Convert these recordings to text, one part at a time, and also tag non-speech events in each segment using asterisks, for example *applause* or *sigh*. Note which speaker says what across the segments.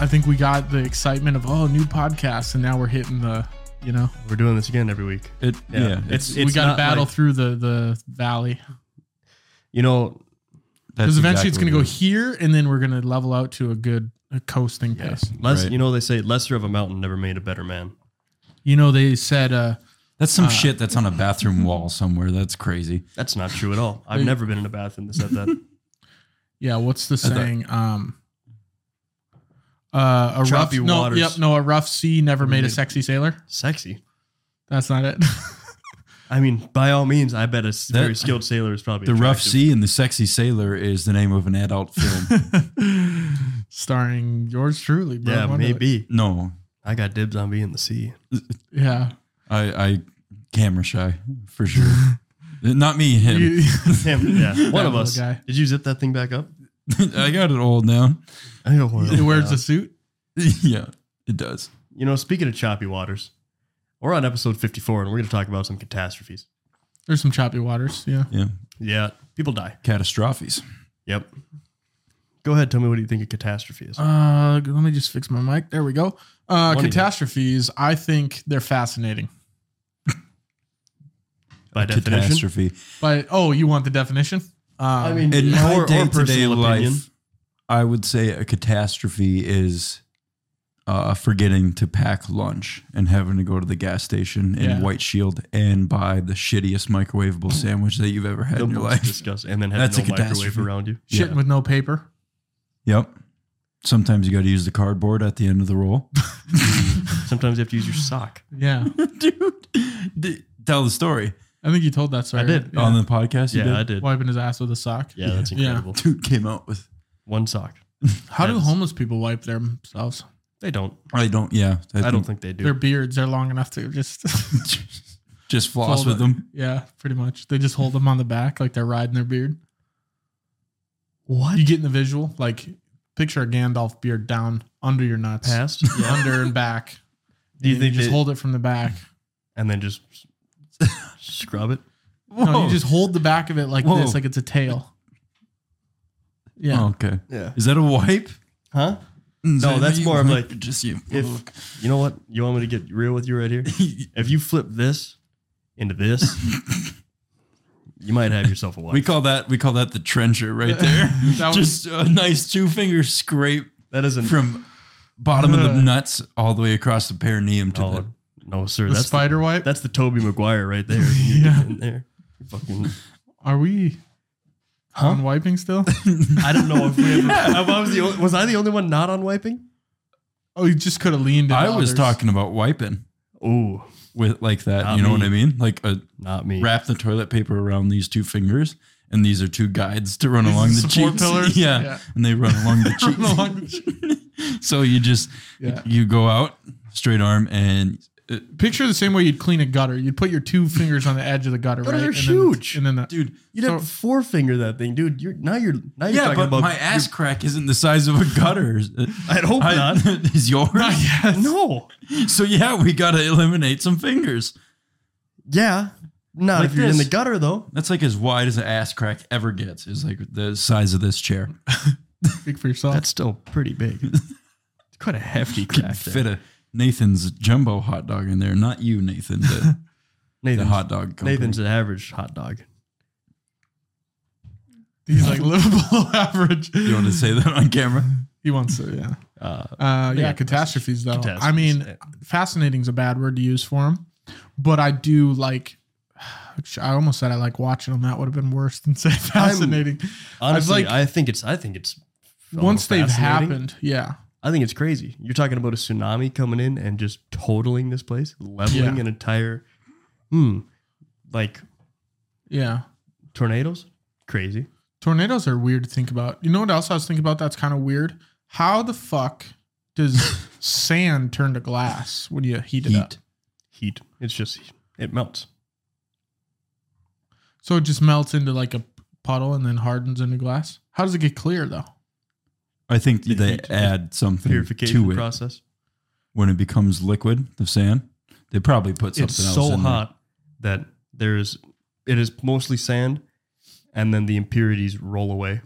Speaker 1: I think we got the excitement of oh new podcast, and now we're hitting the you know
Speaker 2: We're doing this again every week.
Speaker 3: It, yeah,
Speaker 2: Yeah,
Speaker 3: it's,
Speaker 1: we got to
Speaker 3: not
Speaker 1: battle
Speaker 3: like-
Speaker 1: through the the valley
Speaker 2: You know,
Speaker 3: that's
Speaker 1: because eventually it's
Speaker 3: exactly
Speaker 1: gonna go
Speaker 3: what it
Speaker 1: here, and then we're gonna level out to a good a coasting pace.
Speaker 2: less.
Speaker 3: Right.
Speaker 2: You know, they say lesser of a mountain never made a better man.
Speaker 1: You know they said uh,
Speaker 3: is. That's some shit that's on a bathroom wall somewhere. That's crazy.
Speaker 2: That's not true at all. I've never been in a bathroom that said that.
Speaker 1: yeah what's the
Speaker 3: thought-
Speaker 1: saying um uh, a
Speaker 2: Choppy
Speaker 1: rough no
Speaker 2: waters.
Speaker 1: yep no a rough sea never made a
Speaker 2: made-
Speaker 1: sexy sailor.
Speaker 2: Sexy.
Speaker 1: That's not it. *laughs*
Speaker 2: I mean, by all means, I bet a s-
Speaker 3: That-
Speaker 2: very skilled sailor is probably
Speaker 3: The Rough
Speaker 2: attractive.
Speaker 3: Sea and the Sexy Sailor is the name of an
Speaker 1: *laughs*
Speaker 3: adult film.
Speaker 1: Starring yours truly, bro.
Speaker 2: Yeah,
Speaker 1: Wonderlic.
Speaker 2: maybe.
Speaker 3: no,
Speaker 2: I got dibs on being the sea.
Speaker 3: *laughs*
Speaker 1: Yeah.
Speaker 3: I, I camera shy for sure. *laughs* Not
Speaker 1: *laughs*
Speaker 3: me, him.
Speaker 1: You-
Speaker 3: *laughs*
Speaker 2: Damn, yeah, one of
Speaker 1: little
Speaker 2: us.
Speaker 1: guy.
Speaker 2: Did you zip that thing back up?
Speaker 3: I got it all down. *laughs*
Speaker 2: I got one.
Speaker 1: it wears a suit.
Speaker 3: yeah, it does.
Speaker 2: You know, speaking of choppy waters, we're on episode 54 and we're going to talk about some catastrophes.
Speaker 1: There's some choppy waters. Yeah.
Speaker 3: Yeah,
Speaker 2: Yeah, people die.
Speaker 3: catastrophes.
Speaker 2: Yep. Go ahead, tell me what you think a catastrophe is.
Speaker 1: Uh, let me just fix my mic. There we go. Uh,
Speaker 2: What do you think?
Speaker 1: catastrophes. I think they're fascinating.
Speaker 2: By definition,
Speaker 3: Catastrophe.
Speaker 1: But oh, you want the definition? Um,
Speaker 2: I mean,
Speaker 3: In my
Speaker 2: or, or
Speaker 3: day-to-day
Speaker 2: personal
Speaker 3: life,
Speaker 2: opinion.
Speaker 3: I would say a catastrophe is uh, forgetting to pack lunch and having to go to the gas station in
Speaker 1: Yeah.
Speaker 3: White Shield and buy the shittiest microwavable sandwich that you've ever had
Speaker 2: The
Speaker 3: in your
Speaker 2: most
Speaker 3: life.
Speaker 2: disgust- and then have
Speaker 3: That's
Speaker 2: no
Speaker 3: a
Speaker 2: microwave
Speaker 3: catastrophe.
Speaker 2: around you.
Speaker 1: shit
Speaker 3: yeah.
Speaker 1: with no paper.
Speaker 3: *laughs* Yep. Sometimes you got to use the cardboard at the end of the roll. *laughs*
Speaker 2: Sometimes you have to use your sock.
Speaker 1: Yeah,
Speaker 3: Dude, d- tell the story
Speaker 1: I think you told that story.
Speaker 2: I did.
Speaker 1: Yeah.
Speaker 3: on the podcast. You
Speaker 2: Yeah,
Speaker 3: did?
Speaker 2: I did.
Speaker 1: Wiping his ass with a sock.
Speaker 2: Yeah, that's
Speaker 1: Yeah.
Speaker 2: incredible.
Speaker 3: Dude came out with
Speaker 2: One sock.
Speaker 1: How do
Speaker 2: That's-
Speaker 1: homeless people wipe themselves?
Speaker 2: They don't.
Speaker 3: I don't. Yeah,
Speaker 2: I, don't think they do. *laughs*
Speaker 1: Their beards are long enough to just. *laughs*
Speaker 3: just floss
Speaker 1: Fold
Speaker 3: with
Speaker 1: it.
Speaker 3: them.
Speaker 1: yeah, pretty much. They just hold them on the back like they're riding their beard.
Speaker 2: what?
Speaker 1: You get in the visual, like picture a Gandalf beard down under your nuts,
Speaker 2: Past?
Speaker 1: *laughs* Yeah, under and back.
Speaker 2: Do you
Speaker 1: And
Speaker 2: think
Speaker 1: just
Speaker 2: they-
Speaker 1: hold it from the back?
Speaker 2: and then just *laughs* scrub it?
Speaker 1: No,
Speaker 2: Oh.
Speaker 1: you just hold the back of it like
Speaker 3: Whoa.
Speaker 1: this, like it's a tail. Yeah,
Speaker 3: Oh, okay.
Speaker 2: Yeah.
Speaker 3: Is that a wipe?
Speaker 2: Huh?
Speaker 3: No,
Speaker 2: that's more of like
Speaker 3: just you.
Speaker 2: If
Speaker 1: Oh,
Speaker 2: you know what, you want me to get real with you right here? If you flip this into this, you might have yourself a wife.
Speaker 3: *laughs* we call that we call that the trencher right there.
Speaker 1: *laughs* That
Speaker 3: just a nice two finger scrape
Speaker 2: that isn't
Speaker 3: from bottom of
Speaker 1: Uh.
Speaker 3: the nuts all the way across the perineum to *laughs*
Speaker 2: oh, *laughs* no, sir.
Speaker 1: the
Speaker 2: that's
Speaker 1: spider
Speaker 2: The,
Speaker 1: wipe.
Speaker 2: that's the Toby Maguire
Speaker 1: *laughs*
Speaker 2: right there. You
Speaker 1: Yeah.
Speaker 2: get in there. You Fucking,
Speaker 1: Are we on wiping still? *laughs*
Speaker 2: I don't know if we *laughs* ever. I was, the only, was I the only one not on wiping?
Speaker 1: oh, you just could have leaned.
Speaker 3: the.
Speaker 1: in
Speaker 3: I was
Speaker 1: others.
Speaker 3: talking about wiping
Speaker 2: Ooh,
Speaker 3: with like that.
Speaker 2: Not
Speaker 3: you know what
Speaker 2: me.
Speaker 3: I mean? Like a
Speaker 2: not me.
Speaker 3: wrap the toilet paper around these two fingers, and these are two guides to run along the
Speaker 1: support
Speaker 3: cheeks. *laughs*
Speaker 1: pillars?
Speaker 3: Yeah.
Speaker 1: Yeah.
Speaker 3: and they run
Speaker 1: *laughs*
Speaker 3: along the cheeks.
Speaker 1: along the
Speaker 3: *laughs* so you just
Speaker 1: Yeah.
Speaker 3: you go out straight arm and uh,
Speaker 1: Picture the same way you'd clean a gutter. You'd put your two fingers on the edge of the gutter.
Speaker 2: Gutters
Speaker 1: right?
Speaker 2: are
Speaker 1: and
Speaker 2: huge.
Speaker 1: Then, and then the,
Speaker 3: dude.
Speaker 2: You'd have to four finger that thing, dude. You're now you're now you're
Speaker 3: Yeah,
Speaker 2: talking
Speaker 3: but
Speaker 2: about
Speaker 3: my
Speaker 2: *laughs*
Speaker 3: ass crack isn't the size of a gutter.
Speaker 2: I'd hope not.
Speaker 3: *laughs*
Speaker 2: *laughs*
Speaker 3: is yours?
Speaker 2: No.
Speaker 3: So yeah, we gotta eliminate some fingers.
Speaker 2: Yeah. Not
Speaker 3: Like
Speaker 2: if you're in
Speaker 3: this.
Speaker 2: the gutter though.
Speaker 3: That's like as wide as an ass crack ever gets. Is like the size of this chair.
Speaker 2: *laughs*
Speaker 1: speak for yourself.
Speaker 2: That's still pretty *laughs* big. It's Quite a hefty
Speaker 3: Could
Speaker 2: crack there.
Speaker 3: fit a Nathan's jumbo hot dog in there. Not you,
Speaker 2: *laughs*
Speaker 3: Nathan. The, the
Speaker 2: Nathan's,
Speaker 3: hot dog. Company.
Speaker 2: Nathan's an average hot dog.
Speaker 1: He's
Speaker 2: *laughs*
Speaker 1: like *laughs* live below average.
Speaker 3: You want to say that on camera?
Speaker 1: He wants to, yeah.
Speaker 2: Uh,
Speaker 1: Uh, yeah,
Speaker 2: Yeah,
Speaker 1: catastrophes, though.
Speaker 2: catastrophes,
Speaker 1: I mean,
Speaker 2: yeah.
Speaker 1: fascinating is a bad word to use for him, but I do like. *sighs* I almost said I like watching them. That would have been worse than *laughs* say fascinating.
Speaker 2: honestly,
Speaker 1: like-
Speaker 2: I think it's I think it's a little
Speaker 1: Once they've
Speaker 2: fascinating.
Speaker 1: happened, yeah,
Speaker 2: I think it's crazy. You're talking about a tsunami coming in and just totaling this place, leveling
Speaker 1: Yeah.
Speaker 2: an entire hmm like
Speaker 1: yeah.
Speaker 2: tornadoes? Crazy.
Speaker 1: Tornadoes are weird to think about. You know what else I was thinking about? That's kind of weird. How the fuck
Speaker 2: *laughs*
Speaker 1: does sand turn to glass when you heat it up?
Speaker 3: Heat.
Speaker 2: Heat. It's just it melts.
Speaker 1: So it just melts into like a puddle and then hardens into glass. How does it get clear though?
Speaker 3: I think
Speaker 2: The
Speaker 3: they
Speaker 2: heat.
Speaker 3: add something
Speaker 2: Purification
Speaker 3: to it
Speaker 2: process.
Speaker 3: when it becomes liquid. The sand. They probably put something
Speaker 2: it's
Speaker 3: else
Speaker 2: so
Speaker 3: in there.
Speaker 2: hot that there's it is mostly sand and then the impurities roll away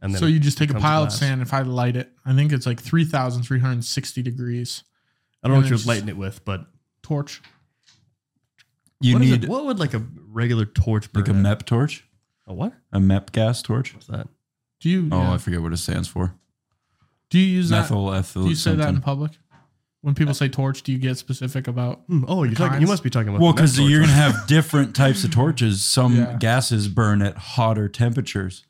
Speaker 2: And then
Speaker 1: So you just take a
Speaker 2: becomes
Speaker 1: pile
Speaker 2: glass.
Speaker 1: of sand. If I light it, I think it's like three thousand three hundred sixty degrees.
Speaker 2: I don't know
Speaker 1: and
Speaker 2: what you're
Speaker 1: it's-
Speaker 2: lighting it with, but
Speaker 1: Torch.
Speaker 3: You
Speaker 2: what is it-
Speaker 3: need
Speaker 2: what would like a regular torch burn?
Speaker 3: like a
Speaker 2: at?
Speaker 3: MEP torch,
Speaker 2: A what?
Speaker 3: a MEP gas torch.
Speaker 2: What's that?
Speaker 1: Do you?
Speaker 3: Oh,
Speaker 1: yeah.
Speaker 3: I forget what it stands for.
Speaker 1: Do you use that?
Speaker 3: Methyl ethyl.
Speaker 1: Do you say that in
Speaker 3: something.
Speaker 1: public? When people say torch, do you get specific about?
Speaker 2: Hmm, oh, you're talking.
Speaker 1: Kinds?
Speaker 2: You must be talking about.
Speaker 3: Well,
Speaker 2: the
Speaker 3: because
Speaker 2: Mettorch
Speaker 3: you're
Speaker 2: one.
Speaker 3: gonna have different types of torches. Some
Speaker 1: Yeah.
Speaker 3: gases burn at hotter temperatures.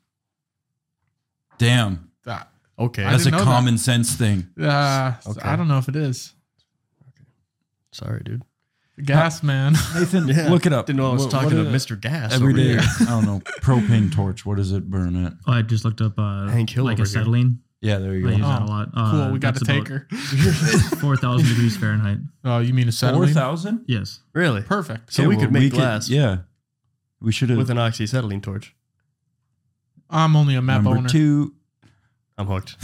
Speaker 3: Damn,
Speaker 1: that?
Speaker 2: okay.
Speaker 1: I
Speaker 3: that's a
Speaker 1: didn't know that.
Speaker 3: common sense
Speaker 2: *laughs*
Speaker 3: thing.
Speaker 1: Uh,
Speaker 2: Okay.
Speaker 1: I don't know if it is
Speaker 2: Sorry, dude.
Speaker 1: gas, man. *laughs*
Speaker 3: Nathan,
Speaker 2: Yeah.
Speaker 3: look it up.
Speaker 2: Didn't know I was
Speaker 3: What-
Speaker 2: talking
Speaker 3: what
Speaker 2: to
Speaker 3: is it?
Speaker 2: Mr. Gas
Speaker 3: Every
Speaker 2: over
Speaker 3: day,
Speaker 2: here.
Speaker 3: I don't know. Propane torch. What does it burn at?
Speaker 4: Oh, I just looked up uh,
Speaker 2: Hank Hill
Speaker 4: like
Speaker 2: over here.
Speaker 4: acetylene.
Speaker 3: Yeah, there
Speaker 4: I
Speaker 3: you
Speaker 4: use
Speaker 3: go.
Speaker 4: that
Speaker 1: Oh,
Speaker 4: a lot.
Speaker 1: cool,
Speaker 4: Uh,
Speaker 1: we got to take her.
Speaker 4: *laughs* Four thousand degrees Fahrenheit.
Speaker 1: Oh, you mean
Speaker 3: Four
Speaker 1: acetylene?
Speaker 3: thousand.
Speaker 1: *laughs*
Speaker 4: Yes.
Speaker 2: Really?
Speaker 1: Perfect.
Speaker 2: So we could make glass
Speaker 3: yeah, we should have.
Speaker 2: with an oxyacetylene torch.
Speaker 1: I'm only a map
Speaker 3: Number
Speaker 1: owner.
Speaker 3: two,
Speaker 2: I'm hooked.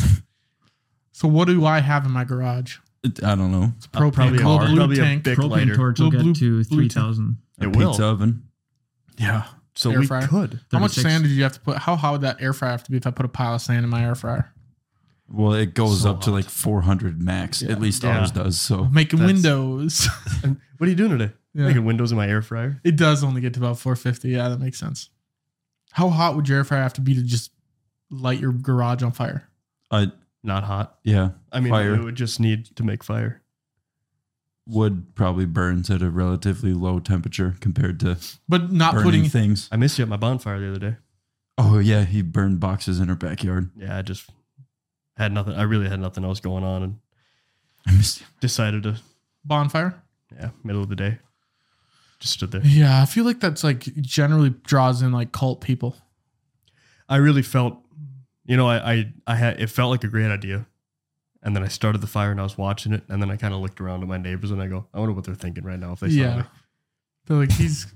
Speaker 1: So what do I have in my garage?
Speaker 3: it- I don't know.
Speaker 1: It's propane.
Speaker 2: Uh, probably a-
Speaker 1: little blue
Speaker 2: probably a
Speaker 1: tank.
Speaker 2: big- Bic
Speaker 4: Propane
Speaker 2: lighter.
Speaker 4: torch will
Speaker 1: Little
Speaker 4: get
Speaker 1: blue- blue
Speaker 4: to three
Speaker 1: tank.
Speaker 4: thousand.
Speaker 3: A
Speaker 2: It
Speaker 3: pizza
Speaker 2: will.
Speaker 3: oven.
Speaker 1: yeah.
Speaker 2: So
Speaker 1: Air
Speaker 2: we
Speaker 1: fryer.
Speaker 2: could.
Speaker 1: How much
Speaker 4: 36.
Speaker 1: sand did you have to put? How hot would that air fryer have to be if I put a pile of sand in my air fryer?
Speaker 3: Well, it goes
Speaker 2: So
Speaker 3: up to
Speaker 2: hot.
Speaker 3: like 400 max.
Speaker 1: Yeah.
Speaker 3: At least
Speaker 2: Yeah.
Speaker 3: ours does. So
Speaker 1: Making
Speaker 2: Oh, That's-
Speaker 1: windows. *laughs*
Speaker 2: And what are you doing today?
Speaker 1: Yeah.
Speaker 2: Making windows in my air fryer.
Speaker 1: it does only get to about 450. Yeah, that makes sense. How hot would your air fryer have to be to just light your garage on fire?
Speaker 3: I
Speaker 2: Not hot.
Speaker 3: yeah,
Speaker 2: I mean,
Speaker 3: Fire.
Speaker 2: it would just need to make fire.
Speaker 3: wood probably burns at a relatively low temperature compared to
Speaker 1: But not
Speaker 3: burning
Speaker 1: putting
Speaker 3: things.
Speaker 2: I missed you at my bonfire the other day.
Speaker 3: Oh yeah, he burned boxes in her backyard. *laughs*
Speaker 2: Yeah, I just had nothing. I really had nothing else going on, and
Speaker 3: I *laughs* missed
Speaker 2: decided to
Speaker 1: bonfire.
Speaker 2: yeah, middle of the day, just stood there.
Speaker 1: Yeah, I feel like that's like generally draws in like cult people.
Speaker 2: I really felt, you know, I, I, I had, it felt like a great idea. And then I started the fire and I was watching it. And then I kind of looked around at my neighbors and I go, I wonder what they're thinking right now if they saw
Speaker 1: Yeah.
Speaker 2: me.
Speaker 1: They're like, he's,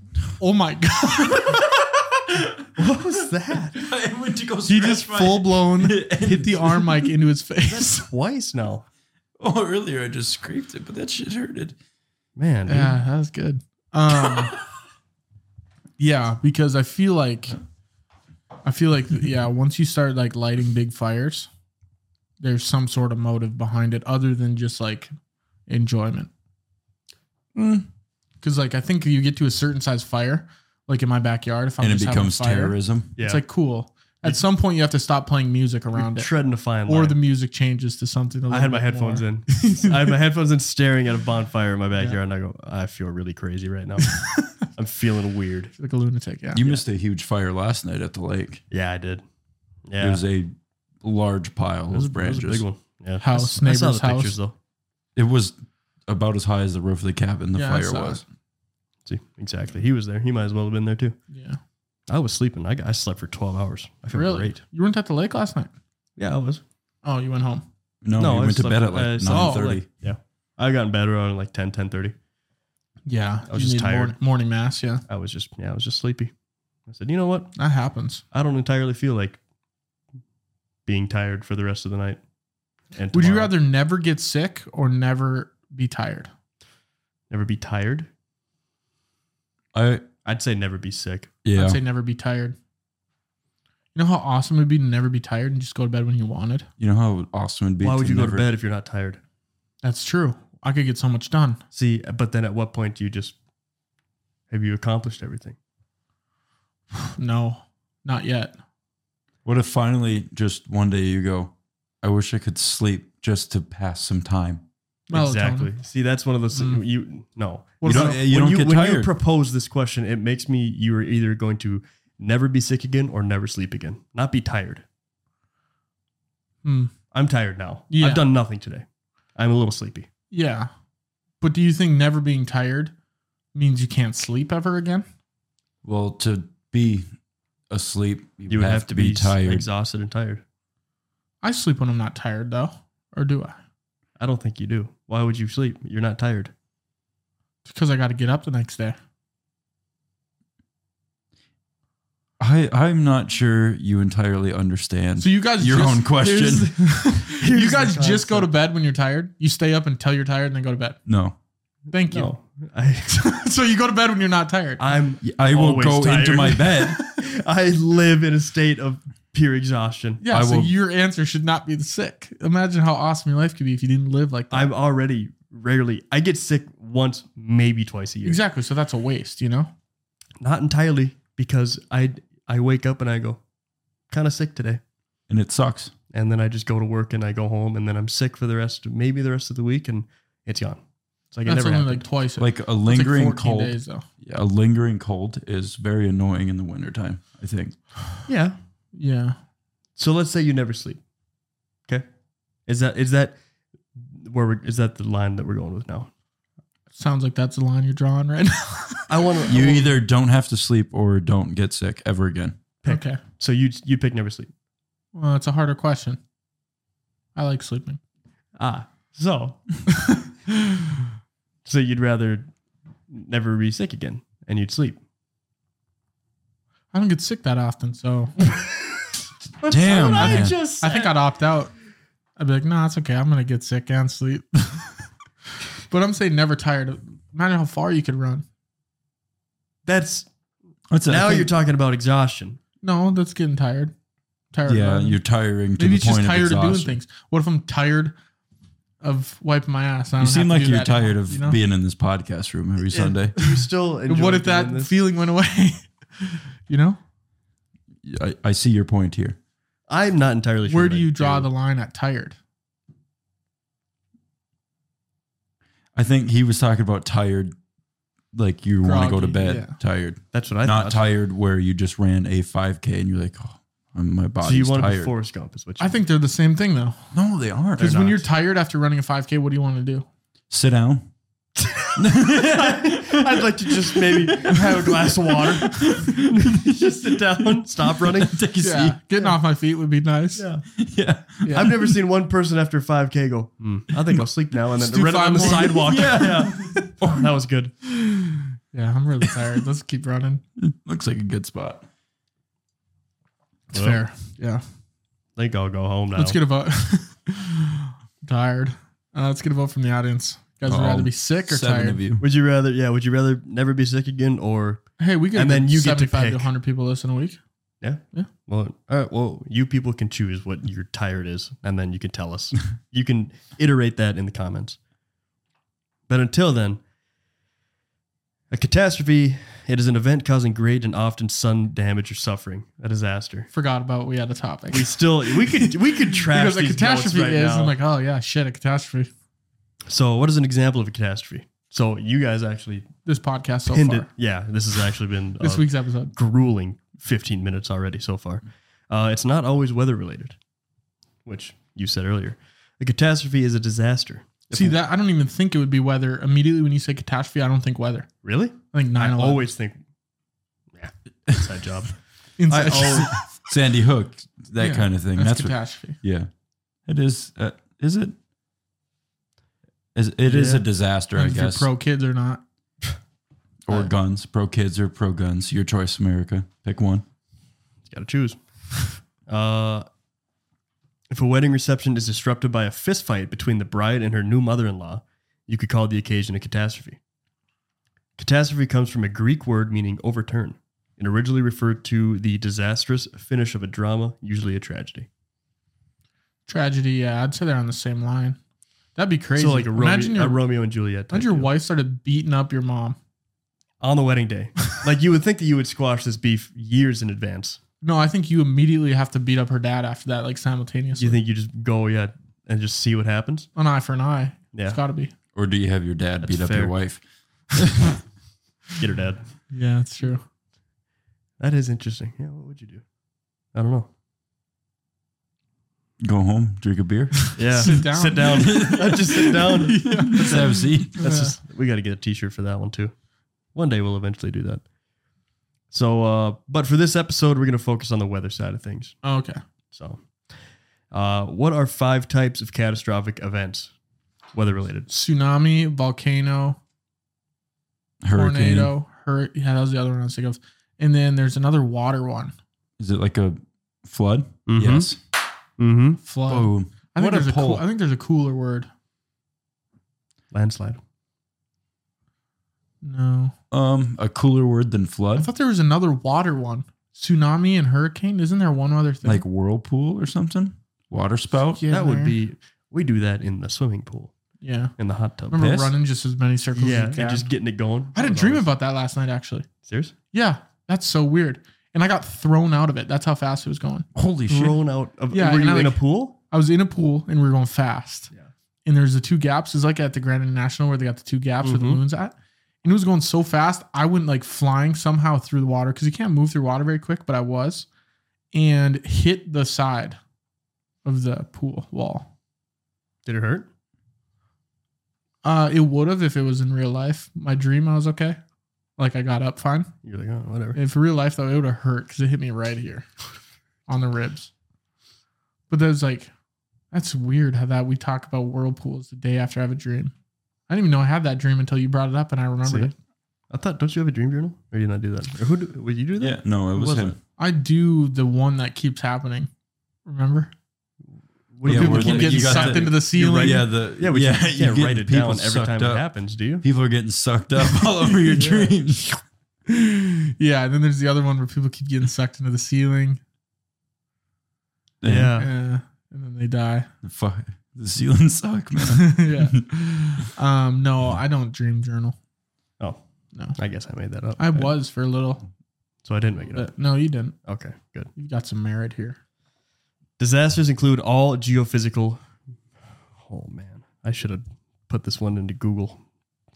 Speaker 1: oh my *laughs* God.
Speaker 2: What was that?
Speaker 3: I went to go.
Speaker 1: he just full blown hit the arm mic into his face.
Speaker 2: Twice now.
Speaker 3: *laughs* Oh, earlier I just scraped it, but that shit hurted.
Speaker 2: Man, dude.
Speaker 1: Yeah, that was good.
Speaker 2: *laughs*
Speaker 1: Um, yeah, because I feel like, I feel like, yeah, once you start like lighting big fires, there's some sort of motive behind it other than just like enjoyment.
Speaker 3: Mm.
Speaker 1: Because like I think you get to a certain size fire, like in my backyard, if I'm
Speaker 3: and it
Speaker 1: just having a
Speaker 3: becomes
Speaker 1: fire,
Speaker 3: terrorism.
Speaker 2: yeah.
Speaker 1: It's like cool. At some point, you have to stop playing music around
Speaker 2: You're
Speaker 1: it,
Speaker 2: treading a fine line.
Speaker 1: or the music changes to something. I
Speaker 2: I had my headphones in. I had my headphones in, staring at a bonfire in my backyard, and I go, I feel really crazy right
Speaker 1: *laughs*
Speaker 2: now. I'm feeling weird.
Speaker 1: *laughs* like a lunatic. Yeah,
Speaker 3: You missed a huge fire last night at the lake.
Speaker 2: Yeah, I did.
Speaker 3: It
Speaker 2: Yeah,
Speaker 3: was a large pile
Speaker 2: It was- it was a
Speaker 3: of branches.
Speaker 2: big one. Yeah,
Speaker 1: House,
Speaker 2: I saw
Speaker 1: neighbor's
Speaker 2: the
Speaker 1: house.
Speaker 2: pictures though.
Speaker 3: It was about as high as the roof of the cabin. The
Speaker 1: Yeah, I
Speaker 3: fire
Speaker 1: saw
Speaker 3: was.
Speaker 2: See, exactly. He was there. He might as well have been there too.
Speaker 1: yeah.
Speaker 2: I was sleeping. I, got, I slept for 12 hours. I feel
Speaker 1: Really?
Speaker 2: great.
Speaker 1: You weren't at the lake last night.
Speaker 2: Yeah, I was.
Speaker 1: Oh, you went home.
Speaker 3: No, we
Speaker 2: I
Speaker 3: went to
Speaker 2: slept-
Speaker 3: bed at
Speaker 1: uh,
Speaker 2: I
Speaker 3: like
Speaker 2: slept-
Speaker 3: nine
Speaker 2: oh,
Speaker 3: thirty.
Speaker 2: like- yeah. I got in bed around like 10, 10 30.
Speaker 1: Yeah,
Speaker 2: I was
Speaker 1: you
Speaker 2: just
Speaker 1: need
Speaker 2: tired.
Speaker 1: Morning, morning mass. Yeah,
Speaker 2: I was just, yeah, I was just sleepy. I said, you know what?
Speaker 1: that happens.
Speaker 2: I don't entirely feel like being tired for the rest of the night. And
Speaker 1: Would you
Speaker 2: tomorrow.
Speaker 1: rather never get sick or never be tired?
Speaker 2: never be tired?
Speaker 3: I
Speaker 2: I'd say never be sick.
Speaker 3: yeah.
Speaker 1: I'd say never be tired. You know how awesome it would be to never be tired and just go to bed when you wanted.
Speaker 3: you know how awesome it'd be.
Speaker 2: Why would you go to
Speaker 3: never-
Speaker 2: bed if you're not tired?
Speaker 1: That's true. I could get so much done. *sighs*
Speaker 2: See, but then at what point do you just have you accomplished everything?
Speaker 1: No, not yet.
Speaker 3: What if finally just one day you go, I wish I could sleep just to pass some time.
Speaker 1: Melatonin.
Speaker 2: Exactly. See, that's one of those
Speaker 1: Mm.
Speaker 2: you no.
Speaker 1: What
Speaker 3: You
Speaker 1: about-
Speaker 3: don't, you
Speaker 2: when
Speaker 3: don't
Speaker 2: you
Speaker 3: get
Speaker 2: when you
Speaker 3: tired.
Speaker 2: propose this question, it makes me you are either going to never be sick again or never sleep again. Not be tired.
Speaker 1: Hmm.
Speaker 2: I'm tired now.
Speaker 1: Yeah.
Speaker 2: I've done nothing today. I'm a little sleepy.
Speaker 1: Yeah, but do you think never being tired means you can't sleep ever again?
Speaker 3: well, to be asleep, you,
Speaker 2: You would
Speaker 3: have, to be,
Speaker 2: s-
Speaker 3: tired.
Speaker 2: exhausted and tired.
Speaker 1: I sleep when I'm not tired though, or do I?
Speaker 2: I don't think you do. Why would you sleep? You're not tired.
Speaker 1: Because I got to get up the next day.
Speaker 3: I, I'm not sure you entirely understand.
Speaker 1: So you guys
Speaker 3: Your
Speaker 1: just-
Speaker 3: own question.
Speaker 2: *laughs*
Speaker 1: here's- *laughs*
Speaker 2: Here's
Speaker 1: you guys
Speaker 2: the
Speaker 1: just go to
Speaker 2: concept.
Speaker 1: bed when you're tired. You stay up until you're tired and then go to bed.
Speaker 3: no.
Speaker 1: Thank you.
Speaker 2: No.
Speaker 1: *laughs*
Speaker 2: I, *laughs*
Speaker 1: so you go to bed when you're not tired.
Speaker 2: I'm
Speaker 3: I will
Speaker 2: Always *laughs*
Speaker 3: go into
Speaker 2: tired.
Speaker 3: my bed.
Speaker 2: I live in a state of pure exhaustion.
Speaker 1: Yeah,
Speaker 3: I
Speaker 1: so
Speaker 3: will-
Speaker 1: your answer should not be the sick. Imagine how awesome your life could be if you didn't live like that.
Speaker 2: I'm already rarely. I get sick once, maybe twice a year.
Speaker 1: exactly. So that's a waste, you know?
Speaker 2: Not entirely because I I wake up and I go kind of sick today,
Speaker 3: and it sucks.
Speaker 2: and then I just go to work and I go home, and then I'm sick for the rest of maybe the rest of the week, and it's gone. It's like it
Speaker 1: that's
Speaker 2: never
Speaker 1: only
Speaker 2: happened.
Speaker 1: like twice.
Speaker 3: Like a
Speaker 1: It's like
Speaker 3: lingering
Speaker 1: 14
Speaker 3: cold.
Speaker 1: days, though.
Speaker 3: Yeah, a lingering cold is very annoying in the wintertime, I think.
Speaker 2: yeah.
Speaker 1: Yeah.
Speaker 2: So let's say you never sleep. Okay, is that is that where we, is that the line that we're going with now?
Speaker 1: Sounds like that's the line you're drawing right now. *laughs*
Speaker 2: I want to.
Speaker 3: You either don't have to sleep or don't get sick ever again.
Speaker 2: Pick.
Speaker 1: Okay.
Speaker 2: so you you pick never sleep.
Speaker 1: Well, it's a harder question. I like sleeping. *gasps*
Speaker 2: Ah, so so you'd rather never be sick again, and you'd sleep.
Speaker 1: I don't get sick that often, so
Speaker 2: That's
Speaker 3: Damn,
Speaker 2: what I
Speaker 3: man.
Speaker 2: just
Speaker 1: I think I'd opt out. I'd be like, nah, it's okay. I'm gonna get sick and sleep. *laughs* but I'm saying never tired. Imagine how far you could run.
Speaker 2: that's
Speaker 3: That's
Speaker 2: now you're talking about exhaustion.
Speaker 1: No, that's getting tired. Tired. of
Speaker 3: Yeah,
Speaker 1: running.
Speaker 3: you're tiring to
Speaker 1: Maybe
Speaker 3: the
Speaker 1: it's
Speaker 3: point
Speaker 1: just tired
Speaker 3: of
Speaker 1: of, doing
Speaker 3: exhaustion.
Speaker 1: things. What if I'm tired of wiping my ass? I
Speaker 3: You
Speaker 1: don't have
Speaker 3: seem
Speaker 1: to
Speaker 3: like
Speaker 1: do
Speaker 3: you're
Speaker 1: that anymore,
Speaker 3: tired of
Speaker 1: you know?
Speaker 3: being in this podcast room every Sunday.
Speaker 2: You still enjoy
Speaker 1: *laughs* What if
Speaker 2: doing
Speaker 1: that
Speaker 2: this?
Speaker 1: feeling went away? *laughs* you know,
Speaker 3: I, I see your point here.
Speaker 2: I'm not entirely sure.
Speaker 1: where
Speaker 2: what
Speaker 1: do
Speaker 2: I
Speaker 1: you draw the line at tired?
Speaker 3: I think he was talking about tired, like you want to go to
Speaker 1: Groggy,
Speaker 3: bed
Speaker 1: yeah.
Speaker 3: tired,
Speaker 2: That's what I
Speaker 3: not
Speaker 2: thought.
Speaker 3: tired where you just ran a 5K and you're like, oh, I'm- my body's
Speaker 2: So you want to be
Speaker 3: tired.
Speaker 2: Forrest Gump? Is what you
Speaker 1: I think they're the same thing though.
Speaker 3: no, they aren't.
Speaker 1: Because
Speaker 2: They're
Speaker 1: when
Speaker 2: not.
Speaker 1: you're tired after running a 5K, what do you want to do?
Speaker 3: Sit down. *laughs*
Speaker 2: I'd like to just *laughs* maybe have a glass of water, *laughs* just sit down, stop
Speaker 3: *laughs*
Speaker 2: running.
Speaker 3: Take a
Speaker 1: Yeah, getting off my feet would be nice.
Speaker 2: Yeah.
Speaker 3: seat. Yeah.
Speaker 1: Yeah.
Speaker 2: I've never seen one person after 5K go, hmm, I think I'll sleep now. And
Speaker 1: Let's do
Speaker 2: then run
Speaker 1: five
Speaker 2: on the
Speaker 1: more. *laughs*
Speaker 2: sidewalk. *laughs* yeah. That was good.
Speaker 1: Yeah, I'm really
Speaker 3: *laughs*
Speaker 1: tired. Let's keep running.
Speaker 3: Looks like a good spot.
Speaker 1: It's
Speaker 2: Well,
Speaker 1: fair. Yeah.
Speaker 2: I think I'll go home now.
Speaker 1: Let's get a vote. *laughs* tired. Uh, let's get a vote from the audience. You guys would
Speaker 3: Oh,
Speaker 1: rather be sick or
Speaker 3: Seven
Speaker 1: tired? *laughs*
Speaker 3: of you.
Speaker 2: Would you rather, yeah, would you rather never be sick again or,
Speaker 1: Hey, we get
Speaker 2: And
Speaker 1: a
Speaker 2: then
Speaker 1: good
Speaker 2: you get to
Speaker 1: 75 to,
Speaker 2: pick.
Speaker 1: 100 people listen a week.
Speaker 2: well, all right, well, you people can choose what your tired is and then you can
Speaker 1: *laughs*
Speaker 2: tell us. you can iterate that in the comments. But until then, a catastrophe, it is an event causing great and often sudden damage or suffering, a disaster.
Speaker 1: Forgot about we had a topic.
Speaker 2: We still we could we
Speaker 1: *laughs*
Speaker 2: could trash
Speaker 1: because a
Speaker 2: these notes
Speaker 1: catastrophe
Speaker 2: right
Speaker 1: is,
Speaker 2: now.
Speaker 1: I'm like, oh yeah, shit, a catastrophe.
Speaker 2: So, what is an example of a catastrophe? So, you guys actually
Speaker 1: This podcast so
Speaker 2: pinned
Speaker 1: far.
Speaker 2: it. Oh. Yeah, this has actually been
Speaker 1: This
Speaker 2: a
Speaker 1: week's episode.
Speaker 2: grueling 15 minutes already so far.
Speaker 1: Mm-hmm.
Speaker 2: Uh, it's not always weather related, which you said earlier. A catastrophe is a disaster. If-
Speaker 1: See that? I don't even think it would be weather. Immediately when you say catastrophe, I don't think weather.
Speaker 2: Really?
Speaker 1: I think
Speaker 2: I
Speaker 1: 9 11.
Speaker 2: always think, yeah,
Speaker 1: *laughs*
Speaker 2: inside job. I
Speaker 1: Inside *laughs*
Speaker 2: always,
Speaker 3: *laughs* Sandy Hook, that
Speaker 1: Yeah,
Speaker 3: kind of thing.
Speaker 1: that's,
Speaker 3: That's, what,
Speaker 1: catastrophe.
Speaker 3: yeah. It is. Uh, is it? Is it is
Speaker 2: Yeah.
Speaker 3: a disaster? I
Speaker 1: Like if you're
Speaker 3: guess.
Speaker 1: pro kids or not.
Speaker 3: or
Speaker 2: Uh,
Speaker 3: guns. Pro kids or pro guns. Your choice, America. Pick one.
Speaker 2: got to choose. Uh, if a wedding reception is disrupted by a fist fight between the bride and her new mother in law, you could call the occasion a catastrophe. Catastrophe comes from a Greek word meaning overturn. It originally referred to the disastrous finish of a drama, usually a tragedy.
Speaker 1: Tragedy, yeah, I'd say they're on the same line. That'd be crazy.
Speaker 2: So, like a Romeo,
Speaker 1: imagine your,
Speaker 2: a Romeo and Juliet. type
Speaker 1: imagine your
Speaker 2: deal.
Speaker 1: wife started beating up your mom.
Speaker 2: on the wedding
Speaker 1: *laughs*
Speaker 2: day. like, you would think that you would squash this beef years in advance.
Speaker 1: No, I think you immediately have to beat up her dad after that, like simultaneously.
Speaker 2: You think you just go, yeah, and just see what happens?
Speaker 1: An eye for an eye. It's *laughs*
Speaker 2: Yeah.
Speaker 1: got to be.
Speaker 3: Or do you have your dad
Speaker 2: That's
Speaker 3: beat up
Speaker 2: fair.
Speaker 3: your wife?
Speaker 2: Get her dad.
Speaker 1: Yeah, that's true.
Speaker 2: That is interesting. Yeah, what would you do? I don't know.
Speaker 3: Go home, drink a
Speaker 2: *laughs*
Speaker 3: beer.
Speaker 2: Yeah.
Speaker 1: *laughs* Sit down. *laughs*
Speaker 2: Sit down. *laughs* I'd just sit down.
Speaker 3: Let's have a seat.
Speaker 2: That's
Speaker 1: Yeah.
Speaker 2: just we gotta get a t shirt for that one too. One day we'll eventually do that. So uh but for this episode we're gonna focus on the weather side of things.
Speaker 1: Okay.
Speaker 2: So uh what are five types of catastrophic events? Weather related.
Speaker 1: Tsunami, volcano,
Speaker 3: Hurricane.
Speaker 1: tornado, hur- Yeah, that was the other one I was thinking of. And then there's another water one.
Speaker 3: Is it like a flood?
Speaker 2: Mhm.
Speaker 3: Yes.
Speaker 2: Mm-hmm.
Speaker 1: Flood.
Speaker 3: Oh,
Speaker 1: I think
Speaker 3: what a
Speaker 1: there's a cool,
Speaker 3: poll.
Speaker 1: I think there's a cooler word.
Speaker 2: Landslide.
Speaker 1: No,
Speaker 3: um, a cooler word than
Speaker 1: I
Speaker 3: flood.
Speaker 1: thought there was another water one. tsunami and hurricane. Isn't there one other thing?
Speaker 3: Like whirlpool or something? Water spout?
Speaker 1: Get
Speaker 2: that would
Speaker 1: there.
Speaker 2: be we do that in the swimming pool
Speaker 1: yeah.
Speaker 2: in the hot tub.
Speaker 1: Remember
Speaker 3: Piss?
Speaker 1: running just as many circles
Speaker 2: yeah,
Speaker 1: as you
Speaker 2: and
Speaker 1: can.
Speaker 2: just getting it going.
Speaker 1: I had a
Speaker 2: That was
Speaker 1: dream
Speaker 2: always-
Speaker 1: about that last night actually.
Speaker 2: Serious?
Speaker 1: Yeah, that's so weird. And I got thrown out of it. That's how fast it was going.
Speaker 3: Holy shit.
Speaker 2: Thrown out of
Speaker 1: Mm-hmm. Yeah,
Speaker 2: were
Speaker 1: and
Speaker 2: you
Speaker 1: I
Speaker 2: in a
Speaker 1: like-
Speaker 2: pool?
Speaker 1: I was in a pool and we were going fast.
Speaker 2: Yeah.
Speaker 1: And there's the two gaps. It's like at the Grand National where they got the two gaps where
Speaker 2: Mhm.
Speaker 1: the moon's at. And it was going so fast, I went like flying somehow through the water because you can't move through water very quick, but I was and hit the side of the pool wall.
Speaker 2: Did it hurt?
Speaker 1: Uh, it would have if it was in real life. My dream, I was okay. Like I got up fine.
Speaker 2: You're like, oh, whatever.
Speaker 1: If real life though, it would have hurt because it hit me right here on the ribs. But that was like, that's weird how that we talk about whirlpools the day after I have a dream. I didn't even know I had that dream until you brought it up and I remembered
Speaker 2: See?
Speaker 1: it.
Speaker 2: I thought, don't you have a dream journal? Or you not do that? Or who do, would you do that?
Speaker 3: Yeah, no, it
Speaker 2: Who
Speaker 3: was,
Speaker 2: was
Speaker 3: him.
Speaker 2: it?
Speaker 1: I do the one that keeps happening. Remember?
Speaker 2: What do
Speaker 3: Yeah,
Speaker 2: you
Speaker 1: People
Speaker 3: where
Speaker 2: do?
Speaker 1: keep
Speaker 3: you
Speaker 1: getting
Speaker 3: got
Speaker 1: sucked
Speaker 3: the-
Speaker 1: into the ceiling.
Speaker 3: Yeah, the
Speaker 2: yeah, but yeah, you
Speaker 3: you're
Speaker 2: can't write
Speaker 3: getting
Speaker 2: it down
Speaker 3: people
Speaker 2: every time
Speaker 3: sucked
Speaker 2: it
Speaker 3: up.
Speaker 2: happens, do you?
Speaker 3: People are getting sucked up all
Speaker 1: *laughs*
Speaker 2: *laughs*
Speaker 3: over your dreams.
Speaker 1: yeah, and then there's the other one where people keep getting sucked into the ceiling.
Speaker 3: Damn,
Speaker 2: Yeah.
Speaker 1: Yeah, and then they die. *laughs*
Speaker 3: the Fuck. The ceiling suck, man. *laughs*
Speaker 1: yeah. Um, no, I don't dream journal.
Speaker 2: Oh,
Speaker 1: No.
Speaker 2: I guess I made that up.
Speaker 1: I was for a little.
Speaker 2: So I didn't make it up.
Speaker 1: But Uh, no, you didn't.
Speaker 2: Okay, good.
Speaker 1: You've got some merit here.
Speaker 2: Disasters include all geophysical. Oh, man. I should have put this one into Google.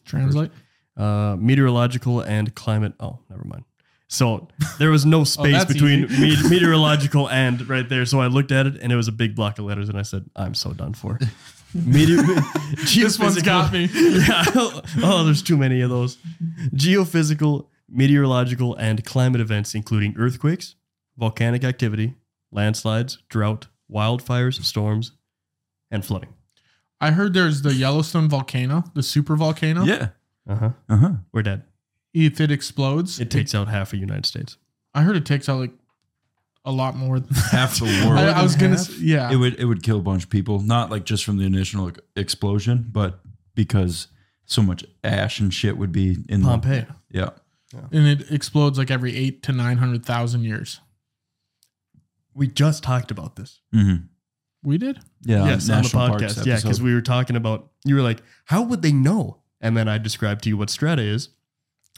Speaker 1: Translate.
Speaker 2: Uh, meteorological and climate. Oh, never mind. So there
Speaker 1: *laughs*
Speaker 2: was no space
Speaker 1: Oh, that's
Speaker 2: between
Speaker 1: easy. *laughs*
Speaker 2: me- meteorological and right there. So I looked at it and it was a big block of letters and I said, I'm so done for. *laughs* Meteor-
Speaker 1: *laughs* This one's got me.
Speaker 2: *laughs* yeah. Oh, there's too many of those. Geophysical, meteorological, and climate events, including earthquakes, volcanic activity, landslides, drought, wildfires, storms, and flooding.
Speaker 1: I heard there's the Yellowstone volcano, the super volcano.
Speaker 3: *laughs* Yeah.
Speaker 2: Uh
Speaker 1: Uh-huh.
Speaker 2: huh.
Speaker 3: Uh huh.
Speaker 2: We're dead.
Speaker 1: If it explodes,
Speaker 2: It takes out half of United States.
Speaker 1: I heard it takes out like a lot more than *laughs*
Speaker 3: Half the world.
Speaker 1: I, I was gonna.
Speaker 2: half?
Speaker 1: Say, yeah,
Speaker 3: it would it would kill a bunch of people, not like just from the initial ex- explosion, but because so much ash and shit would be in the-
Speaker 2: Pompeii.
Speaker 3: Yeah.
Speaker 1: and it explodes like every eight to nine hundred thousand years.
Speaker 2: We just talked about this.
Speaker 3: hmm
Speaker 1: We did.
Speaker 3: Yeah.
Speaker 2: yes, on the
Speaker 3: National Parks
Speaker 2: podcast. Yeah, because
Speaker 3: episode.
Speaker 2: we were talking about, you were like, how would they know? And then I described to you what strata is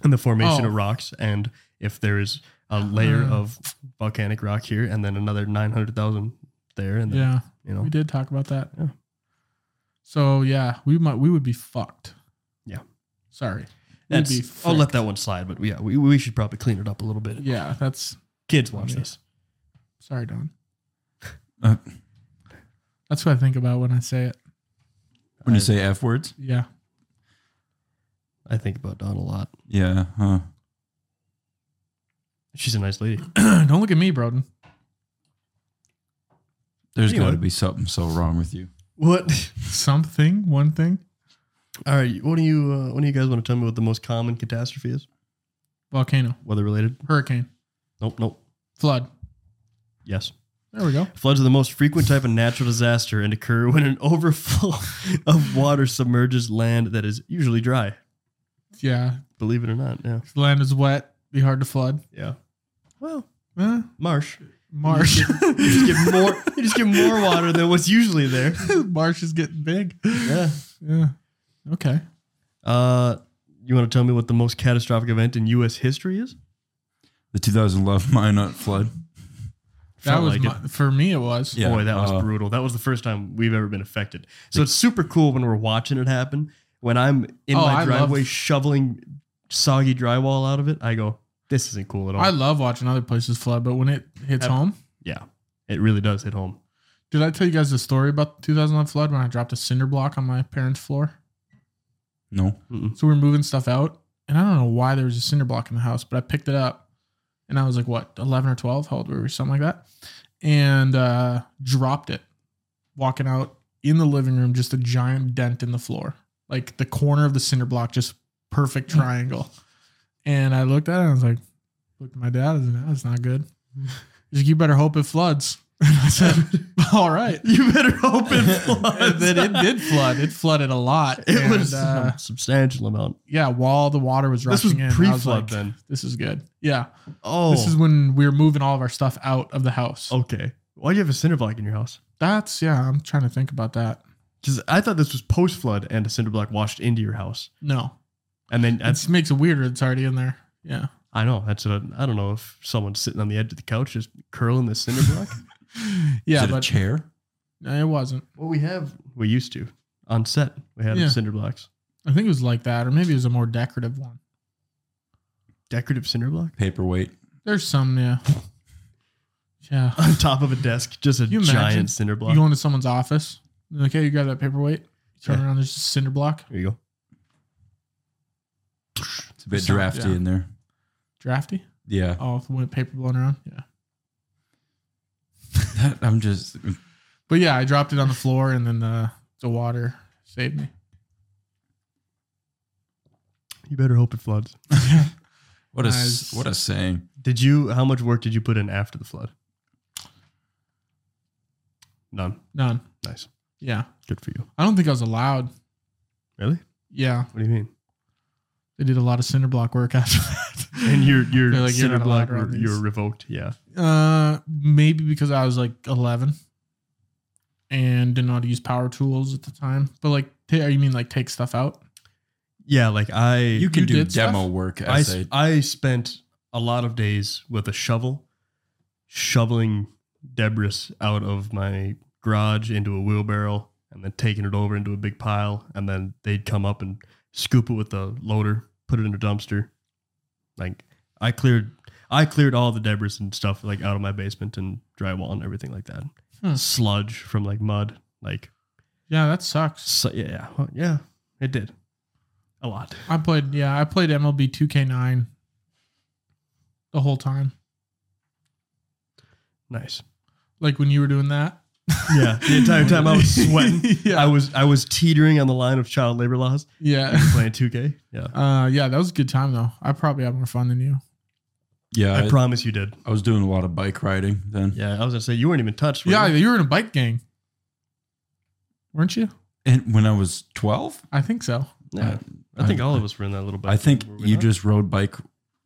Speaker 2: and the formation
Speaker 1: Oh.
Speaker 2: of rocks. And if there is a layer
Speaker 1: Uh.
Speaker 2: of volcanic rock here and then another 900,000 there. And then,
Speaker 1: Yeah,
Speaker 2: you know,
Speaker 1: we did talk about that.
Speaker 2: Yeah.
Speaker 1: So yeah, we might we would be fucked.
Speaker 2: Yeah.
Speaker 1: Sorry. We'd
Speaker 2: that's,
Speaker 1: be
Speaker 2: I'll
Speaker 1: fricked.
Speaker 2: let that one slide. But yeah, we, we should probably clean it up a little bit.
Speaker 1: Yeah, that's
Speaker 2: Kids watch this.
Speaker 1: sorry, Don.
Speaker 3: Uh.
Speaker 1: That's what I think about when I say it.
Speaker 3: when you say F words.
Speaker 1: Yeah. *clears throat*
Speaker 2: I think about Dawn a lot.
Speaker 3: Yeah. Huh.
Speaker 2: She's a nice lady.
Speaker 1: Don't look at me, Broden.
Speaker 3: There's
Speaker 2: Anyway.
Speaker 3: got to be something so wrong with you.
Speaker 2: What?
Speaker 1: Something, one thing.
Speaker 2: *laughs* All right. What do you, uh, what do you guys want to tell me what the most common catastrophe is?
Speaker 1: Volcano,
Speaker 2: Weather related?
Speaker 1: hurricane,
Speaker 2: Nope. Nope.
Speaker 1: flood.
Speaker 2: Yes.
Speaker 1: There we go.
Speaker 2: Floods are the most frequent type of natural disaster and occur *laughs* when an overflow of water submerges land that is usually dry.
Speaker 1: Yeah.
Speaker 2: Believe it or not, yeah.
Speaker 1: If the land is wet, be hard to flood.
Speaker 2: Yeah. Well,
Speaker 1: Eh,
Speaker 2: marsh.
Speaker 1: marsh.
Speaker 2: You just get more you just get more water than what's usually there.
Speaker 1: *laughs* marsh is getting big.
Speaker 2: Yeah.
Speaker 1: Yeah. Okay.
Speaker 2: Uh you want to tell me what the most catastrophic event in US history is?
Speaker 3: The *laughs* 2011 Minot flood.
Speaker 1: That
Speaker 2: Felt
Speaker 1: was
Speaker 2: like
Speaker 1: my, for me. It was.
Speaker 3: Yeah.
Speaker 2: Boy, that was
Speaker 3: uh,
Speaker 2: brutal. That was the first time we've ever been affected. So it's super cool when we're watching it happen. When I'm in
Speaker 1: Oh,
Speaker 2: my
Speaker 1: I
Speaker 2: driveway
Speaker 1: love-
Speaker 2: shoveling soggy drywall out of it, I go, this isn't cool at all.
Speaker 1: I love watching other places flood, but when it hits
Speaker 2: Yep.
Speaker 1: home,
Speaker 2: Yeah, it really does hit home.
Speaker 1: did I tell you guys the story about the 2011 flood when I dropped a cinder block on my parents' floor?
Speaker 3: No.
Speaker 1: So we were moving stuff out, and I don't know why there was a cinder block in the house, but I picked it up, and I was like, what, eleven or twelve? How old were we? Something like that, and uh, dropped it, walking out in the living room, just a giant dent in the floor, like the corner of the cinder block, just
Speaker 2: Mm.
Speaker 1: perfect triangle. And
Speaker 2: *laughs*
Speaker 1: I looked at it, and I was like, looked at my dad, and that was not good. He's like, you better hope it floods. *laughs* I said, "All right."
Speaker 2: You better hope
Speaker 1: *laughs*
Speaker 2: it
Speaker 1: And
Speaker 2: floods.
Speaker 1: then it did flood. It flooded a lot.
Speaker 2: *laughs* It
Speaker 1: and,
Speaker 2: was
Speaker 1: uh,
Speaker 2: a substantial amount.
Speaker 1: yeah, while the water was
Speaker 2: This
Speaker 1: rushing
Speaker 2: was
Speaker 1: in, I
Speaker 2: pre-flood
Speaker 1: like,
Speaker 2: then.
Speaker 1: This is good. Yeah,
Speaker 2: Oh,
Speaker 1: this is when we were moving all of our stuff out of the house.
Speaker 2: okay. Why do you have a cinder block in your house?
Speaker 1: That's yeah. I'm trying to think about that.
Speaker 2: Because I thought this was post flood and a cinder block washed into your house.
Speaker 1: No,
Speaker 2: And then
Speaker 1: it
Speaker 2: that's
Speaker 1: makes it weirder. It's already in there. Yeah.
Speaker 2: *laughs* I know that's what I don't know if someone's sitting on the edge of the couch just curling the cinder
Speaker 1: *laughs*
Speaker 2: block.
Speaker 1: Yeah,
Speaker 3: Is it a
Speaker 1: but
Speaker 3: chair?
Speaker 1: no, it wasn't.
Speaker 2: well, we have we used to on set we had
Speaker 1: Yeah.
Speaker 2: cinder blocks,
Speaker 1: I think it was like that, or maybe it was a more decorative one.
Speaker 2: decorative cinder block *laughs*
Speaker 3: Paperweight.
Speaker 1: There's some, yeah. Yeah.
Speaker 2: on top of a desk, just a
Speaker 1: You
Speaker 2: giant
Speaker 1: imagine?
Speaker 2: cinder block.
Speaker 1: You go into someone's office, and like, hey, you grab that paperweight, turn
Speaker 2: Yeah.
Speaker 1: around, there's just a cinder block.
Speaker 2: there you go.
Speaker 3: It's a bit
Speaker 1: Some-
Speaker 3: drafty
Speaker 1: yeah.
Speaker 3: in there.
Speaker 1: Drafty.
Speaker 3: Yeah. *laughs*
Speaker 1: Oh, with the wind- paper blown around. Yeah.
Speaker 3: I'm just
Speaker 1: But yeah, I dropped it on the floor and then the, the water saved me.
Speaker 2: *laughs* You better hope it floods.
Speaker 3: what a
Speaker 1: Nice.
Speaker 3: what a saying.
Speaker 2: Did you? How much work did you put in after the flood? None.
Speaker 1: None.
Speaker 2: Nice.
Speaker 1: Yeah.
Speaker 2: Good for you.
Speaker 1: I don't think I was allowed.
Speaker 2: Really?
Speaker 1: Yeah.
Speaker 2: What do you mean?
Speaker 1: They did a lot of cinder block work *laughs* after that.
Speaker 2: And your your
Speaker 1: They're
Speaker 2: are
Speaker 1: like, "You're
Speaker 2: cinder
Speaker 1: not
Speaker 2: block,
Speaker 1: allowed around
Speaker 2: re-
Speaker 1: these."
Speaker 2: you're revoked. Yeah.
Speaker 1: Uh, maybe because I was like 11 and didn't know how to use power tools at the time. But like, ta- you mean like take stuff out?
Speaker 2: Yeah. Like I
Speaker 3: You can
Speaker 1: You
Speaker 3: do
Speaker 1: did stuff?
Speaker 3: demo work
Speaker 2: I,
Speaker 3: as a
Speaker 2: s- I spent a lot of days with a shovel shoveling debris out of my garage into a wheelbarrow and then taking it over into a big pile and then they'd come up and scoop it with a loader put it in a dumpster like i cleared i cleared all the debris and stuff like out of my basement and drywall and everything like that
Speaker 1: Hmm.
Speaker 2: sludge from like mud like
Speaker 1: Yeah, that sucks.
Speaker 2: so, yeah yeah, well, yeah it did a lot
Speaker 1: I played, yeah, I played MLB 2K9 the whole time.
Speaker 2: nice
Speaker 1: Like when you were doing that.
Speaker 2: yeah the entire time i
Speaker 3: *laughs*
Speaker 2: was sweating
Speaker 1: yeah.
Speaker 2: I was I was teetering on the line of child labor laws
Speaker 1: yeah.
Speaker 2: playing 2K. Yeah,
Speaker 1: *laughs* Uh, yeah, that was a good time though. I probably had more fun than you.
Speaker 3: yeah. I,
Speaker 2: I promise you did.
Speaker 3: I was doing a lot of bike riding then.
Speaker 2: Yeah, I was gonna say you weren't even touched. were
Speaker 1: Yeah,
Speaker 2: you?
Speaker 1: you were in a bike gang, weren't you?
Speaker 3: And when I was 12,
Speaker 1: I think so.
Speaker 2: yeah. I think all of us were in that little. Bike
Speaker 3: I think
Speaker 2: were we
Speaker 3: you
Speaker 2: not?
Speaker 3: just rode bike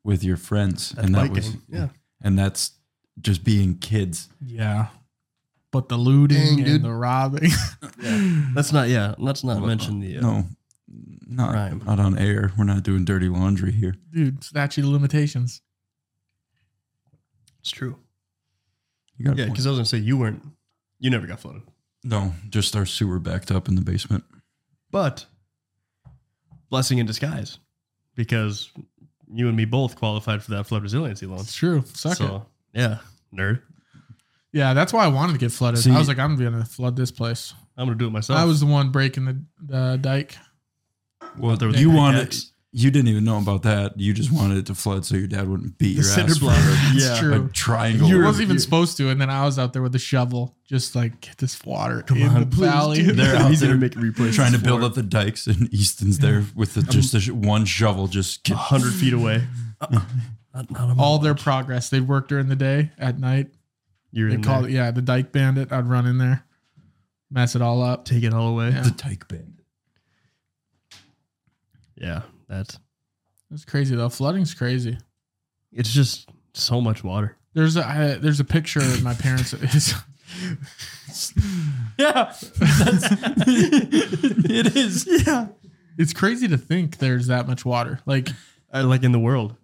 Speaker 3: with your friends
Speaker 2: That's
Speaker 3: and that
Speaker 2: bike
Speaker 3: was
Speaker 2: gang, yeah.
Speaker 3: And that's just being kids.
Speaker 1: Yeah, but the looting
Speaker 2: Dang,
Speaker 1: and
Speaker 2: dude.
Speaker 1: the robbing.
Speaker 2: Let's not. *laughs* Yeah, let's not mention the. Uh,
Speaker 3: No. Not
Speaker 2: Rhyme.
Speaker 3: not on air. We're not doing dirty laundry here.
Speaker 1: *laughs* dude, statute of limitations.
Speaker 2: it's true.
Speaker 3: You got a
Speaker 2: Yeah,
Speaker 3: point.
Speaker 2: because I was gonna say you weren't. You never got flooded,
Speaker 3: No, just our sewer backed up in the basement.
Speaker 2: but blessing in disguise, because you and me both qualified for that flood resiliency loan.
Speaker 1: It's true. Suck it.
Speaker 2: so yeah, nerd.
Speaker 1: Yeah, that's why I wanted to get flooded.
Speaker 3: See-
Speaker 1: I was like, I'm gonna flood this place.
Speaker 2: I'm gonna do it myself.
Speaker 1: I was the one breaking the, the dike.
Speaker 3: Well,
Speaker 2: there was
Speaker 3: you
Speaker 2: a
Speaker 3: wanted
Speaker 2: pickaxe.
Speaker 3: you didn't even know about that. You just wanted it to flood so your dad wouldn't beat
Speaker 2: the
Speaker 3: your
Speaker 2: cinder
Speaker 3: ass
Speaker 2: block.
Speaker 3: for
Speaker 2: Yeah,
Speaker 1: true.
Speaker 3: a triangle.
Speaker 1: I
Speaker 2: You're-
Speaker 1: wasn't even
Speaker 2: you're-
Speaker 1: supposed to, and then I was out there with a shovel, just like get this water
Speaker 2: Come
Speaker 1: in
Speaker 2: on,
Speaker 1: the
Speaker 2: please
Speaker 1: valley.
Speaker 2: do that.
Speaker 3: They're out
Speaker 2: He's gonna
Speaker 3: there
Speaker 2: make it replace
Speaker 3: trying to
Speaker 2: this
Speaker 3: build
Speaker 2: floor.
Speaker 3: up the dikes, and Easton's there with the, just the sh- one shovel. Just
Speaker 2: a
Speaker 3: get,
Speaker 2: hundred feet away. *laughs* Not- not on
Speaker 1: *laughs*
Speaker 2: my
Speaker 1: All their
Speaker 2: watch.
Speaker 1: progress. They'd work during the day, at night.
Speaker 2: You're
Speaker 1: They
Speaker 2: in
Speaker 1: call
Speaker 2: there.
Speaker 1: it, yeah, the dike bandit. I'd run in there, mess it all up.
Speaker 2: Take it all away.
Speaker 1: Yeah.
Speaker 3: the dike band.
Speaker 2: Yeah, that's
Speaker 1: It's crazy though. Flooding's crazy.
Speaker 2: it's just so much water.
Speaker 1: There's a I, there's a picture of my parents. *laughs* It's,
Speaker 2: *laughs* Yeah, *laughs*
Speaker 3: it is.
Speaker 2: yeah.
Speaker 1: it's crazy to think there's that much water, like *laughs*
Speaker 2: Uh, like in the world,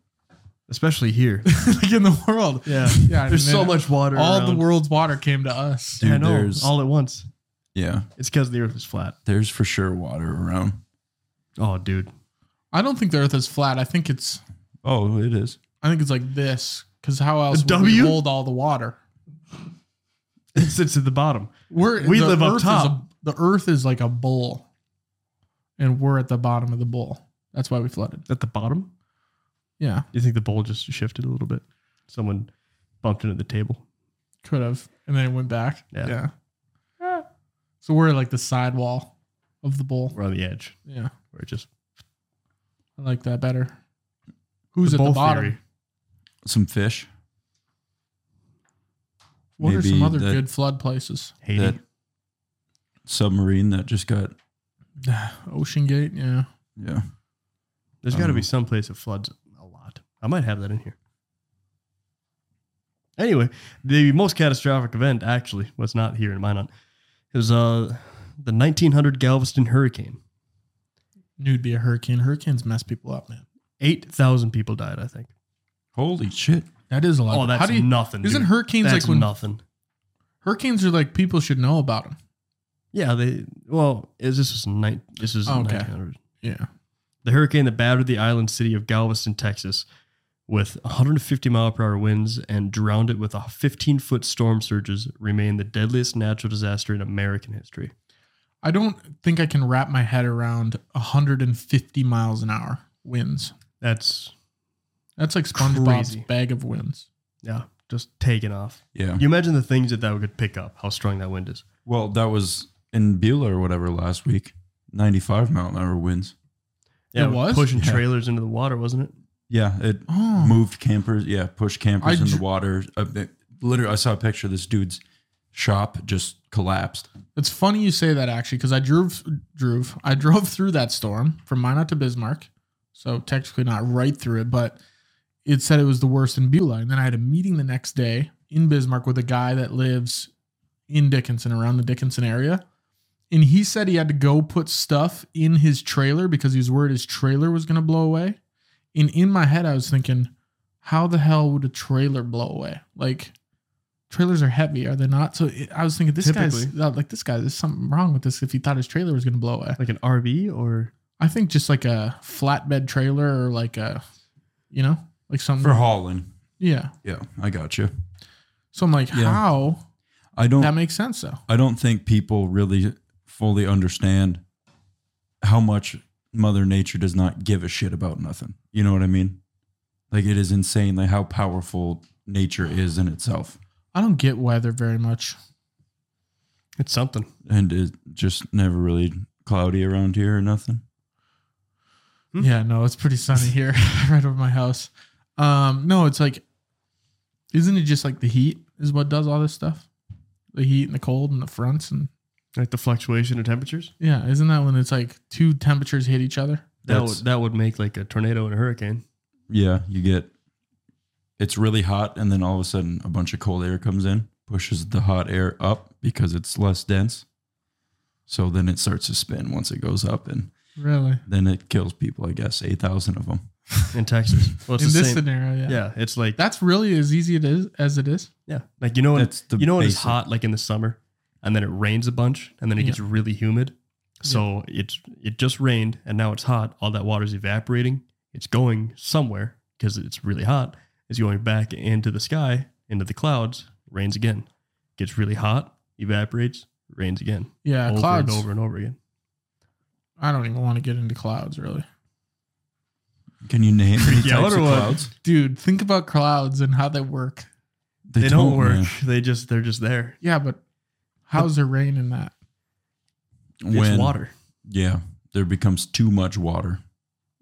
Speaker 2: especially *laughs* here.
Speaker 1: like in the world.
Speaker 2: Yeah,
Speaker 1: Yeah,
Speaker 2: There's
Speaker 1: and
Speaker 2: so
Speaker 1: then
Speaker 2: much water.
Speaker 1: All the
Speaker 2: around.
Speaker 1: world's water came to us.
Speaker 3: Dude,
Speaker 2: I know,
Speaker 3: there's-
Speaker 2: all at once.
Speaker 3: Yeah,
Speaker 2: It's because the Earth is flat.
Speaker 3: there's for sure water around.
Speaker 2: Oh, dude.
Speaker 1: I don't think the Earth is flat. I think it's
Speaker 3: Oh, it is.
Speaker 1: I think it's like this. Because how else would we
Speaker 2: W?
Speaker 1: hold all the water?
Speaker 2: It sits at the bottom.
Speaker 1: We're
Speaker 2: We
Speaker 1: the
Speaker 2: live up
Speaker 1: Earth is
Speaker 2: top.
Speaker 1: a- the Earth is like a bowl, and we're at the bottom of the bowl. That's why we flooded.
Speaker 2: At the bottom?
Speaker 1: Yeah,
Speaker 2: You think the bowl just shifted a little bit? Someone bumped into the table.
Speaker 1: could have, and then it went back.
Speaker 2: Yeah.
Speaker 1: So we're like the sidewall of the bowl.
Speaker 2: We're on the edge.
Speaker 1: Yeah,
Speaker 2: We're just
Speaker 1: I like that better. Who's
Speaker 2: the
Speaker 1: at
Speaker 2: bowl
Speaker 1: the bottom?
Speaker 2: theory.
Speaker 3: Some fish.
Speaker 1: What are some
Speaker 3: Maybe
Speaker 1: other
Speaker 3: that-
Speaker 1: good flood
Speaker 3: *sighs*
Speaker 1: places?
Speaker 2: Haiti.
Speaker 3: That- submarine that just got
Speaker 1: Ocean Gate, yeah.
Speaker 3: yeah.
Speaker 2: There's got to be
Speaker 3: Um,
Speaker 2: some place that floods a lot. I might have that in here. Anyway, the most catastrophic event actually was not here in Minot. It was uh, the 1900 Galveston hurricane.
Speaker 1: Nude be a hurricane. Hurricanes mess people up, man.
Speaker 2: 8,000 people died, I think.
Speaker 3: Holy shit!
Speaker 1: That is a lot.
Speaker 2: Oh, that's
Speaker 1: How do you,
Speaker 2: nothing.
Speaker 1: Isn't
Speaker 2: dude.
Speaker 1: hurricanes
Speaker 2: That's
Speaker 1: like when
Speaker 2: nothing.
Speaker 1: hurricanes are like people should know about them?
Speaker 2: Yeah, they well, is this was night this was
Speaker 1: Oh, okay.
Speaker 2: 1900.
Speaker 1: Yeah.
Speaker 2: The hurricane that battered the island city of Galveston, Texas, with 150 mile per hour winds and drowned it with a 15 foot storm surges, remained the deadliest natural disaster in American history.
Speaker 1: I don't think I can wrap my head around 150 miles an hour winds.
Speaker 2: That's
Speaker 1: That's like SpongeBob's
Speaker 2: Crazy.
Speaker 1: bag of winds.
Speaker 2: yeah, just taking off.
Speaker 3: Yeah.
Speaker 2: You imagine the things that that would pick up, how strong that wind is.
Speaker 3: Well, that was in Beulah or whatever last week. Ninety-five mile an hour winds.
Speaker 2: Yeah,
Speaker 1: It was?
Speaker 2: pushing
Speaker 3: Yeah.
Speaker 2: trailers into the water, wasn't it?
Speaker 3: Yeah, it
Speaker 1: Oh,
Speaker 3: moved campers. Yeah, pushed campers
Speaker 1: I
Speaker 3: in the
Speaker 1: dr-
Speaker 3: water. Uh, it- literally, I saw a picture of this dude's shop just collapsed.
Speaker 1: it's funny you say that actually because I drove, drove, I drove through that storm from Minot to Bismarck, so technically not right through it, but it said it was the worst in Beulah. And then I had a meeting the next day in Bismarck with a guy that lives in Dickinson around the Dickinson area, and he said he had to go put stuff in his trailer because he was worried his trailer was going to blow away. And in my head, I was thinking, how the hell would a trailer blow away? Like, trailers are heavy, are they not? So it, I was thinking, this guy's
Speaker 2: Typically.
Speaker 1: uh, like this guy. There's something wrong with this. If he thought his trailer was going to blow away,
Speaker 2: Like an RV or
Speaker 1: I think just like a flatbed trailer or like a, you know, like something.
Speaker 3: For hauling.
Speaker 1: yeah.
Speaker 3: Yeah, I got you.
Speaker 1: So I'm like,
Speaker 3: Yeah.
Speaker 1: how?
Speaker 3: I
Speaker 1: That
Speaker 3: don't.
Speaker 1: makes sense though.
Speaker 3: I don't think people really fully understand how much Mother Nature does not give a shit about nothing. You know what I mean? Like it is insane, like how powerful nature is in itself,
Speaker 1: I don't get weather very much.
Speaker 2: it's something.
Speaker 3: and it just never really cloudy around here or nothing.
Speaker 2: Hmm.
Speaker 1: Yeah, no, it's pretty sunny here, *laughs* right over my house. Um, no, it's like, isn't it just like the heat is what does all this stuff? The heat and the cold and the fronts and
Speaker 2: Like the fluctuation of temperatures.
Speaker 1: yeah, isn't that when it's like two temperatures hit each other?
Speaker 2: That
Speaker 3: That's-
Speaker 2: would, that would make like a tornado and a hurricane.
Speaker 3: Yeah, you get it's really hot, and then all of a sudden, a bunch of cold air comes in, pushes the hot air up because it's less dense. So then it starts to spin once it goes up, and
Speaker 1: Really?
Speaker 3: then it kills people. I guess eight thousand of them.
Speaker 2: in Texas. Well, it's
Speaker 1: In
Speaker 2: the
Speaker 1: this
Speaker 2: same.
Speaker 1: scenario, yeah.
Speaker 2: yeah, it's like
Speaker 1: That's really as easy it is as it is.
Speaker 2: yeah, like you know when
Speaker 3: That's the
Speaker 2: you know when it's
Speaker 3: basic.
Speaker 2: hot like in the summer, and then it rains a bunch, and then it
Speaker 1: Yeah.
Speaker 2: gets really humid. So it's it just rained, and now it's hot. All that water's evaporating. It's going somewhere because it's really hot. It's going back into the sky, into the clouds. Rains again. Gets really hot. Evaporates. Rains again.
Speaker 1: Yeah,
Speaker 2: over
Speaker 1: Uh, clouds.
Speaker 2: and over and over again.
Speaker 1: I don't even want to get into clouds, really.
Speaker 3: Can you name any
Speaker 2: *laughs* Yeah,
Speaker 3: types
Speaker 2: what
Speaker 3: of
Speaker 2: are what?
Speaker 3: clouds?
Speaker 1: Dude, think about clouds and how they work.
Speaker 2: They, don't, work.
Speaker 3: man.
Speaker 2: They just they're just there.
Speaker 1: Yeah, but how's there rain in that?
Speaker 3: When-
Speaker 2: it's water.
Speaker 3: Yeah, there becomes too much water.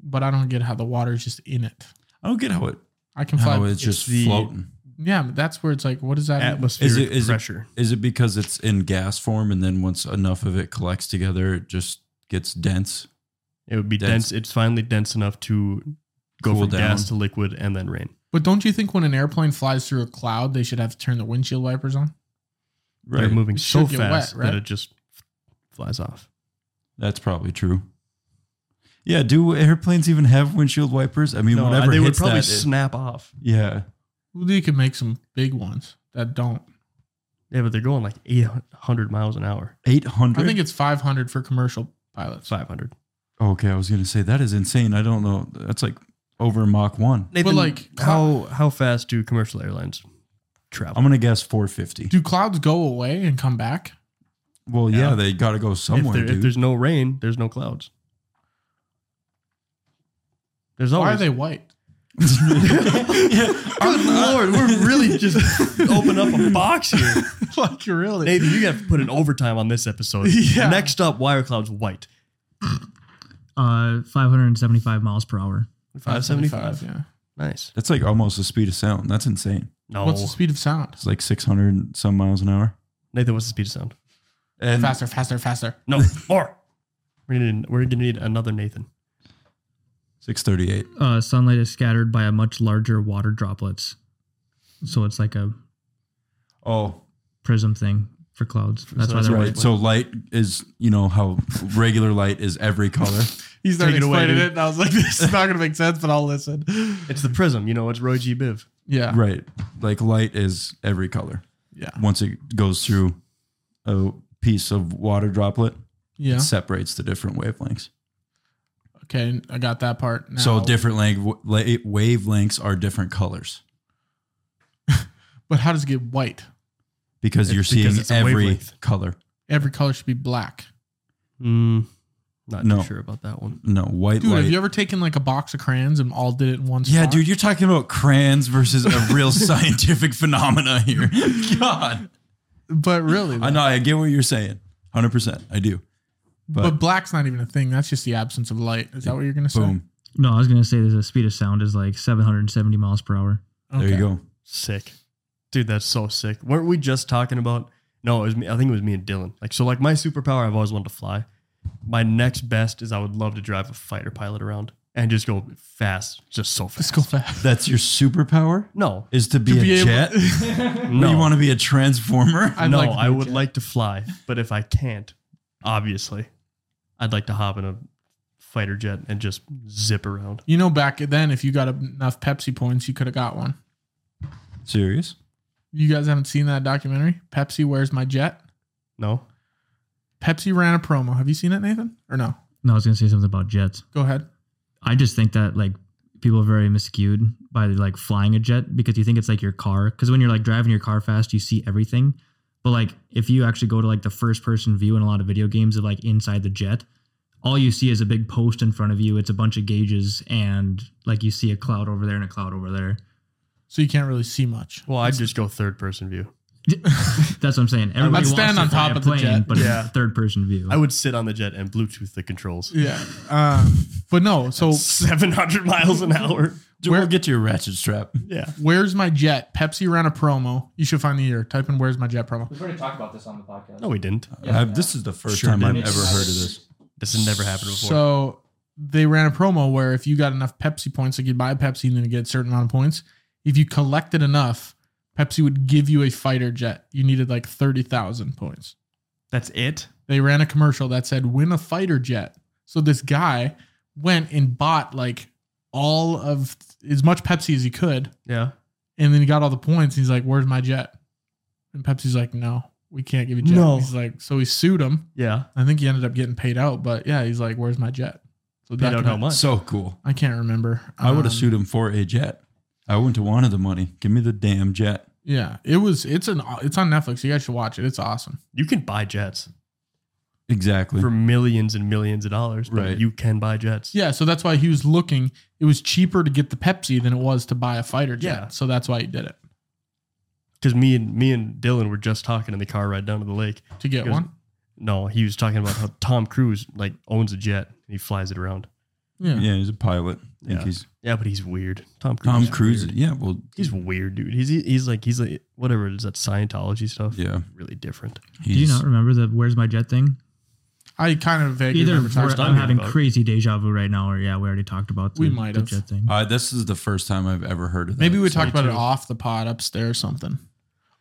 Speaker 1: But I don't get how the water's just in it.
Speaker 3: I don't get how it
Speaker 1: I can fly.
Speaker 3: how it's just
Speaker 2: the-
Speaker 3: floating.
Speaker 1: yeah, but that's where it's like, what is that?
Speaker 2: Atmospheric
Speaker 3: Is it- is it-
Speaker 2: pressure.
Speaker 3: Is it because it's in gas form, and then once enough of it collects together, it just gets dense?
Speaker 2: It would be
Speaker 3: Dense.
Speaker 2: dense. It's finally dense enough to go
Speaker 3: Cool
Speaker 2: from gas
Speaker 3: down.
Speaker 2: to liquid and then rain.
Speaker 1: But don't you think when an airplane flies through a cloud, they should have to turn the windshield wipers on?
Speaker 2: They're moving
Speaker 1: It
Speaker 2: so
Speaker 1: should get
Speaker 2: fast
Speaker 1: wet, right?
Speaker 2: that it just f- flies off.
Speaker 3: That's probably true. Yeah, do airplanes even have windshield wipers? I mean,
Speaker 2: No,
Speaker 3: whatever
Speaker 2: they would
Speaker 3: hits
Speaker 2: probably
Speaker 3: that, it-
Speaker 2: snap off.
Speaker 3: yeah,
Speaker 1: Well, they could make some big ones that don't.
Speaker 2: Yeah, but they're going like 800 miles an hour,
Speaker 3: eight
Speaker 1: I think
Speaker 3: hundred.
Speaker 1: it's 500 for commercial pilots.
Speaker 2: 500.
Speaker 3: Okay, I was gonna say that is insane. I don't know. That's like over Mach one.
Speaker 1: Nathan, like,
Speaker 2: how how fast do commercial airlines travel?
Speaker 3: I'm gonna guess four fifty.
Speaker 1: Do clouds go away and come back?
Speaker 3: Well, yeah,
Speaker 2: Yeah.
Speaker 3: they got to go
Speaker 2: if,
Speaker 3: somewhere,
Speaker 2: there, if
Speaker 3: dude.
Speaker 2: there's no rain, there's no clouds. There's
Speaker 1: Why
Speaker 2: always.
Speaker 1: are they white? *laughs*
Speaker 3: *laughs*
Speaker 2: yeah, our lord, we're really *laughs* just open up a box here.
Speaker 1: like, really?
Speaker 2: Nathan, you have to put in overtime on this
Speaker 1: *laughs*
Speaker 2: episode.
Speaker 1: Yeah.
Speaker 2: Next up, wire clouds white.
Speaker 4: Uh, 575 miles per hour.
Speaker 2: 575.
Speaker 1: Yeah.
Speaker 2: Nice.
Speaker 3: That's like almost the speed of sound. That's insane.
Speaker 2: No.
Speaker 1: What's the speed of sound?
Speaker 3: It's like 600 and some miles an hour.
Speaker 2: Nathan, what's the speed of sound?
Speaker 1: faster, faster, faster.
Speaker 2: *laughs* No, more. We're gonna we're gonna need another Nathan.
Speaker 3: 638.
Speaker 4: Uh, sunlight is scattered by a much larger water droplets, so it's like a
Speaker 3: Oh,
Speaker 4: prism thing for clouds. That's why
Speaker 2: that's
Speaker 4: they're
Speaker 2: right.
Speaker 4: white.
Speaker 3: right. So light is, you know, how regular light is every color.
Speaker 1: He's not
Speaker 2: Take it away,
Speaker 1: explaining it,
Speaker 2: dude.
Speaker 1: and I was like, *laughs* "This is not gonna make sense," but I'll listen.
Speaker 2: It's the prism, you know. It's Roy G. Biv.
Speaker 1: Yeah,
Speaker 3: right. Like light is every color.
Speaker 1: yeah,
Speaker 3: Once it goes through a piece of water droplet,
Speaker 1: yeah.
Speaker 3: it separates the different wavelengths.
Speaker 1: Okay, I got that part. Now.
Speaker 3: So different lang- la- wavelengths are different colors
Speaker 1: But how does it get white?
Speaker 3: because
Speaker 2: It's
Speaker 3: you're
Speaker 2: because
Speaker 3: seeing
Speaker 2: it's a
Speaker 3: every
Speaker 2: wavelength.
Speaker 3: color.
Speaker 1: Every color should be black.
Speaker 2: Mm, not
Speaker 3: No.
Speaker 2: too sure about that one.
Speaker 3: No, white
Speaker 1: Dude,
Speaker 3: light.
Speaker 1: have you ever taken like a box of crayons and all did it in one
Speaker 3: yeah,
Speaker 1: spot?
Speaker 3: dude, you're talking about crayons versus a real scientific phenomena here. God.
Speaker 1: But really,
Speaker 3: I know, I get what you're saying. 100%. I do.
Speaker 1: but, black's not even a thing. That's just the absence of light. Is that what you're gonna say?
Speaker 3: Boom.
Speaker 4: no, I was gonna say that the speed of sound is like 770 miles per hour.
Speaker 3: There you
Speaker 1: Okay.
Speaker 3: go.
Speaker 2: Sick, dude. That's so sick. Weren't we just talking about? No, it was me. I think it was me and Dylan. Like so, like my superpower. I've always wanted to fly. My next best is I would love to drive a fighter pilot around and just go fast, just so fast.
Speaker 1: Let's go fast.
Speaker 3: That's your superpower
Speaker 2: No,
Speaker 3: is to be a
Speaker 1: be able- *laughs*
Speaker 3: jet.
Speaker 2: no,
Speaker 3: You want to be a transformer?
Speaker 1: I'd
Speaker 2: no.
Speaker 1: like to be
Speaker 2: I
Speaker 1: a
Speaker 2: would
Speaker 1: jet.
Speaker 2: like to fly, but if I can't, obviously, I'd like to hop in a fighter jet and just zip around.
Speaker 1: You know, back then, if you got enough Pepsi points, you could have got one.
Speaker 3: *laughs* Serious?
Speaker 1: You guys haven't seen that documentary, Pepsi. Where's my jet?
Speaker 2: No,
Speaker 1: Pepsi ran a promo. Have you seen it, Nathan? Or no?
Speaker 4: No, I was gonna say something about jets.
Speaker 1: Go ahead.
Speaker 4: I just think that like people are very miscued by like flying a jet because you think it's like your car. Because when you're like driving your car fast, you see everything. But like if you actually go to like the first person view in a lot of video games of like inside the jet, all you see is a big post in front of you. It's a bunch of gauges and like you see a cloud over there and a cloud over there.
Speaker 1: So you can't really see much.
Speaker 2: well, I'd just go third person view.
Speaker 4: That's what I'm saying. Everybody wants
Speaker 1: stand
Speaker 4: to
Speaker 1: on
Speaker 4: fly
Speaker 1: top
Speaker 4: a
Speaker 1: of the
Speaker 4: plane,
Speaker 1: jet.
Speaker 4: but
Speaker 2: Yeah.
Speaker 4: it's a third person view.
Speaker 2: I would sit on the jet and Bluetooth the *laughs* controls.
Speaker 1: Yeah. Um, but no. So
Speaker 2: 700 miles an
Speaker 3: *laughs*
Speaker 2: hour.
Speaker 3: Dude,
Speaker 1: Where-
Speaker 3: we'll get to your ratchet strap.
Speaker 2: Yeah.
Speaker 1: where's my jet? Pepsi ran a promo. You should find the year. Type in where's my jet promo.
Speaker 5: We've already talked about this on the podcast.
Speaker 2: No, we didn't.
Speaker 5: Yeah.
Speaker 3: I've, this is the first
Speaker 2: Sure
Speaker 3: time I've
Speaker 2: did.
Speaker 3: ever heard of this.
Speaker 2: This has never happened before.
Speaker 1: So they ran a promo where if you got enough Pepsi points, like you'd buy a Pepsi and then you get a certain amount of points. If you collected enough, Pepsi would give you a fighter jet. You needed like 30,000 points.
Speaker 2: That's it?
Speaker 1: They ran a commercial that said, win a fighter jet. So this guy went and bought like all of as much Pepsi as he could.
Speaker 2: Yeah.
Speaker 1: And then he got all the points. He's like, where's my jet? And Pepsi's like, no, we can't give you jet.
Speaker 2: No.
Speaker 1: He's like, so he sued him.
Speaker 2: Yeah.
Speaker 1: I think he ended up getting paid out, but yeah, he's like, where's my jet? So
Speaker 2: Paid out how
Speaker 1: document-
Speaker 2: much?
Speaker 3: So cool.
Speaker 1: I can't remember.
Speaker 3: I would have
Speaker 1: Um,
Speaker 3: sued him for a jet. I wouldn't have wanted the money. Give me the damn jet.
Speaker 1: Yeah, it was. It's an. It's on Netflix. You guys should watch it. It's awesome.
Speaker 2: you can buy jets
Speaker 3: Exactly.
Speaker 2: for millions and millions of dollars. But
Speaker 3: Right.
Speaker 2: You can buy jets.
Speaker 1: Yeah, so that's why he was looking. It was cheaper to get the Pepsi than it was to buy a fighter jet.
Speaker 2: Yeah.
Speaker 1: So that's why he did it
Speaker 2: Because me and me and Dylan were just talking in the car ride down to the lake.
Speaker 1: to get
Speaker 2: Because-
Speaker 1: one.
Speaker 2: No, he was talking about how Tom Cruise like owns a jet and he flies it around.
Speaker 1: Yeah.
Speaker 3: yeah, he's a pilot. I think
Speaker 2: Yeah.
Speaker 3: he's
Speaker 2: Yeah, but he's weird. Tom Cruise.
Speaker 3: Tom
Speaker 2: is
Speaker 3: Cruise.
Speaker 2: weird.
Speaker 3: Yeah, well,
Speaker 2: He's weird, dude. He's he's like he's like whatever it is that Scientology stuff.
Speaker 3: yeah.
Speaker 2: Really different.
Speaker 3: He's,
Speaker 4: Do you not remember the "Where's my jet" thing?
Speaker 1: I kind of vaguely
Speaker 4: Either
Speaker 1: remember
Speaker 4: we're-
Speaker 1: talking
Speaker 2: first
Speaker 1: about
Speaker 4: I'm
Speaker 2: time
Speaker 1: it.
Speaker 4: having
Speaker 2: about it.
Speaker 4: crazy deja vu right now, or yeah, we already talked about the,
Speaker 1: We might
Speaker 4: the
Speaker 1: have.
Speaker 4: jet thing.
Speaker 3: Uh, this is the first time I've ever heard of that.
Speaker 1: Maybe we
Speaker 3: So-
Speaker 1: talked about it
Speaker 2: too.
Speaker 1: off the pod upstairs or something.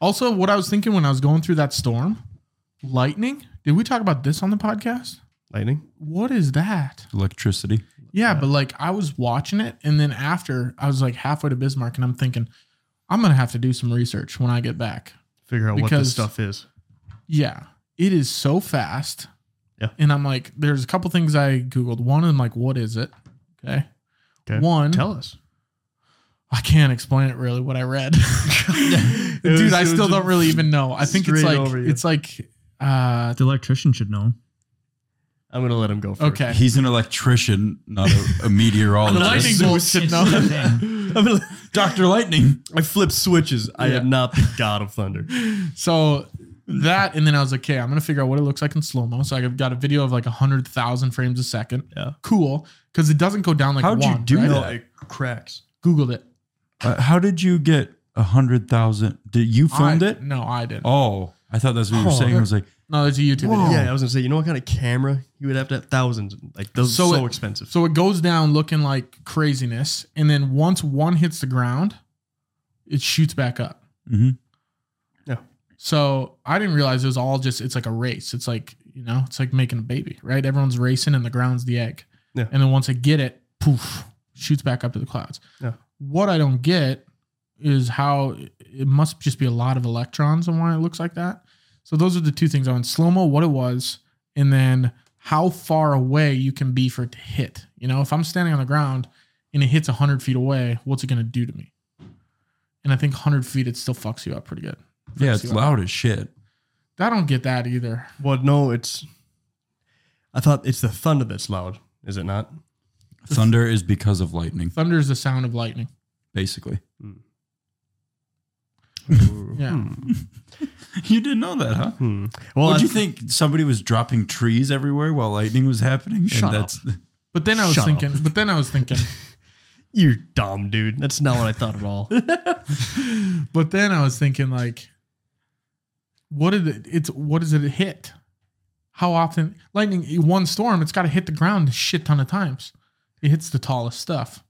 Speaker 1: Also, what I was thinking when I was going through that storm, lightning. Did we talk about this on the podcast?
Speaker 2: Lightning.
Speaker 1: What is that?
Speaker 3: electricity.
Speaker 1: Yeah,
Speaker 2: Yeah.
Speaker 1: but like I was watching it, and then after I was like halfway to Bismarck, and I'm thinking, I'm gonna have to do some research when I get back.
Speaker 2: Figure out what
Speaker 1: Because-
Speaker 2: this stuff is.
Speaker 1: Yeah, it is so fast.
Speaker 2: Yeah.
Speaker 1: and I'm like, there's a couple things I googled. One, I'm like, what is it? Okay,
Speaker 2: Okay.
Speaker 1: One-
Speaker 2: Tell us.
Speaker 1: I can't explain it really what I read, *laughs* dude.
Speaker 2: was-
Speaker 1: I
Speaker 2: it was
Speaker 1: still don't
Speaker 2: a-
Speaker 1: really even know. I think it's
Speaker 2: straight
Speaker 1: like
Speaker 2: over you.
Speaker 1: it's like, uh,
Speaker 4: The electrician should know.
Speaker 2: I'm gonna let him go first. *laughs*
Speaker 1: okay,
Speaker 3: He's an electrician, not a, a meteorologist.
Speaker 1: *laughs* the lightning bolt should know.
Speaker 2: I'm gonna-
Speaker 3: Doctor Lightning.
Speaker 2: I flip switches. I
Speaker 1: Yeah.
Speaker 2: am not the god of
Speaker 1: *laughs*
Speaker 2: thunder.
Speaker 1: So that, and then I was like, okay, I'm gonna figure out what it looks like in slow mo. So I've got a video of like hundred thousand frames a second.
Speaker 2: Yeah.
Speaker 1: cool, because it doesn't go down like
Speaker 3: How'd you
Speaker 1: one.
Speaker 3: do
Speaker 1: right?
Speaker 3: that?
Speaker 2: it cracks.
Speaker 1: Googled it.
Speaker 3: Uh, how did you get a hundred thousand. Did you filmed
Speaker 1: I-
Speaker 3: it?
Speaker 1: No, I didn't.
Speaker 3: Oh, I thought that's what you were
Speaker 1: Oh,
Speaker 3: saying. I was like,
Speaker 1: No, it's a YouTube video.
Speaker 2: Yeah, I was gonna say, you know what kind of camera you would have to have thousands. Like those
Speaker 1: So
Speaker 2: so, so
Speaker 1: it-
Speaker 2: expensive.
Speaker 1: So it goes down looking like craziness, and then once one hits the ground, it shoots back up.
Speaker 3: mhm.
Speaker 1: So I didn't realize it was all just it's like a race. It's like you know, it's like making a baby, right? Everyone's racing, and the ground's the egg.
Speaker 2: Yeah.
Speaker 1: And then once I get it, poof, shoots back up to the clouds.
Speaker 2: Yeah.
Speaker 1: What I don't get is how it must just be a lot of electrons and why it looks like that. So those are the two things I want: slow mo, what it was, and then how far away you can be for it to hit. You know, if I'm standing on the ground and it hits hundred feet away, what's it going to do to me? And I think hundred feet, it still fucks you up pretty good.
Speaker 3: yeah, it's
Speaker 1: you up.
Speaker 3: loud as shit.
Speaker 1: I don't get that either.
Speaker 2: Well, no, it's. I thought it's the thunder that's loud, is it not?
Speaker 3: Thunder is because of lightning,
Speaker 1: Thunder is the sound of lightning. *laughs*
Speaker 3: basically.
Speaker 1: *laughs* Yeah. *laughs*
Speaker 3: You didn't know that, huh?
Speaker 2: Hmm. Well,
Speaker 3: What
Speaker 2: I
Speaker 3: do you
Speaker 2: th-
Speaker 3: think? Somebody was dropping trees everywhere while lightning was happening.
Speaker 1: Shut up. But then I was
Speaker 2: Shut up.
Speaker 1: thinking, but then I was
Speaker 2: *laughs*
Speaker 1: thinking,
Speaker 2: you're dumb, dude. That's not what I thought at
Speaker 3: *laughs*
Speaker 2: all.
Speaker 1: but then I was thinking like what did it it's what does it hit? How often lightning one storm, it's gotta hit the ground a shit ton of times. It hits the tallest stuff.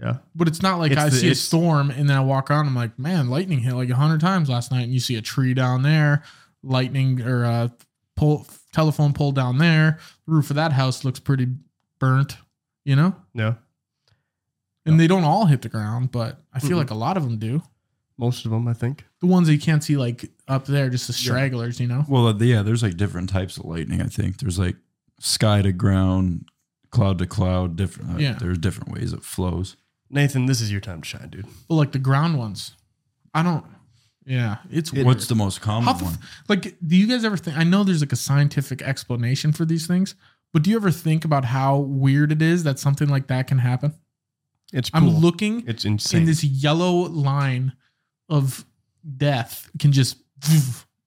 Speaker 2: yeah.
Speaker 1: But it's not like
Speaker 2: It's
Speaker 1: I
Speaker 2: the-
Speaker 1: see a
Speaker 2: it's-
Speaker 1: storm and then I walk around. I'm like, man, lightning hit like hundred times last night, and you see a tree down there, lightning or a pole, telephone pole down there. Roof of that house looks pretty burnt, you know.
Speaker 2: No.
Speaker 1: And they don't all hit the ground, but I feel
Speaker 2: Mhm.
Speaker 1: like a lot of them do.
Speaker 2: Most of them, I think.
Speaker 1: The ones that you can't see like up there, just the stragglers, you know.
Speaker 3: Well, uh, yeah, there's like different types of lightning. I think there's like sky to ground, cloud to cloud. Different. uh,
Speaker 1: Yeah.
Speaker 3: There's different ways it flows.
Speaker 2: Nathan, this is your time to shine, dude.
Speaker 1: But like the ground ones, I don't. Yeah, it's weird.
Speaker 3: What's the most common
Speaker 1: How the *laughs*
Speaker 3: one?
Speaker 1: f- like, do you guys ever think? I know there's like a scientific explanation for these things, but do you ever think about how weird it is that something like that can happen?
Speaker 2: It's cool.
Speaker 1: I'm looking
Speaker 2: It's
Speaker 1: in
Speaker 2: insane.
Speaker 1: this yellow line of death can just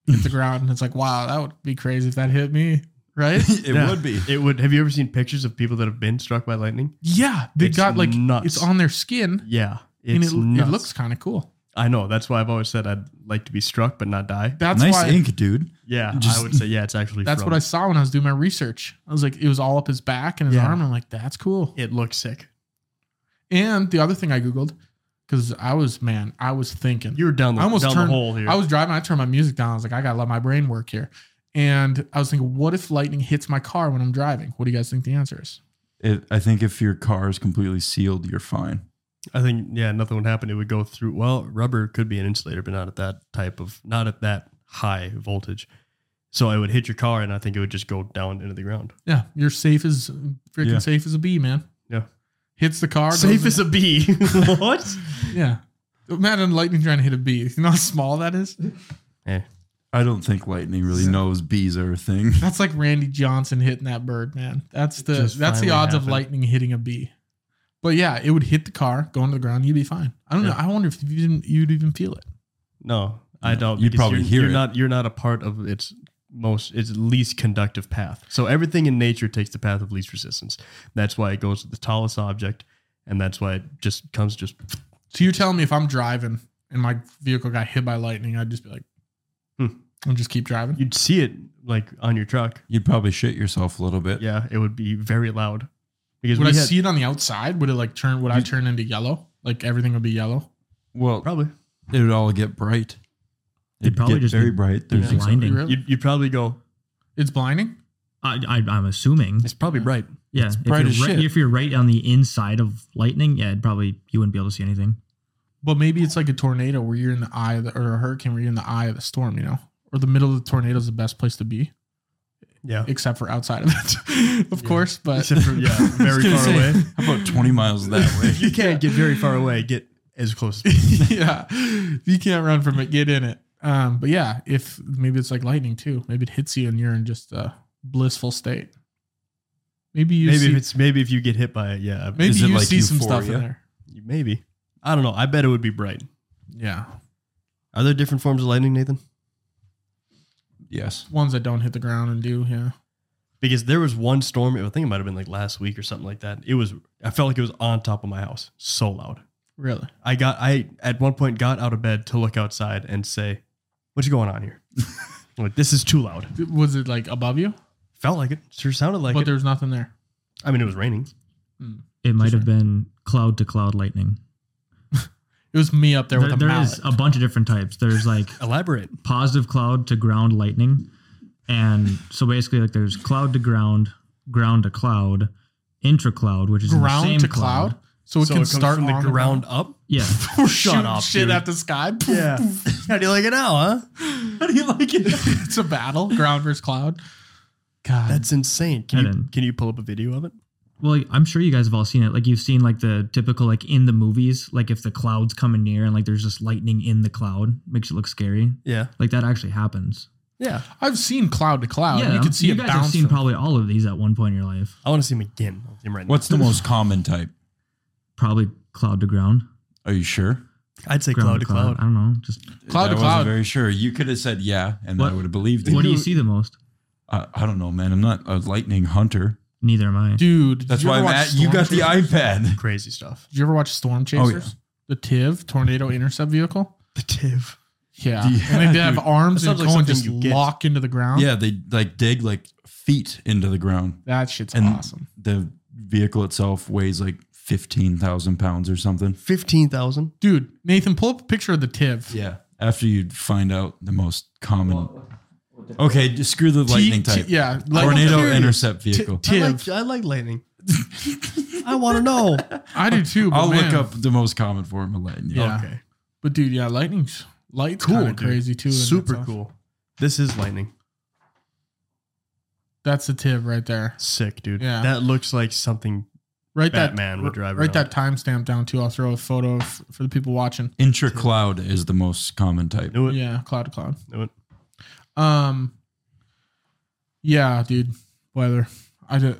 Speaker 1: hit the ground, and it's like, wow, that would be crazy if that hit me,
Speaker 2: *laughs*
Speaker 1: right?
Speaker 3: it
Speaker 2: Yeah.
Speaker 3: would be.
Speaker 2: it would. Have you ever seen pictures of people that have been struck by lightning?
Speaker 1: yeah, they
Speaker 2: It's
Speaker 1: got like
Speaker 2: nuts.
Speaker 1: it's on their skin,
Speaker 2: Yeah.
Speaker 1: and
Speaker 2: It's
Speaker 1: it,
Speaker 2: nuts.
Speaker 1: it looks kind of cool.
Speaker 2: I know. That's why I've always said I'd like to be struck but not die.
Speaker 1: That's
Speaker 3: nice
Speaker 1: why.
Speaker 3: ink, dude.
Speaker 2: Yeah, I
Speaker 3: Just-
Speaker 2: would say yeah. It's actually
Speaker 1: That's
Speaker 2: from-
Speaker 1: what I saw when I was doing my research. I was like, it was all up his back and his
Speaker 2: Yeah.
Speaker 1: arm. I'm like, that's cool.
Speaker 2: It looks sick.
Speaker 1: And the other thing I googled, because I was man, I was thinking.
Speaker 2: You were down the,
Speaker 1: I almost
Speaker 2: down
Speaker 1: turned-
Speaker 2: the hole here.
Speaker 1: I was driving. I turned my music down. I was like, I gotta let my brain work here. And I was thinking, what if lightning hits my car when I'm driving? What do you guys think the answer is?
Speaker 3: It, I think if your car is completely sealed, you're fine.
Speaker 2: I think yeah, nothing would happen. It would go through. Well, rubber could be an insulator, but not at that type of, not at that high voltage. So it would hit your car, and I think it would just go down into the ground.
Speaker 1: Yeah, you're safe as freaking
Speaker 3: Yeah.
Speaker 1: safe as a bee, man.
Speaker 2: Yeah.
Speaker 1: hits the car.
Speaker 2: Safe
Speaker 1: goes
Speaker 2: as a bee. *laughs* what?
Speaker 1: in- yeah. Imagine lightning trying to hit a bee. You know how small that is?
Speaker 3: I don't think lightning really
Speaker 1: So-
Speaker 3: knows bees are a thing. *laughs*
Speaker 1: That's like Randy Johnson hitting that bird, man. That's the
Speaker 2: just
Speaker 1: that's the
Speaker 2: finally
Speaker 1: odds of
Speaker 2: happened.
Speaker 1: lightning hitting a bee. But yeah, it would hit the car, go into the ground, you'd be fine. I don't know. I wonder if you didn't you'd even feel it.
Speaker 2: No, I don't.
Speaker 3: You'd
Speaker 2: because
Speaker 3: probably
Speaker 2: you're,
Speaker 3: hear
Speaker 2: you're
Speaker 3: it.
Speaker 2: Not you're not a part of its most its least conductive path. So everything in nature takes the path of least resistance. That's why it goes to the tallest object, and that's why it just comes just
Speaker 1: So you're telling me if I'm driving and my vehicle got hit by lightning, I'd just be like,
Speaker 2: Hmm.
Speaker 1: and just keep driving.
Speaker 2: You'd see it like on your truck.
Speaker 3: You'd probably shit yourself a little bit.
Speaker 2: Yeah, it would be very loud. Because
Speaker 1: Would I
Speaker 2: we had,
Speaker 1: see it on the outside? Would it like turn? Would I turn into yellow? Like everything would be yellow.
Speaker 3: Well,
Speaker 2: probably
Speaker 3: it would all get bright.
Speaker 4: It'd
Speaker 3: It'd
Speaker 4: probably
Speaker 3: get
Speaker 4: just
Speaker 3: very
Speaker 4: be
Speaker 3: bright. There's
Speaker 4: Yeah. Blinding.
Speaker 1: Really?
Speaker 2: you'd, you'd probably go.
Speaker 1: It's blinding.
Speaker 4: I, I, I'm assuming.
Speaker 2: It's probably bright.
Speaker 4: Yeah, if
Speaker 3: bright
Speaker 4: you're,
Speaker 3: as
Speaker 4: right,
Speaker 3: shit.
Speaker 4: if you're right on the inside of lightning, yeah, it'd probably you wouldn't be able to see anything.
Speaker 1: But maybe it's like a tornado where you're in the eye of the, or a hurricane where you're in the eye of the storm. You know, or the middle of the tornado is the best place to be,
Speaker 2: Yeah,
Speaker 1: except for outside of it, *laughs* of
Speaker 2: Yeah.
Speaker 1: course. But
Speaker 2: except for
Speaker 1: *laughs*
Speaker 2: yeah, very
Speaker 1: gonna
Speaker 2: far
Speaker 1: say.
Speaker 2: away.
Speaker 3: *laughs* how about 20
Speaker 2: *laughs*
Speaker 3: miles that way?
Speaker 2: You can't get very far away. Get as
Speaker 1: *laughs*
Speaker 2: close. as
Speaker 1: yeah, if you can't run from it, get in it. Um, but yeah, if maybe it's like lightning too. Maybe it hits you and you're in just a blissful state. Maybe you
Speaker 2: Maybe
Speaker 1: see,
Speaker 2: if it's maybe if you get hit by it, yeah,
Speaker 1: maybe
Speaker 3: is it
Speaker 1: you
Speaker 3: like
Speaker 1: see some stuff in
Speaker 3: euphoria?
Speaker 1: there.
Speaker 2: maybe. I don't know. I bet it would be bright.
Speaker 1: Yeah,
Speaker 2: Are there different forms of lightning, Nathan?
Speaker 3: Yes.
Speaker 1: ones that don't hit the ground and do. Yeah,
Speaker 2: Because there was one storm. I think it might have been like last week or something like that. It was. I felt like it was on top of my house. So loud.
Speaker 1: Really?
Speaker 2: I got I at one point got out of bed to look outside and say, "What's going on here?" I'm like this is too loud.
Speaker 1: Was it like above you?
Speaker 2: Felt like it. Sure sounded like
Speaker 1: but
Speaker 2: it.
Speaker 1: there's nothing there.
Speaker 2: I mean, it was raining.
Speaker 4: It might have been cloud to cloud lightning.
Speaker 1: It was me up there,
Speaker 4: There,
Speaker 1: with a
Speaker 4: there
Speaker 1: mallet.
Speaker 4: is a bunch of different types.
Speaker 1: *laughs*
Speaker 4: There's like
Speaker 2: Elaborate.
Speaker 4: positive cloud to ground lightning. And so basically like there's cloud to ground, ground to cloud, intracloud, which is in the same
Speaker 1: ground to cloud, so it
Speaker 2: so
Speaker 1: can
Speaker 2: it comes
Speaker 1: start
Speaker 2: from the
Speaker 1: on *laughs*
Speaker 2: ground up.
Speaker 4: Yeah.
Speaker 1: We're shooting
Speaker 2: up,
Speaker 1: shit
Speaker 2: dude.
Speaker 1: at *laughs* the sky.
Speaker 2: Yeah. How do you like it now, huh?
Speaker 1: How do you like it? *laughs* it's a battle, ground versus cloud. God,
Speaker 2: That's insane. Can
Speaker 4: I
Speaker 2: you
Speaker 4: didn't.
Speaker 2: can you pull up a video of it?
Speaker 4: Well, I'm sure you guys have all seen it. Like you've seen like the typical like in the movies, like if the clouds coming near and like there's just lightning in the cloud, makes it look scary.
Speaker 2: Yeah.
Speaker 4: Like that actually happens.
Speaker 2: Yeah.
Speaker 1: I've seen cloud to cloud.
Speaker 4: yeah,
Speaker 1: Oh, you can see
Speaker 4: you
Speaker 1: it
Speaker 4: guys have seen
Speaker 1: bouncing.
Speaker 4: probably all of these at one point in your life.
Speaker 2: I want to see him again. I'll see him right now.
Speaker 3: What's the most common type?
Speaker 4: Probably cloud to ground.
Speaker 3: Are you sure?
Speaker 2: *laughs* I'd say
Speaker 4: Ground
Speaker 2: cloud to cloud.
Speaker 4: I don't know. Just
Speaker 1: Cloud
Speaker 3: I
Speaker 1: to
Speaker 3: wasn't
Speaker 1: cloud.
Speaker 3: very sure. You could have said yeah, and I
Speaker 4: What-
Speaker 3: would have believed you.
Speaker 4: what do you see the most?
Speaker 3: I, I don't know, man. I'm not a lightning hunter.
Speaker 4: Neither am I.
Speaker 1: Dude, did
Speaker 3: That's
Speaker 1: you
Speaker 3: why
Speaker 1: ever
Speaker 3: I'm
Speaker 1: watch
Speaker 3: at, you
Speaker 1: Storm
Speaker 3: got the
Speaker 1: Chasers?
Speaker 3: iPad.
Speaker 2: Crazy stuff.
Speaker 1: Did you ever watch Storm
Speaker 3: Oh,
Speaker 1: Chasers?
Speaker 3: yeah.
Speaker 1: The TIV tornado intercept vehicle.
Speaker 2: The tiv.
Speaker 1: Yeah,
Speaker 3: Yeah,
Speaker 1: and they did have
Speaker 3: dude.
Speaker 1: arms
Speaker 2: That
Speaker 1: and
Speaker 2: sounds
Speaker 1: go and
Speaker 2: like something
Speaker 1: just
Speaker 2: you get.
Speaker 1: lock into the ground.
Speaker 3: Yeah, they like dig like feet into the ground.
Speaker 1: that shit's
Speaker 3: And-
Speaker 1: awesome.
Speaker 3: The vehicle itself weighs like fifteen thousand pounds or something.
Speaker 2: Fifteen thousand.
Speaker 1: Dude, Nathan, pull up a picture of the TIV.
Speaker 3: Yeah. After you find out the most common. Okay, just screw the lightning
Speaker 1: T-
Speaker 3: type.
Speaker 1: T- yeah, like-
Speaker 3: Tornado
Speaker 1: Dude, *laughs*
Speaker 3: intercept vehicle.
Speaker 1: T-
Speaker 2: I
Speaker 1: Tiv.
Speaker 2: like, I like lightning. I want to know.
Speaker 1: I do too. But
Speaker 3: I'll
Speaker 1: Oh, man,
Speaker 3: look up the most common form of
Speaker 1: *laughs*
Speaker 3: lightning.
Speaker 1: Yeah.
Speaker 2: Okay.
Speaker 1: But dude, yeah, lightning's light's
Speaker 2: Cool,
Speaker 1: kind of
Speaker 2: dude.
Speaker 1: crazy too. and
Speaker 2: Super
Speaker 1: that's awesome.
Speaker 2: cool. This is lightning.
Speaker 1: That's the TIV right there.
Speaker 2: Sick, dude.
Speaker 1: Yeah.
Speaker 2: That looks like something.
Speaker 1: Right,
Speaker 2: Batman
Speaker 1: that
Speaker 2: would drive
Speaker 1: Write that timestamp down too. I'll throw a photo f- for the people watching.
Speaker 3: Intra cloud is the most common type.
Speaker 2: Knew it.
Speaker 1: Yeah, cloud to cloud.
Speaker 2: Knew it.
Speaker 1: Um, yeah, dude, weather. I did.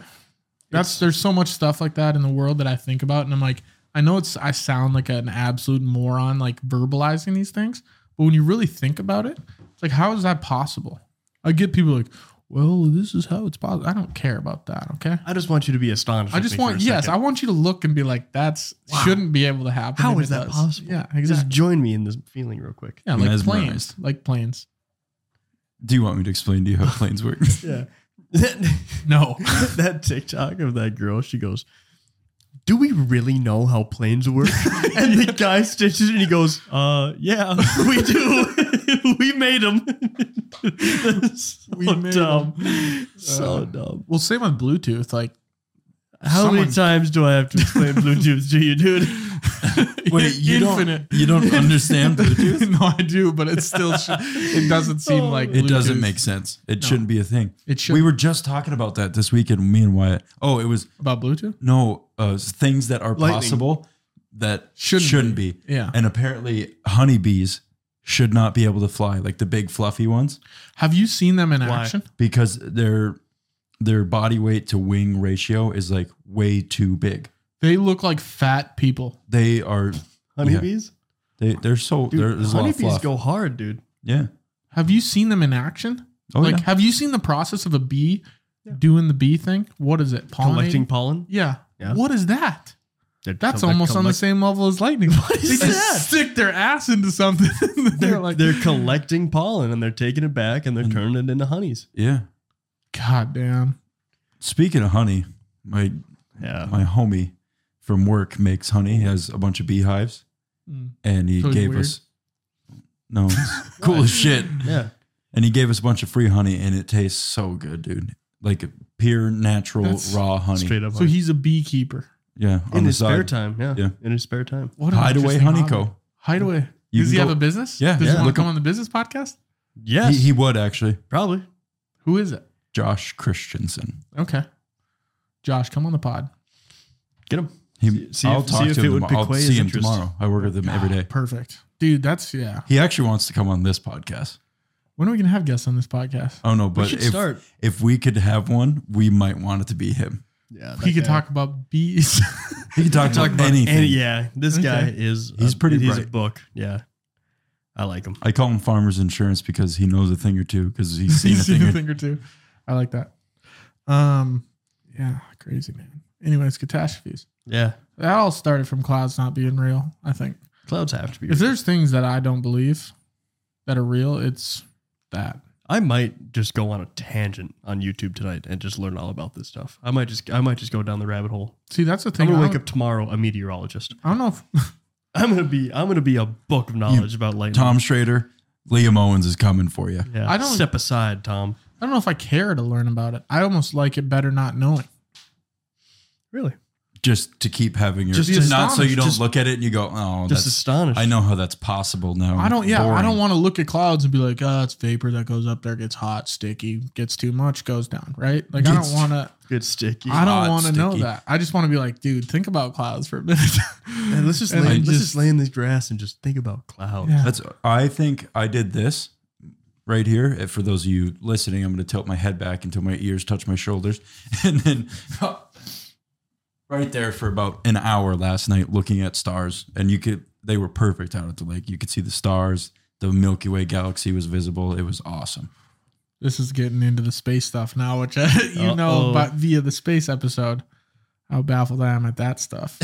Speaker 1: That's there's so much stuff like that in the world that I think about, and I'm like, I know it's I sound like an absolute moron, like verbalizing these things, but when you really think about it, it's like, how is that possible? I get people like, well, this is how it's possible. I don't care about that. Okay.
Speaker 2: I just want you to be astonished.
Speaker 1: I
Speaker 2: with
Speaker 1: just
Speaker 2: me for
Speaker 1: want
Speaker 2: a
Speaker 1: yes,
Speaker 2: second.
Speaker 1: I want you to look and be like, that's shouldn't be able to happen.
Speaker 2: How
Speaker 1: and
Speaker 2: is
Speaker 1: it
Speaker 2: that
Speaker 1: does.
Speaker 2: possible?
Speaker 1: Yeah,
Speaker 2: Just
Speaker 1: exactly.
Speaker 2: join me in this feeling real quick.
Speaker 1: Yeah, like planes,
Speaker 3: Mesmerized.
Speaker 1: like planes.
Speaker 3: Do you want me to explain to you how
Speaker 2: *laughs*
Speaker 3: planes work?
Speaker 2: Yeah. *laughs*
Speaker 1: No,
Speaker 2: that TikTok of that girl, she goes, Do we really know how planes work? *laughs* and the guy stitches it and he goes, Uh, yeah, *laughs* we do. we made *laughs* them. so
Speaker 1: We made
Speaker 2: dumb. So dumb.
Speaker 1: *laughs* well, same with Bluetooth. Like
Speaker 2: How
Speaker 1: someone-
Speaker 2: many times do I have to explain Bluetooth to you, dude?
Speaker 1: *laughs*
Speaker 3: Wait, you
Speaker 1: Infinite.
Speaker 3: don't
Speaker 1: *laughs*
Speaker 3: you don't understand Bluetooth? Oh.
Speaker 1: no, I do, but it still
Speaker 3: *laughs*
Speaker 1: sh- it doesn't seem like
Speaker 3: It doesn't
Speaker 1: Bluetooth.
Speaker 3: make sense. It shouldn't be a thing.
Speaker 1: It should-
Speaker 3: We were just talking about that this weekend, me and Wyatt. Oh, it was
Speaker 1: about Bluetooth.
Speaker 3: no uh, things that are
Speaker 2: Lightning.
Speaker 3: possible that
Speaker 1: Shouldn't
Speaker 3: shouldn't,
Speaker 1: be.
Speaker 3: be.
Speaker 1: Yeah.
Speaker 3: And apparently, honeybees should not be able to fly, like the big fluffy ones,
Speaker 1: Have you seen them in
Speaker 2: Why?
Speaker 1: action?
Speaker 3: because their their body weight to wing ratio is like way too big.
Speaker 1: They look like fat people.
Speaker 3: They are
Speaker 2: Honeybees?
Speaker 3: they they're so
Speaker 2: Dude,
Speaker 3: there- there's a lot of
Speaker 2: honeybees
Speaker 3: fluff.
Speaker 2: go hard, dude.
Speaker 3: yeah.
Speaker 1: Have you seen them in action?
Speaker 3: Oh
Speaker 1: like,
Speaker 3: yeah.
Speaker 1: have you seen the process of a bee doing the bee thing? What is it? Pollinating?
Speaker 2: Collecting pollen.
Speaker 1: Yeah.
Speaker 2: Yeah.
Speaker 1: What is that? That's almost on the same level as
Speaker 3: *laughs*
Speaker 1: lightning. they just
Speaker 2: that?
Speaker 1: stick their ass into something. and *laughs* they're,
Speaker 2: They're,
Speaker 1: like,
Speaker 2: they're collecting pollen and they're taking it back and they're turning it into honeys.
Speaker 3: Yeah.
Speaker 1: God damn.
Speaker 3: Speaking of honey, my
Speaker 2: Yeah.
Speaker 3: Uh, my homie from work makes honey. He has a bunch of beehives,
Speaker 1: Mm.
Speaker 3: and he
Speaker 1: So he's
Speaker 3: gave
Speaker 1: weird?
Speaker 3: us no
Speaker 2: *laughs*
Speaker 3: it's *laughs* cool as shit.
Speaker 2: Yeah.
Speaker 3: And he gave us a bunch of free honey, and it tastes so good, dude. Like pure natural
Speaker 1: That's
Speaker 3: raw honey.
Speaker 2: Straight up.
Speaker 1: So
Speaker 2: honey.
Speaker 1: he's a beekeeper.
Speaker 3: yeah,
Speaker 2: in
Speaker 3: the
Speaker 2: his spare
Speaker 3: side.
Speaker 2: time. Yeah.
Speaker 3: Yeah.
Speaker 2: In his spare time.
Speaker 1: What an
Speaker 3: Hideaway
Speaker 1: interesting
Speaker 3: Honeyco.
Speaker 1: hobby. Hideaway.
Speaker 3: You
Speaker 1: Does
Speaker 3: can
Speaker 1: he have
Speaker 3: go-
Speaker 1: a business?
Speaker 3: Yeah,
Speaker 1: Does
Speaker 2: yeah.
Speaker 1: he want to
Speaker 3: Look
Speaker 1: come
Speaker 3: up-
Speaker 1: on the business podcast?
Speaker 2: Yes.
Speaker 3: He, he would actually.
Speaker 2: probably.
Speaker 1: Who is it?
Speaker 3: Josh Christensen.
Speaker 1: Okay. Josh, come on the pod.
Speaker 2: Get him.
Speaker 3: He,
Speaker 2: See- see
Speaker 3: I'll
Speaker 2: if-
Speaker 3: talk
Speaker 2: see
Speaker 3: to
Speaker 2: if
Speaker 3: him.
Speaker 2: it would
Speaker 3: tomorrow. I'll
Speaker 2: piquet
Speaker 3: see
Speaker 2: his
Speaker 3: him
Speaker 2: interest.
Speaker 3: tomorrow. I work with him every day.
Speaker 1: Ah, Perfect. Dude, that's yeah.
Speaker 3: He actually wants to come on this podcast.
Speaker 1: When are we gonna have guests on this podcast?
Speaker 3: Oh no, but
Speaker 2: should
Speaker 3: if
Speaker 2: start.
Speaker 3: if we could have one, we might want it to be him. Oh,
Speaker 2: Yeah.
Speaker 1: He could talk about bees.
Speaker 3: He could talk,
Speaker 2: Talk
Speaker 3: about
Speaker 2: about
Speaker 3: anything.
Speaker 2: any- yeah. This guy
Speaker 1: Okay.
Speaker 2: is.
Speaker 3: He's pretty
Speaker 2: He's a
Speaker 3: bright.
Speaker 2: book. Yeah. I like him.
Speaker 3: I call him Farmers Insurance because he knows a thing or two because
Speaker 1: *laughs*
Speaker 3: he's seen
Speaker 1: He's
Speaker 3: a
Speaker 1: seen
Speaker 3: thing.
Speaker 1: a
Speaker 3: or-
Speaker 1: thing or two. I like that. Um, yeah, crazy man. Anyways, catastrophes.
Speaker 2: Yeah.
Speaker 1: That all started from clouds not being real, I think.
Speaker 2: Clouds have to be.
Speaker 1: If there's things that I don't believe that are real, it's that.
Speaker 2: I might just go on a tangent on YouTube tonight and just learn all about this stuff. I might just I might just go down the rabbit hole.
Speaker 1: See, that's the
Speaker 2: I'm
Speaker 1: thing.
Speaker 2: gonna
Speaker 1: I
Speaker 2: wake
Speaker 1: don't-
Speaker 2: up tomorrow a meteorologist.
Speaker 1: I don't know if
Speaker 2: I'm gonna be I'm gonna be a book of knowledge about lightning.
Speaker 3: Tom Schrader, Liam Owens is coming for you.
Speaker 2: yeah.
Speaker 1: I don't-
Speaker 2: step aside, Tom.
Speaker 1: I don't know if I care to learn about it. I almost like it better not knowing.
Speaker 2: Really?
Speaker 3: Just to keep having your
Speaker 1: Just be
Speaker 3: not so
Speaker 1: astonished.
Speaker 3: you don't
Speaker 1: Just-
Speaker 3: look at it and you go, oh,
Speaker 2: Just
Speaker 3: that's,
Speaker 2: astonished.
Speaker 3: I know how that's possible
Speaker 2: Oh,
Speaker 3: now.
Speaker 1: I don't. Yeah, I
Speaker 3: Boring.
Speaker 1: don't want to look at clouds and be like, "Oh, it's vapor that goes up there, gets hot, sticky, gets too much, goes down." Right? Like, I
Speaker 2: Gets-
Speaker 1: don't want
Speaker 2: *laughs*
Speaker 1: to.
Speaker 2: Good sticky.
Speaker 1: I
Speaker 3: hot,
Speaker 1: don't want to know
Speaker 3: sticky.
Speaker 1: that. I just want to be like, dude, think about clouds for a minute.
Speaker 2: *laughs* Man, let's
Speaker 1: *laughs*
Speaker 2: just
Speaker 1: And
Speaker 2: lay,
Speaker 1: I
Speaker 2: let's just,
Speaker 1: just-
Speaker 2: lay in this grass and just think about clouds.
Speaker 1: Yeah.
Speaker 3: That's. I think I did this right here. If for those of you listening, I'm going to tilt my head back until my ears touch my shoulders, *laughs* and then right there for about an hour last night, looking at stars, and you could. They were perfect out at the lake. You could see the stars. The Milky Way galaxy was visible. It was awesome. *laughs*
Speaker 1: this is getting into the space stuff now, which *laughs* uh, you
Speaker 2: Uh-oh.
Speaker 1: know, but via the space episode, how baffled I am at that
Speaker 2: *laughs*
Speaker 1: stuff.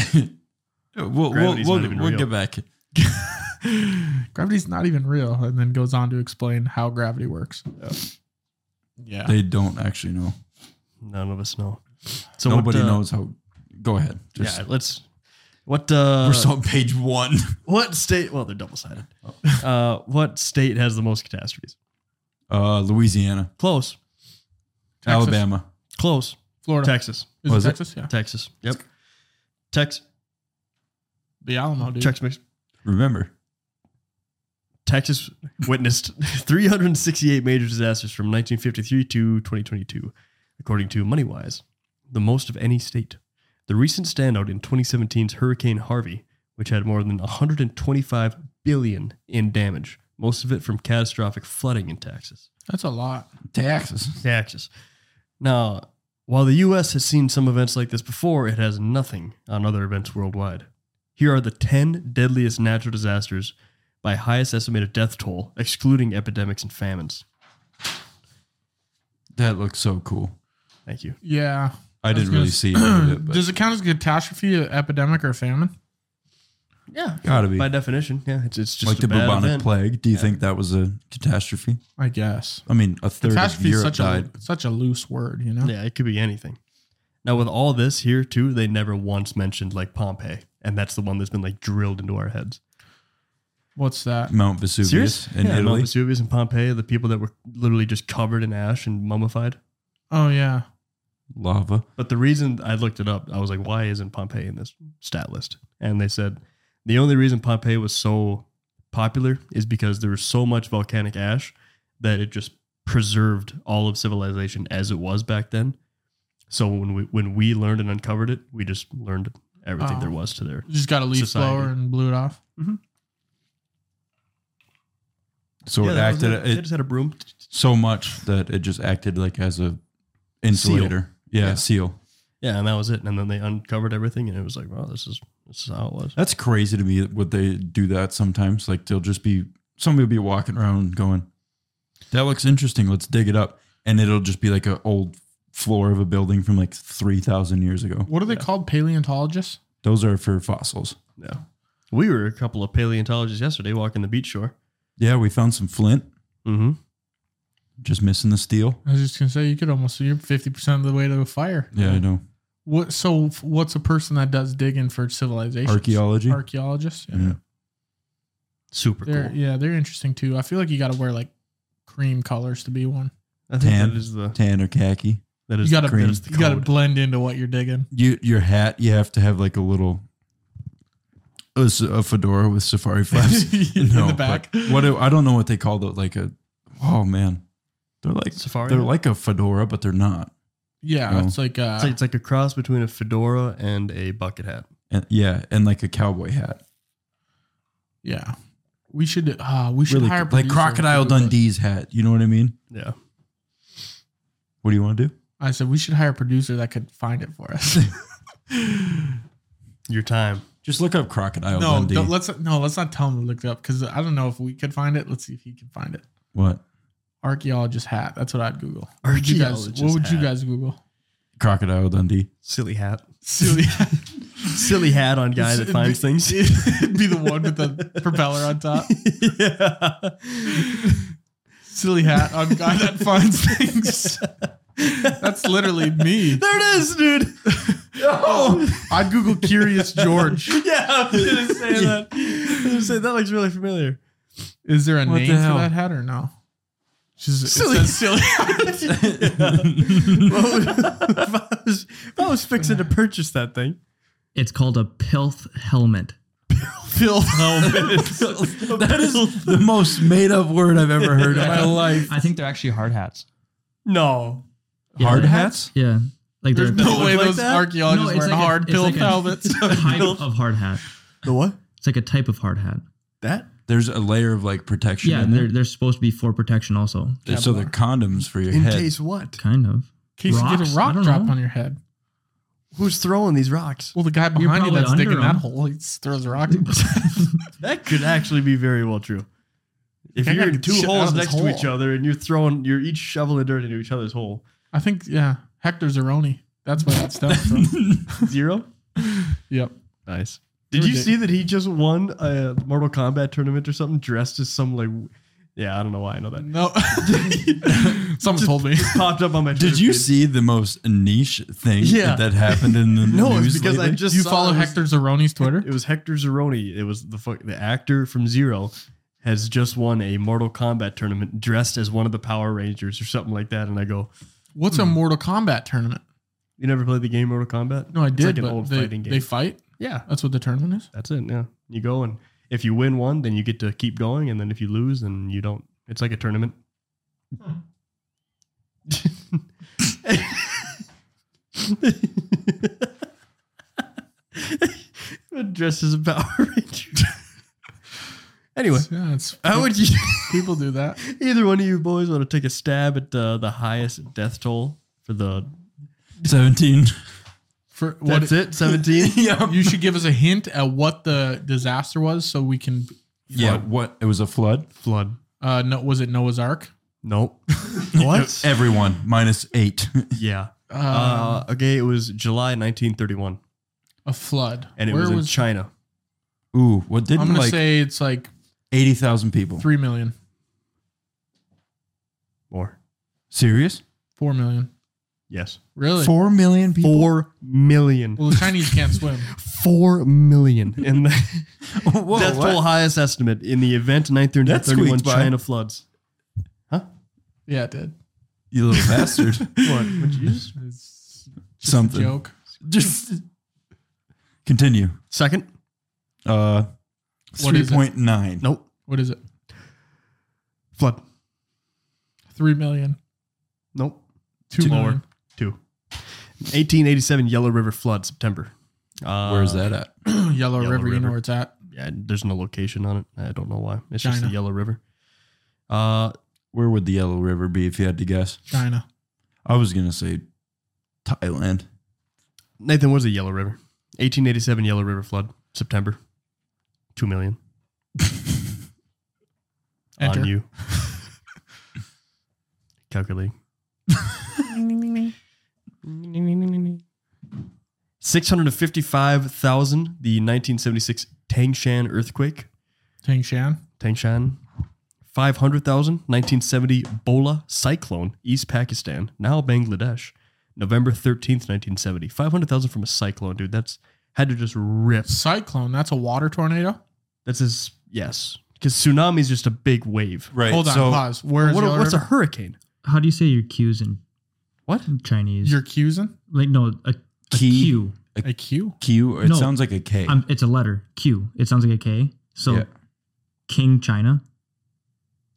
Speaker 3: We'll we'll,
Speaker 2: Gravity's
Speaker 3: we'll,
Speaker 2: not even
Speaker 3: we'll
Speaker 2: real.
Speaker 3: get back.
Speaker 1: Gravity's not even real, and then goes on to explain how gravity works. Yeah.
Speaker 3: They don't actually know.
Speaker 2: None of us know. So
Speaker 3: Nobody
Speaker 2: what, uh,
Speaker 3: knows how. Go ahead. Just,
Speaker 2: Yeah, let's. What uh,
Speaker 3: we're still on page one. *laughs*
Speaker 2: what state? Well, they're double sided.
Speaker 1: Oh.
Speaker 2: Uh, what state has the most catastrophes?
Speaker 3: Uh, Louisiana,
Speaker 2: Close,
Speaker 1: Texas?
Speaker 3: Alabama.
Speaker 2: close.
Speaker 1: Florida. Oh,
Speaker 2: Texas,
Speaker 1: Is it
Speaker 3: Was it?
Speaker 1: Texas? Yeah.
Speaker 2: Texas. Yep. Tex,
Speaker 1: The Alamo, Oh, dude.
Speaker 2: Tex mix.
Speaker 3: Remember,
Speaker 2: Texas witnessed *laughs* 368 major disasters from 1953 to 2022, according to MoneyWise, the most of any state. The recent standout in 2017's Hurricane Harvey, which had more than 125 billion in damage, most of it from catastrophic flooding in Texas.
Speaker 1: That's a lot.
Speaker 3: Texas.
Speaker 2: Taxes. Now, while the U.S. has seen some events like this before, it has nothing on other events worldwide. Here are the 10 deadliest natural disasters by highest estimated death toll, excluding epidemics and famines.
Speaker 3: That looks so cool.
Speaker 2: Thank you.
Speaker 1: Yeah.
Speaker 3: I didn't really
Speaker 1: gonna
Speaker 3: see any
Speaker 1: *clears throat*
Speaker 2: *clears throat*
Speaker 3: of it, but
Speaker 1: Does it count as a catastrophe, a epidemic, or a famine?
Speaker 2: Yeah.
Speaker 3: gotta be
Speaker 2: By definition, yeah, it's, it's just
Speaker 3: like
Speaker 2: a
Speaker 3: the
Speaker 2: bad
Speaker 3: bubonic
Speaker 2: event.
Speaker 3: plague. Do you think that was a catastrophe?
Speaker 1: I guess.
Speaker 3: I mean, a third of
Speaker 1: Catastrophe is
Speaker 3: Europe
Speaker 1: such
Speaker 3: died.
Speaker 1: a such a loose word, you know.
Speaker 2: Yeah, it could be anything. Now, with all this here, too, they never once mentioned like Pompeii, and that's the one that's been like drilled into our heads.
Speaker 1: What's that?
Speaker 3: Mount Vesuvius in
Speaker 2: yeah, Mount
Speaker 3: Italy.
Speaker 2: Vesuvius and Pompeii, the people that were literally just covered in ash and mummified.
Speaker 1: Oh yeah.
Speaker 3: Lava.
Speaker 2: But the reason I looked it up, I was like, why isn't Pompeii in this stat list? And they said the only reason Pompeii was so popular is because there was so much volcanic ash that it just preserved all of civilization as it was back then. So when we when we learned and uncovered it, we just learned everything
Speaker 1: Oh.
Speaker 2: there was to there.
Speaker 1: You just got a leaf
Speaker 2: Society.
Speaker 1: blower and blew it off.
Speaker 3: So it
Speaker 2: that was
Speaker 3: acted
Speaker 2: it.
Speaker 3: it
Speaker 2: they just had a broom.
Speaker 3: so much that it just acted like as a insulator. Yeah,
Speaker 2: Yeah.
Speaker 3: seal.
Speaker 2: Yeah, and that was it. And then they uncovered everything, and it was like, wow, this is this is how it was.
Speaker 3: That's crazy to me. Would they do that sometimes? Like they'll just be somebody will be walking around going, "That looks interesting. Let's dig it up," and it'll just be like an old floor of a building from like three thousand years ago.
Speaker 1: What are they called? Paleontologists?
Speaker 3: Those are for fossils.
Speaker 2: Yeah, we were a couple of paleontologists yesterday walking the beach shore.
Speaker 3: Yeah, we found some flint,
Speaker 2: Mm-hmm.
Speaker 3: just missing the steel.
Speaker 1: I was just gonna say you could almost you're fifty percent of the way to a fire.
Speaker 3: Yeah, I know.
Speaker 1: What? So f- what's a person that does digging for civilization?
Speaker 3: Archaeology.
Speaker 1: Archaeologists. Yeah.
Speaker 3: Yeah.
Speaker 2: Super
Speaker 1: They're
Speaker 2: cool.
Speaker 1: yeah they're interesting too. I feel like you got to wear like cream colors to be one.
Speaker 2: I think
Speaker 3: Tan.
Speaker 2: that is the
Speaker 3: Tan or khaki.
Speaker 2: that is
Speaker 1: You got to
Speaker 2: that
Speaker 3: cream.
Speaker 2: is the
Speaker 1: you got to
Speaker 2: code.
Speaker 1: blend into what you're
Speaker 3: *laughs*
Speaker 1: digging.
Speaker 3: You your hat. You have to have like a little. A, s- a fedora with safari flaps
Speaker 1: *laughs* In the
Speaker 3: but
Speaker 1: back.
Speaker 3: What do- I don't know what they call it. Like a oh man, they're like
Speaker 2: safari.
Speaker 3: they're
Speaker 2: hat?
Speaker 3: like a fedora, but they're not.
Speaker 1: Yeah,
Speaker 3: No.
Speaker 1: it's like uh,
Speaker 3: Ah.
Speaker 2: it's, like, it's like a cross between a fedora and a bucket hat.
Speaker 3: And, yeah, and like a cowboy hat,
Speaker 1: yeah. We should uh, we should
Speaker 3: really
Speaker 1: hire
Speaker 3: cool. like
Speaker 1: producers
Speaker 3: Crocodile
Speaker 1: to do a-
Speaker 3: Dundee's hat. You know what I mean?
Speaker 2: Yeah,
Speaker 3: What do you want to do?
Speaker 1: I said we should hire a producer that could find it for
Speaker 3: *laughs*
Speaker 1: us. *laughs*
Speaker 2: your time.
Speaker 3: Just look up Crocodile
Speaker 1: no,
Speaker 3: Dundee.
Speaker 1: don't, let's no, let's not tell him to look it up because I don't know if we could find it. Let's see if he can find it.
Speaker 3: what
Speaker 1: Archaeologist hat. That's what I'd Google. What would you guys-
Speaker 2: Archaeologist
Speaker 1: What would you
Speaker 2: hat.
Speaker 1: guys Google?
Speaker 3: Crocodile Dundee? *laughs*
Speaker 2: Silly hat.
Speaker 1: *laughs* Silly.
Speaker 2: silly hat on
Speaker 1: *laughs*
Speaker 2: guy that
Speaker 1: It'd
Speaker 2: finds
Speaker 1: be-
Speaker 2: things.
Speaker 1: It'd be the one with the propeller on
Speaker 3: *laughs*
Speaker 1: top.
Speaker 2: *laughs* yeah.
Speaker 1: Silly hat on guy that finds things. That's literally me.
Speaker 2: There it is, dude. *laughs*
Speaker 1: Oh, I Google Curious George.
Speaker 2: Yeah, *laughs* I was gonna say that. I was gonna say that looks really familiar.
Speaker 1: Is there a
Speaker 3: What the
Speaker 1: name for
Speaker 3: hell?
Speaker 1: that hat or no? She's
Speaker 2: Silly-
Speaker 1: silly. silly
Speaker 2: *laughs* if, I was, if I was fixing to purchase that thing,
Speaker 4: It's called a pilth helmet.
Speaker 1: Phil.
Speaker 2: *laughs*
Speaker 3: that is the most made up word I've ever heard in my life.
Speaker 5: I think they're actually hard hats.
Speaker 2: no.
Speaker 4: Yeah,
Speaker 3: Hard
Speaker 4: they-
Speaker 3: hats?
Speaker 4: Yeah, like
Speaker 1: *laughs* There's
Speaker 4: *laughs* they're-
Speaker 1: no way
Speaker 2: like
Speaker 1: those
Speaker 2: that?
Speaker 1: archaeologists
Speaker 4: No, it's
Speaker 1: wearing
Speaker 4: like a-
Speaker 1: hard
Speaker 4: it's
Speaker 1: pill
Speaker 4: like a- *laughs*
Speaker 1: helmets. *laughs*
Speaker 4: type of hard hat.
Speaker 2: The what?
Speaker 4: It's like a type of hard hat.
Speaker 2: That?
Speaker 3: There's a layer of like protection
Speaker 4: Yeah,
Speaker 3: in
Speaker 4: they're
Speaker 3: there.
Speaker 4: they're supposed to be for protection also.
Speaker 3: so they're condoms for your
Speaker 2: In
Speaker 3: head.
Speaker 2: case what?
Speaker 4: Kind of.
Speaker 1: In case you get
Speaker 4: Rocks?
Speaker 1: a
Speaker 4: I
Speaker 1: rock
Speaker 4: don't
Speaker 1: drop
Speaker 4: know.
Speaker 1: on your head.
Speaker 2: Who's throwing these rocks?
Speaker 1: Well, the guy behind you
Speaker 4: probably
Speaker 1: that's
Speaker 4: under
Speaker 1: digging
Speaker 4: him.
Speaker 1: that hole, he s- throws a *laughs* rock. at himself.
Speaker 2: That could actually be very well true. If
Speaker 1: I
Speaker 2: you're
Speaker 1: gotta
Speaker 2: in
Speaker 1: get
Speaker 2: two
Speaker 1: shit out
Speaker 2: holes
Speaker 1: of this
Speaker 2: next
Speaker 1: hole.
Speaker 2: to each other and you're throwing, you're each shoveling dirt into each other's hole.
Speaker 1: I think, yeah, Hector Zeroni. That's where that stems from.
Speaker 2: Zero?
Speaker 1: yep.
Speaker 2: *laughs* Nice. Did you see that he just won a Mortal Kombat tournament or something dressed as some like. Yeah, I don't know why I know *laughs* that.
Speaker 1: No. Someone told me.
Speaker 2: Popped up on my Twitter
Speaker 3: Did you
Speaker 2: feed.
Speaker 3: see the most niche thing
Speaker 2: Yeah.
Speaker 3: that happened in the
Speaker 2: No,
Speaker 3: news?
Speaker 2: it's because I
Speaker 3: lately?
Speaker 2: just.
Speaker 1: you
Speaker 2: saw
Speaker 1: follow
Speaker 2: it was-
Speaker 1: Hector Zeroni's Twitter?
Speaker 2: It was Hector Zeroni. It was the fuck, the actor from Zero has just won a Mortal Kombat tournament dressed as one of the Power Rangers or something like that. And I go,
Speaker 1: What's a Mortal Kombat tournament?
Speaker 2: you never played the game Mortal Kombat?
Speaker 1: No, I
Speaker 2: It's
Speaker 1: did.
Speaker 2: like an
Speaker 1: but
Speaker 2: old
Speaker 1: they,
Speaker 2: fighting game.
Speaker 1: they fight.
Speaker 2: yeah,
Speaker 1: That's what the tournament is.
Speaker 2: that's it. Yeah, you go and if you win one, then you get to keep going, and then if you lose, then you don't. It's like a tournament. Dressed as
Speaker 1: *laughs*
Speaker 2: a Power Ranger. anyway,
Speaker 1: Yeah, it's
Speaker 2: *laughs* how would you?
Speaker 1: *laughs* people do that.
Speaker 2: Either one of you boys want to take a stab at uh, the highest death toll for the.
Speaker 3: 17.
Speaker 1: For what
Speaker 2: What's it? 17?
Speaker 1: *laughs* yeah. You should give us a hint at what the disaster was, so we can.
Speaker 3: Yeah, what? It was a flood?
Speaker 2: Flood.
Speaker 1: Uh, no, was it Noah's Ark?
Speaker 2: *laughs* Nope. what?
Speaker 3: Everyone, minus eight. *laughs*
Speaker 2: yeah.
Speaker 1: Uh,
Speaker 2: Uh, okay, it was July 1931,
Speaker 1: a flood.
Speaker 2: and it was in China.
Speaker 3: Ooh, what
Speaker 1: I'm
Speaker 3: didn't
Speaker 1: gonna
Speaker 3: like
Speaker 1: say it's like
Speaker 3: 80,000 people?
Speaker 1: three million,
Speaker 2: Or
Speaker 3: Serious?
Speaker 1: four million.
Speaker 2: yes,
Speaker 1: Really?
Speaker 3: Four million people?
Speaker 2: four million.
Speaker 1: Well, the Chinese can't swim.
Speaker 2: Four *laughs* million. And the
Speaker 3: *laughs* Whoa,
Speaker 2: death
Speaker 3: what?
Speaker 2: toll highest estimate in the event
Speaker 3: That
Speaker 2: 1931
Speaker 3: squeaked by.
Speaker 2: China floods.
Speaker 1: Yeah, it did.
Speaker 3: You little bastard.
Speaker 2: What? Would you use?
Speaker 1: It's just a
Speaker 3: Something.
Speaker 1: joke.
Speaker 3: Just continue.
Speaker 2: Second?
Speaker 3: Uh,
Speaker 1: What is it?
Speaker 3: 3.9.
Speaker 2: Nope.
Speaker 1: What is it?
Speaker 2: Flood.
Speaker 1: Three million.
Speaker 2: Nope.
Speaker 1: Two,
Speaker 3: Two
Speaker 1: million.
Speaker 2: Lower. Two. 1887 Yellow River flood, September. Uh,
Speaker 3: Where is that at?
Speaker 1: *clears throat* Yellow,
Speaker 2: Yellow
Speaker 1: River, you
Speaker 2: River.
Speaker 1: know where it's at.
Speaker 2: Yeah, there's no location on it. I don't know why. It's just the
Speaker 1: China.
Speaker 2: Yellow River. Uh,
Speaker 3: Where would the Yellow River be if you had to guess?
Speaker 1: China.
Speaker 3: I was going to say Thailand.
Speaker 2: Nathan, where's the Yellow River? 1887 Yellow River flood, September. Two million
Speaker 1: Enter.
Speaker 2: on you. *laughs* Calculating. Six hundred fifty-five thousand. The nineteen seventy-six Tangshan earthquake.
Speaker 1: Tangshan.
Speaker 2: Tangshan. 500,000, 1970 Bola cyclone, East Pakistan, now Bangladesh, November 13th, 1970. 500,000 from a cyclone, dude. That's had to just rip.
Speaker 1: Cyclone. That's a water tornado.
Speaker 2: That's his, yes. Because tsunami is just a big wave.
Speaker 3: Right.
Speaker 1: Hold on.
Speaker 3: so-
Speaker 1: pause. Where's
Speaker 2: What-
Speaker 1: Yellow
Speaker 2: what's a
Speaker 1: River?
Speaker 2: hurricane?
Speaker 4: How do you say your cues in
Speaker 2: What?
Speaker 4: Chinese?
Speaker 1: You're accusing
Speaker 4: like no a, a
Speaker 3: Key.
Speaker 4: Q.
Speaker 1: a Q.
Speaker 3: Q. It
Speaker 4: No.
Speaker 3: sounds like a K.
Speaker 4: Um, it's a letter Q. It sounds like a K. So
Speaker 3: Yeah.
Speaker 4: King China.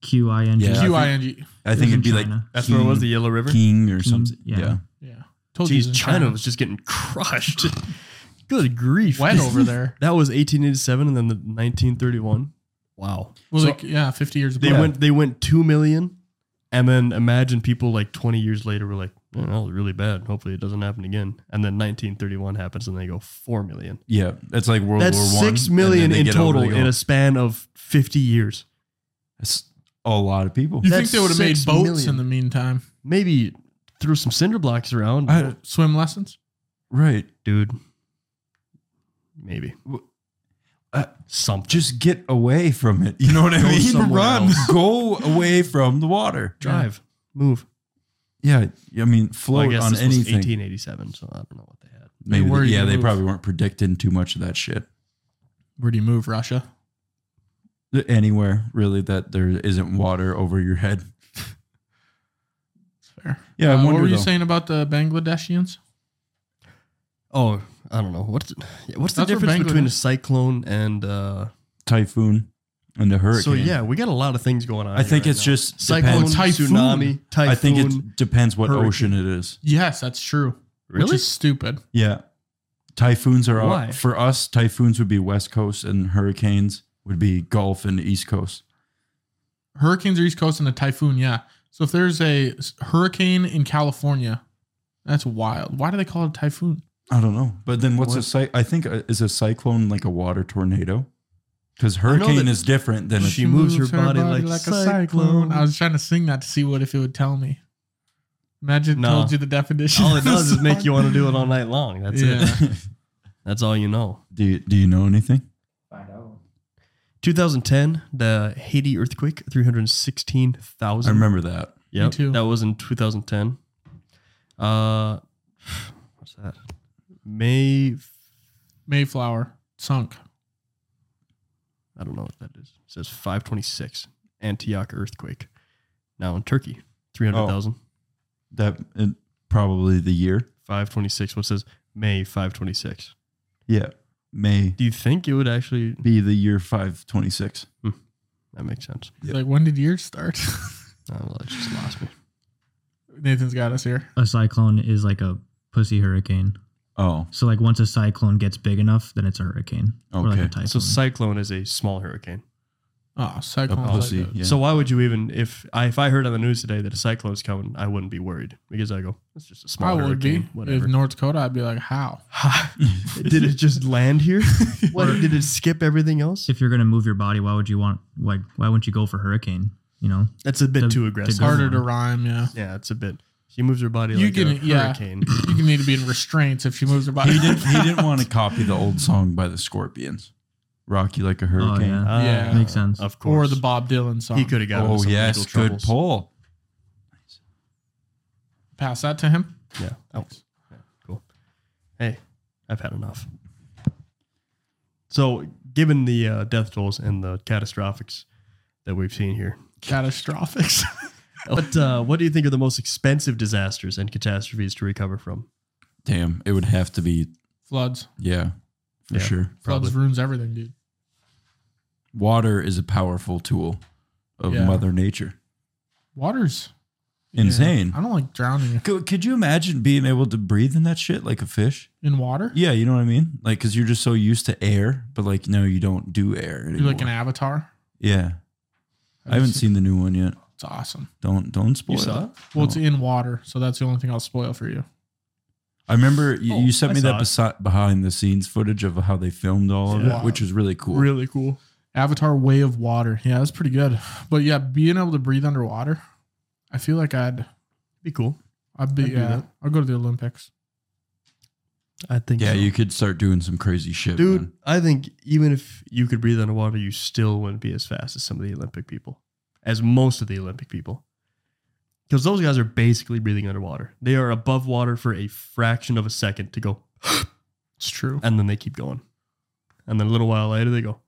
Speaker 4: Q I N G.
Speaker 3: Yeah, I
Speaker 1: Q
Speaker 3: think-
Speaker 1: I N G.
Speaker 3: I think
Speaker 4: it
Speaker 3: it'd
Speaker 4: was
Speaker 3: be
Speaker 4: in
Speaker 3: like
Speaker 4: China.
Speaker 2: That's where it was, the
Speaker 3: King-
Speaker 2: Yellow River?
Speaker 3: King or
Speaker 4: King,
Speaker 3: something.
Speaker 4: yeah.
Speaker 3: yeah.
Speaker 1: Yeah. Told you it
Speaker 2: Jeez,
Speaker 1: was in *laughs*
Speaker 2: China was just getting *laughs* crushed. Good grief. *laughs*
Speaker 1: wet over there.
Speaker 2: That was 1887 and then the 1931. Wow.
Speaker 1: Well,
Speaker 2: So-
Speaker 1: like yeah, fifty years.
Speaker 2: They
Speaker 1: apart.
Speaker 2: went they went two million, and then imagine people like twenty years later were like, oh, "That was really bad. Hopefully it doesn't happen again." And then 1931 happens, and they go four million.
Speaker 3: Yeah, that's like World
Speaker 2: That's
Speaker 3: War One.
Speaker 2: six million in total in a span of fifty years.
Speaker 3: That's a lot of people.
Speaker 1: You think
Speaker 2: That's
Speaker 1: they would have made
Speaker 2: six
Speaker 1: boats
Speaker 2: million.
Speaker 1: in the meantime?
Speaker 2: Maybe threw some cinder blocks around,
Speaker 3: I-
Speaker 1: Swim lessons.
Speaker 3: right?
Speaker 2: dude. maybe
Speaker 3: W- uh,
Speaker 2: something.
Speaker 3: Just get away from it. You know what I
Speaker 2: Go
Speaker 3: mean?
Speaker 2: somewhere
Speaker 3: Run.
Speaker 2: else.
Speaker 3: Go away from the water.
Speaker 2: drive, move.
Speaker 3: Yeah. I
Speaker 2: Well,
Speaker 3: mean,
Speaker 2: I
Speaker 3: float
Speaker 2: guess
Speaker 3: on
Speaker 2: this was
Speaker 3: anything.
Speaker 2: 1887, so I don't know what they had.
Speaker 3: Maybe.
Speaker 1: Where
Speaker 3: they-
Speaker 1: you
Speaker 3: yeah, they
Speaker 1: move.
Speaker 3: probably weren't predicting too much of that shit.
Speaker 1: Where do you move, Russia?
Speaker 3: Anywhere really that there isn't water over your head.
Speaker 1: It's fair.
Speaker 3: Yeah, I
Speaker 1: Uh,
Speaker 3: wonder
Speaker 1: what were you
Speaker 3: though.
Speaker 1: saying about the Bangladeshians?
Speaker 2: Oh, I don't know. What's yeah, what's
Speaker 1: That's
Speaker 2: the
Speaker 1: where
Speaker 2: difference
Speaker 1: Bangladesh-
Speaker 2: between a cyclone and uh
Speaker 3: typhoon and a hurricane.
Speaker 2: So yeah, we got a lot of things going on.
Speaker 3: I
Speaker 2: here
Speaker 3: think
Speaker 2: right
Speaker 3: it's
Speaker 2: now.
Speaker 3: just
Speaker 2: cyclone,
Speaker 3: depends.
Speaker 1: typhoon.
Speaker 2: tsunami, typhoon.
Speaker 3: I think *laughs* it depends what
Speaker 2: hurricane.
Speaker 3: ocean it is.
Speaker 1: Yes, that's true. Which
Speaker 2: really
Speaker 1: is stupid.
Speaker 3: Yeah, typhoons are
Speaker 2: Why?
Speaker 3: for us. Typhoons would be West Coast, and hurricanes would be Gulf and East Coast.
Speaker 1: Hurricanes are East Coast and a typhoon, yeah. So if there's a s- hurricane in California, that's wild. Why do they call it a typhoon?
Speaker 3: I don't know, but then what's a
Speaker 2: What?
Speaker 3: cy- I think uh, is a cyclone like a water tornado because
Speaker 2: know that
Speaker 3: hurricane is different than a,
Speaker 2: She moves her body like cyclone.
Speaker 1: I was trying to sing that to see what if it would tell me. Imagine it
Speaker 2: No.
Speaker 1: told you the definition.
Speaker 2: all
Speaker 1: of
Speaker 2: it
Speaker 1: the
Speaker 2: does is make
Speaker 1: song.
Speaker 2: you want to do it all night long. That's it.
Speaker 1: Yeah.
Speaker 2: That's all you know.
Speaker 3: *laughs* do you, do you know anything?
Speaker 2: 2010, the Haiti earthquake,
Speaker 3: I
Speaker 2: 316,000.
Speaker 3: remember that.
Speaker 2: Yep,
Speaker 1: Me too.
Speaker 2: That was in 2010. Uh, what's that? May.
Speaker 1: *laughs* Mayflower sunk.
Speaker 2: I don't know what that is. It says 526 Antioch earthquake. Now in Turkey, 300,000.
Speaker 3: Oh. That uh, probably the year.
Speaker 2: 526. What says May 526?
Speaker 3: Yeah, May
Speaker 2: Do you think it would actually?
Speaker 3: be the year five twenty six.
Speaker 2: That makes sense.
Speaker 3: Yep.
Speaker 1: Like when did yours start? *laughs*
Speaker 2: I don't know, it just lost me.
Speaker 1: Nathan's got us here.
Speaker 4: A cyclone is like a pussy hurricane.
Speaker 3: Oh,
Speaker 4: So like once a cyclone gets big enough, then it's a hurricane. Or like
Speaker 3: Okay.
Speaker 4: a
Speaker 3: So
Speaker 4: typhoon.
Speaker 2: So cyclone is a small hurricane.
Speaker 1: Oh, cyclone.
Speaker 3: a pussy. Yeah. *laughs*
Speaker 2: So why would you even if I if I heard on the news today that a cyclone's coming, I wouldn't be worried because I go it's just a small
Speaker 1: I would
Speaker 2: hurricane.
Speaker 1: be.
Speaker 2: Whatever.
Speaker 1: If North Dakota, I'd be like, how?
Speaker 2: *laughs* did it just
Speaker 1: *laughs*
Speaker 2: land here? what did it skip everything else?
Speaker 4: if you're gonna move your body, why would you want like why wouldn't you go for hurricane? You know?
Speaker 2: That's a bit
Speaker 4: to-
Speaker 2: too
Speaker 4: to
Speaker 2: aggressive.
Speaker 4: go-
Speaker 1: Harder to rhyme, yeah.
Speaker 2: yeah, it's a bit. She moves her body
Speaker 1: You
Speaker 2: like
Speaker 1: can-
Speaker 2: a
Speaker 1: yeah.
Speaker 2: hurricane.
Speaker 1: You can need to be in restraints if she moves her body.
Speaker 3: he didn't. He didn't want to copy the old song by the Scorpions, "Rocky Like
Speaker 2: Oh,
Speaker 3: a Hurricane."
Speaker 4: yeah.
Speaker 1: *laughs* Yeah.
Speaker 4: Makes sense.
Speaker 2: Uh,
Speaker 1: *laughs*
Speaker 2: Of
Speaker 1: or
Speaker 2: course.
Speaker 1: the Bob Dylan song.
Speaker 2: he could have gotten.
Speaker 3: Oh
Speaker 2: some
Speaker 3: yes,
Speaker 2: legal
Speaker 3: good
Speaker 2: troubles.
Speaker 3: pull.
Speaker 1: pass that to him.
Speaker 2: Yeah. Oh, yeah, cool. Hey, I've had enough. So, given the uh, death tolls and the catastrophics that we've seen *laughs* here,
Speaker 1: Catastrophics.
Speaker 2: what uh, what do you think are the most expensive disasters and catastrophes to recover from?
Speaker 3: Damn, it would have to be
Speaker 1: *laughs* Floods.
Speaker 3: yeah, for
Speaker 2: Yeah.
Speaker 3: sure.
Speaker 2: Probably.
Speaker 1: Floods ruins everything, dude.
Speaker 3: Water is a powerful tool of
Speaker 1: Yeah.
Speaker 3: Mother Nature.
Speaker 1: Water's
Speaker 3: Insane.
Speaker 1: I don't like drowning
Speaker 3: Could, could you imagine being able to breathe in that shit like a fish?
Speaker 1: in water.
Speaker 3: Yeah, you know what I mean. Like, cause you're just so used to air, but like, no, you don't do air anymore.
Speaker 1: You're like an avatar.
Speaker 3: yeah, I haven't seen the new one yet.
Speaker 1: It's awesome.
Speaker 3: Don't don't spoil
Speaker 2: saw
Speaker 3: it.
Speaker 2: it?
Speaker 1: Well, it's in water, so that's the only thing I'll spoil for you.
Speaker 3: I remember you,
Speaker 2: Oh,
Speaker 3: you sent
Speaker 2: I
Speaker 3: me that
Speaker 2: saw
Speaker 3: besi- behind the scenes footage of how they filmed all of
Speaker 1: Yeah.
Speaker 3: it, which was really cool.
Speaker 1: Really cool. Avatar Way of Water. Yeah, that's pretty good. But yeah, being able to breathe underwater, I feel like I'd
Speaker 2: Be cool.
Speaker 1: I'd be
Speaker 2: I'd do
Speaker 1: yeah,
Speaker 2: that.
Speaker 1: I'll go to the Olympics.
Speaker 2: I think.
Speaker 3: Yeah,
Speaker 2: so.
Speaker 3: you could start doing some crazy shit,
Speaker 2: dude.
Speaker 3: man.
Speaker 2: I think even if you could breathe underwater, you still wouldn't be as fast as some of the Olympic people, as most of the Olympic people, because those guys are basically breathing underwater. They are above water for a fraction of a second to go
Speaker 1: It's true.
Speaker 2: and then they keep going. And then a little while later, they go.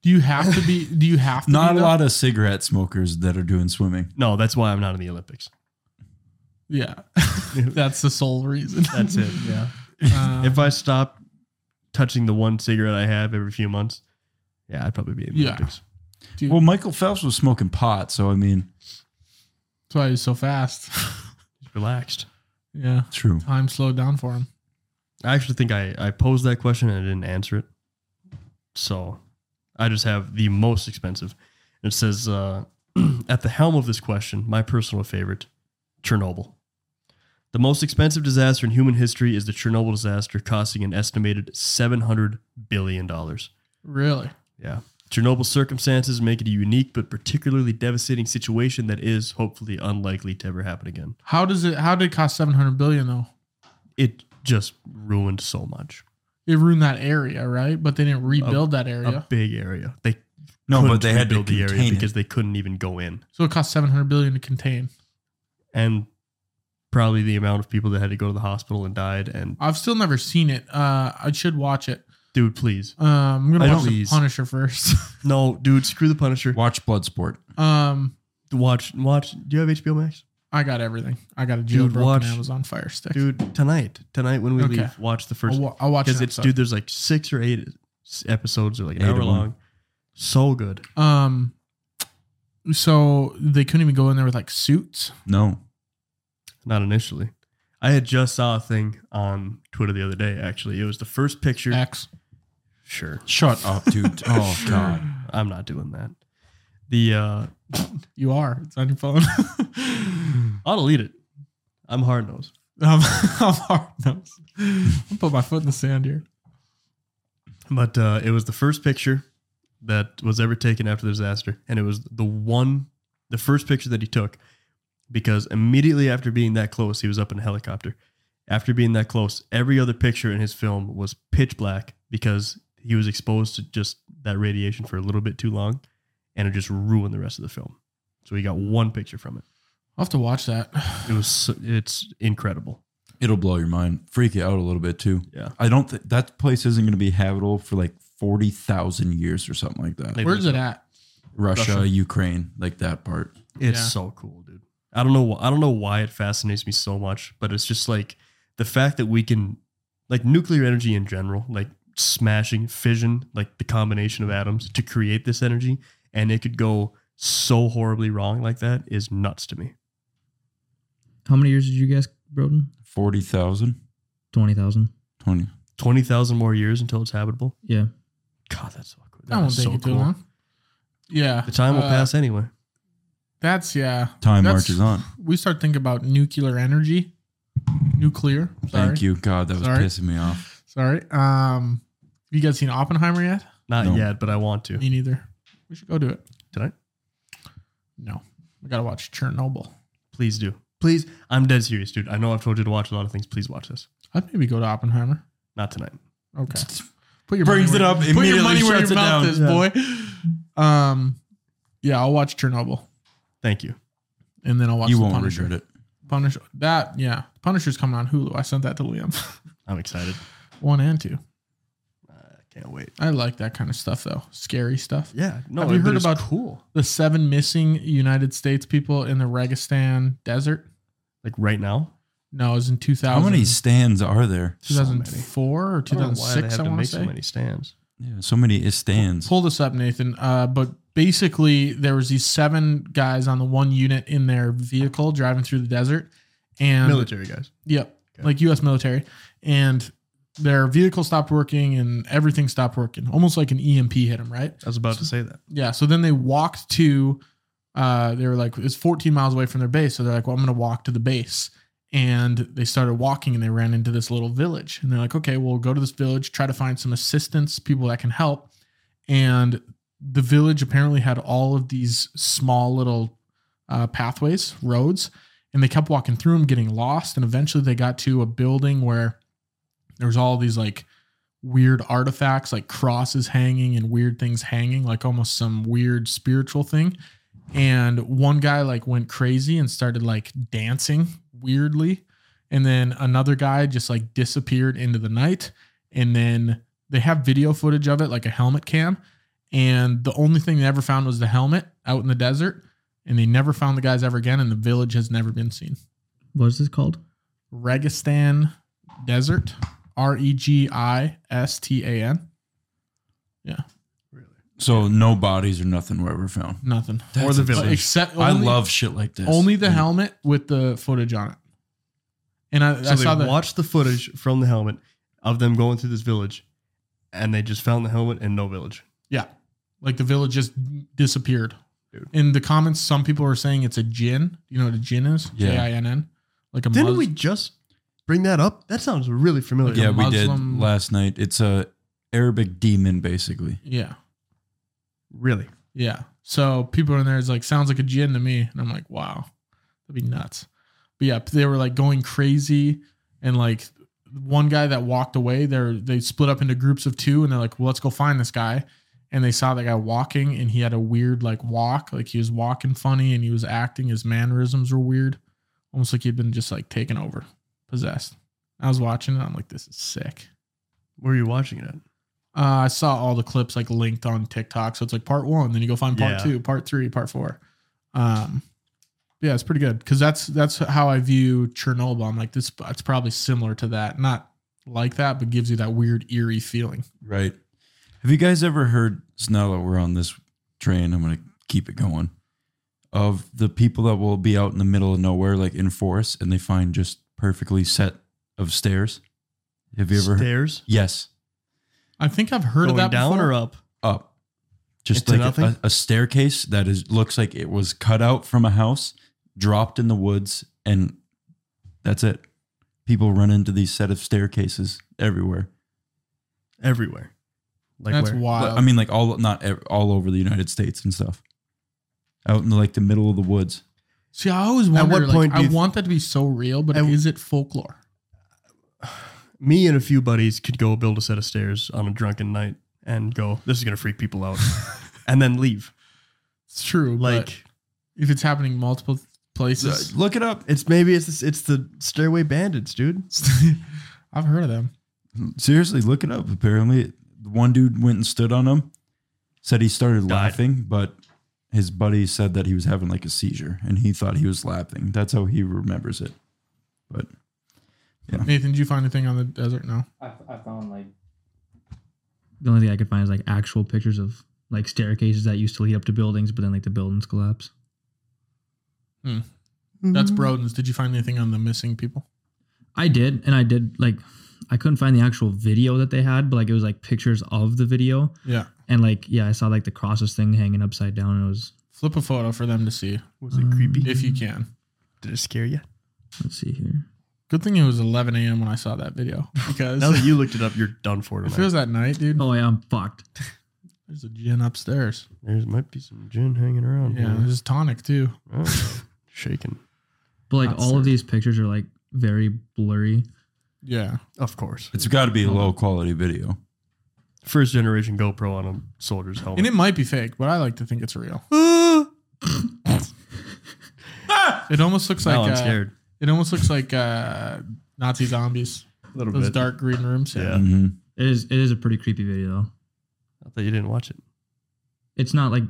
Speaker 1: Do you have to be do you have to
Speaker 3: Not
Speaker 1: be
Speaker 3: a
Speaker 1: that?
Speaker 3: lot of cigarette smokers that are doing swimming.
Speaker 2: No, that's why I'm not in the Olympics. *laughs*
Speaker 1: Yeah. *laughs* that's the sole reason.
Speaker 2: That's it. Yeah.
Speaker 1: *laughs* Uh,
Speaker 2: If I stop touching the one cigarette I have every few months, yeah, I'd probably be in the
Speaker 1: Yeah.
Speaker 2: Olympics.
Speaker 1: Dude.
Speaker 3: Well, Michael Phelps was smoking pot, so I mean,
Speaker 1: that's why he's so fast. *laughs*
Speaker 2: Just relaxed.
Speaker 1: yeah.
Speaker 3: true.
Speaker 1: Time slowed down for him.
Speaker 2: I actually think I, I posed that question and I didn't answer it. So I just have the most expensive. It says uh, *clears throat* at the helm of this question, my personal favorite, Chernobyl. The most expensive disaster in human history is the Chernobyl disaster, costing an estimated $700 billion.
Speaker 1: Really?
Speaker 2: Yeah. Chernobyl's circumstances make it a unique but particularly devastating situation that is hopefully unlikely to ever happen again.
Speaker 1: How does it how did it cost seven hundred billion though?
Speaker 2: It just ruined so much.
Speaker 1: They ruined that area, right? But they didn't rebuild that
Speaker 2: a
Speaker 1: area.
Speaker 2: big area. They
Speaker 3: No,
Speaker 2: couldn't
Speaker 3: but they had to
Speaker 2: rebuild the
Speaker 3: contain
Speaker 2: area
Speaker 3: it.
Speaker 2: because they couldn't even go in,
Speaker 1: so it cost 700 billion to contain.
Speaker 2: and probably the amount of people that had to go to the hospital and died. And
Speaker 1: I've still never seen it. Uh, I should watch it.
Speaker 2: dude, please,
Speaker 1: Um, I'm gonna
Speaker 2: I
Speaker 1: watch
Speaker 2: don't-
Speaker 1: the Punisher first. *laughs*
Speaker 2: no, dude, screw the Punisher.
Speaker 3: Watch Bloodsport.
Speaker 1: um,
Speaker 2: Watch, watch. Do you have HBO Max,
Speaker 1: I got everything. I got a
Speaker 2: Dude,
Speaker 1: jailbroken
Speaker 2: watch-
Speaker 1: Amazon Fire Stick.
Speaker 2: dude? Tonight, tonight when we
Speaker 1: Okay.
Speaker 2: leave, watch the
Speaker 1: I'll,
Speaker 2: first
Speaker 1: wa- I'll watch
Speaker 2: because
Speaker 1: an
Speaker 2: it's dude.
Speaker 1: episode.
Speaker 2: There's like six or eight s- episodes, or like an
Speaker 3: Eight
Speaker 2: hour
Speaker 3: of 'em.
Speaker 2: long. So good.
Speaker 1: Um, so they couldn't even go in there with like suits.
Speaker 3: No.
Speaker 2: Not initially. I had just saw a thing on Twitter the other day. Actually, it was the first picture.
Speaker 1: X.
Speaker 2: Sure,
Speaker 3: Shut
Speaker 2: *laughs*
Speaker 3: up, dude. Oh god.
Speaker 2: I'm not doing that. The uh,
Speaker 1: You are. It's on your phone. *laughs*
Speaker 2: I'll delete it. I'm hard nosed.
Speaker 1: I'm, I'm hard nosed. I'll put my foot in the sand here.
Speaker 2: But uh, it was the first picture that was ever taken after the disaster, and it was the one, the first picture that he took, because immediately after being that close, he was up in a helicopter. After being that close, every other picture in his film was pitch black because he was exposed to just that radiation for a little bit too long, and it just ruined the rest of the film. So he got one picture from it.
Speaker 1: I'll have to watch that.
Speaker 2: It was so- it's incredible.
Speaker 3: It'll blow your mind. Freak you out a little bit too.
Speaker 2: Yeah.
Speaker 3: I don't think that place isn't going to be habitable for like 40,000 years or something like that.
Speaker 2: Like-
Speaker 1: Where's it at?
Speaker 3: Russia,
Speaker 2: Russia.
Speaker 3: Ukraine, like that part.
Speaker 2: It's
Speaker 1: Yeah.
Speaker 2: so cool, dude. I don't know. wh- I don't know why it fascinates me so much, but it's just like the fact that we can, like, nuclear energy in general, like smashing fission, like the combination of atoms to create this energy, and it could go so horribly wrong like that is nuts to me.
Speaker 4: How many years did you guess, Broden?
Speaker 3: 40,000,
Speaker 4: Twenty thousand.
Speaker 3: 20.
Speaker 2: Twenty thousand more years until it's habitable.
Speaker 4: Yeah.
Speaker 2: God, that's so cool.
Speaker 1: That won't take
Speaker 2: so
Speaker 1: you too long. Yeah.
Speaker 2: The time will
Speaker 1: Uh,
Speaker 2: pass anyway.
Speaker 1: That's yeah.
Speaker 3: Time
Speaker 1: That's-
Speaker 3: marches on.
Speaker 1: We start thinking about nuclear energy. Nuclear. Sorry.
Speaker 3: Thank you. God, that was
Speaker 1: Sorry.
Speaker 3: pissing me off.
Speaker 1: Sorry. Um, you guys seen Oppenheimer yet?
Speaker 2: Not
Speaker 3: No.
Speaker 2: yet, but I want to.
Speaker 1: Me neither. We should go do it.
Speaker 2: Tonight?
Speaker 1: No, we gotta watch Chernobyl.
Speaker 2: Please do. Please, I'm dead serious, dude. I know I've told you to watch a lot of things. Please watch this.
Speaker 1: I'd maybe go to Oppenheimer.
Speaker 2: Not tonight.
Speaker 1: Okay. Put your
Speaker 3: Brings
Speaker 1: money
Speaker 3: it
Speaker 1: where-
Speaker 3: up,
Speaker 1: Put your
Speaker 3: immediately
Speaker 1: money where your
Speaker 3: shuts it
Speaker 1: mouth
Speaker 3: down.
Speaker 1: is, boy. Um, yeah, I'll watch Chernobyl
Speaker 2: Thank you.
Speaker 1: and then I'll watch
Speaker 3: You
Speaker 1: the
Speaker 3: won't
Speaker 1: Punisher.
Speaker 3: regret it.
Speaker 1: Punisher. That yeah, Punisher's coming on Hulu. I sent that to Liam. *laughs*
Speaker 2: I'm excited.
Speaker 1: One and two.
Speaker 2: I Uh, can't wait.
Speaker 1: I like that kind of stuff though. Scary stuff.
Speaker 2: Yeah. No,
Speaker 1: Have you
Speaker 2: but
Speaker 1: heard
Speaker 2: it's
Speaker 1: about-
Speaker 2: cool?
Speaker 1: The seven missing United States people in the Registan desert.
Speaker 2: Like right now?
Speaker 1: No, it was in two
Speaker 3: How
Speaker 1: thousand.
Speaker 3: many stands are there?
Speaker 2: So many.
Speaker 1: 2004 or
Speaker 2: I don't know why
Speaker 1: 2006,
Speaker 2: They
Speaker 1: I,
Speaker 2: have to
Speaker 1: want to
Speaker 2: make
Speaker 1: say.
Speaker 2: so many stands.
Speaker 3: Yeah, so many stands.
Speaker 1: Pull this up, Nathan. Uh, but basically, there was these seven guys on the one unit in their vehicle driving through the desert, and
Speaker 2: Military guys.
Speaker 1: Yep,
Speaker 2: Okay.
Speaker 1: like U.S. military, and their vehicle stopped working and everything stopped working, almost like an EMP hit them, right?
Speaker 2: I was about to say that.
Speaker 1: Yeah. So then they walked to, uh, they were like, it's 14 miles away from their base. So they're like, well, I'm going to walk to the base. And they started walking and they ran into this little village. And they're like, okay, we'll go to this village, try to find some assistance, people that can help. And the village apparently had all of these small little uh, pathways, roads, and they kept walking through them, getting lost. And eventually they got to a building where there was all these like weird artifacts like crosses hanging and weird things hanging like almost some weird spiritual thing and one guy like went crazy and started like dancing weirdly and then another guy just like disappeared into the night and then they have video footage of it like a helmet cam and the only thing they ever found was the helmet out in the desert and they never found the guys ever again and the village has never been seen
Speaker 4: What is this called?
Speaker 1: Registan Desert. R E G I S T A N.
Speaker 2: Really?
Speaker 3: So no bodies or nothing were ever found.
Speaker 1: Nothing.
Speaker 2: or the
Speaker 3: That's
Speaker 2: village.
Speaker 3: insane.
Speaker 1: Except
Speaker 3: I
Speaker 1: only-
Speaker 3: love shit like this.
Speaker 1: only the
Speaker 2: Mm.
Speaker 3: Yeah.
Speaker 1: helmet with the footage on it. And I,
Speaker 2: So
Speaker 1: I
Speaker 2: they
Speaker 1: saw that.
Speaker 2: watched the footage from the helmet of them going through this village, and they just found the helmet and no village.
Speaker 1: Yeah. Like the village just disappeared.
Speaker 2: Dude.
Speaker 1: In the comments, some people were saying it's a jinn. You know what a jinn is?
Speaker 3: Yeah.
Speaker 1: J I N N. Like a
Speaker 2: Didn't
Speaker 1: Mus-
Speaker 2: we just bring that up? That sounds really familiar.
Speaker 3: Yeah, we
Speaker 1: Muslim-
Speaker 3: did last night. It's a Arabic demon, basically.
Speaker 1: Yeah.
Speaker 2: Really?
Speaker 1: Yeah. So people in there is like, sounds like a gin to me. And I'm like, wow, that'd be nuts. But yeah, they were like going crazy and like one guy that walked away. They're they split up into groups of two, and they're like, "Well, let's go find this guy." And they saw that guy walking, and he had a weird like walk, like he was walking funny, and he was acting. His mannerisms were weird, almost like he'd been just like taken over, possessed. I was watching it. I'm like, this is sick.
Speaker 2: Where are you watching it at?
Speaker 1: Uh, I saw all the clips like linked on TikTok. So it's like part one, then you go find part
Speaker 2: Yeah.
Speaker 1: two, part three, part four. Um, yeah, it's pretty good because that's that's how I view Chernobyl. I'm like this. It's probably similar to that, not like that, but gives you that weird eerie feeling.
Speaker 3: Right. Have you guys ever heard? So now that we're on this train, I'm gonna keep it going. Of the people that will be out in the middle of nowhere, like in forests, and they find just perfectly set of stairs. Have you ever? heard?
Speaker 2: Stairs?
Speaker 3: Yes,
Speaker 1: I think I've heard
Speaker 2: Going
Speaker 1: of that
Speaker 2: down
Speaker 1: before.
Speaker 2: or up?
Speaker 3: up. Just
Speaker 2: Into
Speaker 3: like
Speaker 2: nothing?
Speaker 3: a, a staircase that is looks like it was cut out from a house, dropped in the woods, and that's it. People run into these set of staircases everywhere.
Speaker 2: Everywhere. Like
Speaker 1: that's
Speaker 2: where?
Speaker 1: wild.
Speaker 3: I mean, like all not ev- all over the United States and stuff. Out in like the middle of the woods.
Speaker 1: See, I always wonder.
Speaker 2: what
Speaker 1: like,
Speaker 2: point do
Speaker 1: I
Speaker 2: you th-
Speaker 1: want that to be so real, but
Speaker 2: At-
Speaker 1: is it folklore?
Speaker 2: Me and a few buddies could go build a set of stairs on a drunken night and go, this is going to freak people out. and then leave.
Speaker 1: It's true. Like
Speaker 2: Like,
Speaker 1: if it's happening multiple places,
Speaker 3: look it up.
Speaker 2: it's maybe it's it's the stairway bandits, dude.
Speaker 1: *laughs* I've heard of them.
Speaker 3: Seriously, look it up. Apparently, one dude went and stood on him, said he started
Speaker 2: Died.
Speaker 3: laughing, but his buddy said that he was having like a seizure and he thought he was laughing. That's how he remembers it. But
Speaker 1: Nathan, did you find anything on the desert? No.
Speaker 5: I, I found like
Speaker 4: The only thing I could find is like actual pictures of like staircases that used to lead up to buildings, but then like the buildings collapse.
Speaker 1: That's Broden's. Did you find anything on the missing people?
Speaker 4: I did, and I did like I couldn't find the actual video that they had, but like it was like pictures of the video,
Speaker 1: Yeah.
Speaker 4: and like yeah, I saw like the crosses thing hanging upside down, and it was
Speaker 1: Flip a photo for them to see
Speaker 2: Was it creepy?
Speaker 1: Mm, if you can.
Speaker 2: Did it scare you?
Speaker 4: let's see here.
Speaker 1: Good thing it was 11 a.m. when I saw that video *laughs* because
Speaker 2: Now that you looked it up, you're done for
Speaker 1: if
Speaker 2: tonight.
Speaker 1: it was that night, dude,
Speaker 4: Oh yeah, I'm fucked.
Speaker 1: there's a gin upstairs. Mm-hmm.
Speaker 2: There's might be some gin hanging around.
Speaker 1: Yeah,
Speaker 2: here.
Speaker 1: there's tonic too.
Speaker 2: Oh, shaking.
Speaker 4: But like
Speaker 1: Not
Speaker 4: all
Speaker 1: certain.
Speaker 4: of these pictures are like very blurry.
Speaker 1: Yeah.
Speaker 2: Of course.
Speaker 3: it's got to be a low quality video.
Speaker 2: First generation GoPro on a soldier's helmet.
Speaker 1: And it might be fake, but I like to think it's *laughs* real. it almost looks like
Speaker 2: now I'm
Speaker 1: uh,
Speaker 2: scared.
Speaker 1: it almost looks like uh, Nazi zombies.
Speaker 2: A little
Speaker 1: Those dark green rooms.
Speaker 2: Yeah.
Speaker 3: Mhm.
Speaker 4: It is it is a pretty creepy video though.
Speaker 2: I thought you didn't watch it.
Speaker 4: It's not like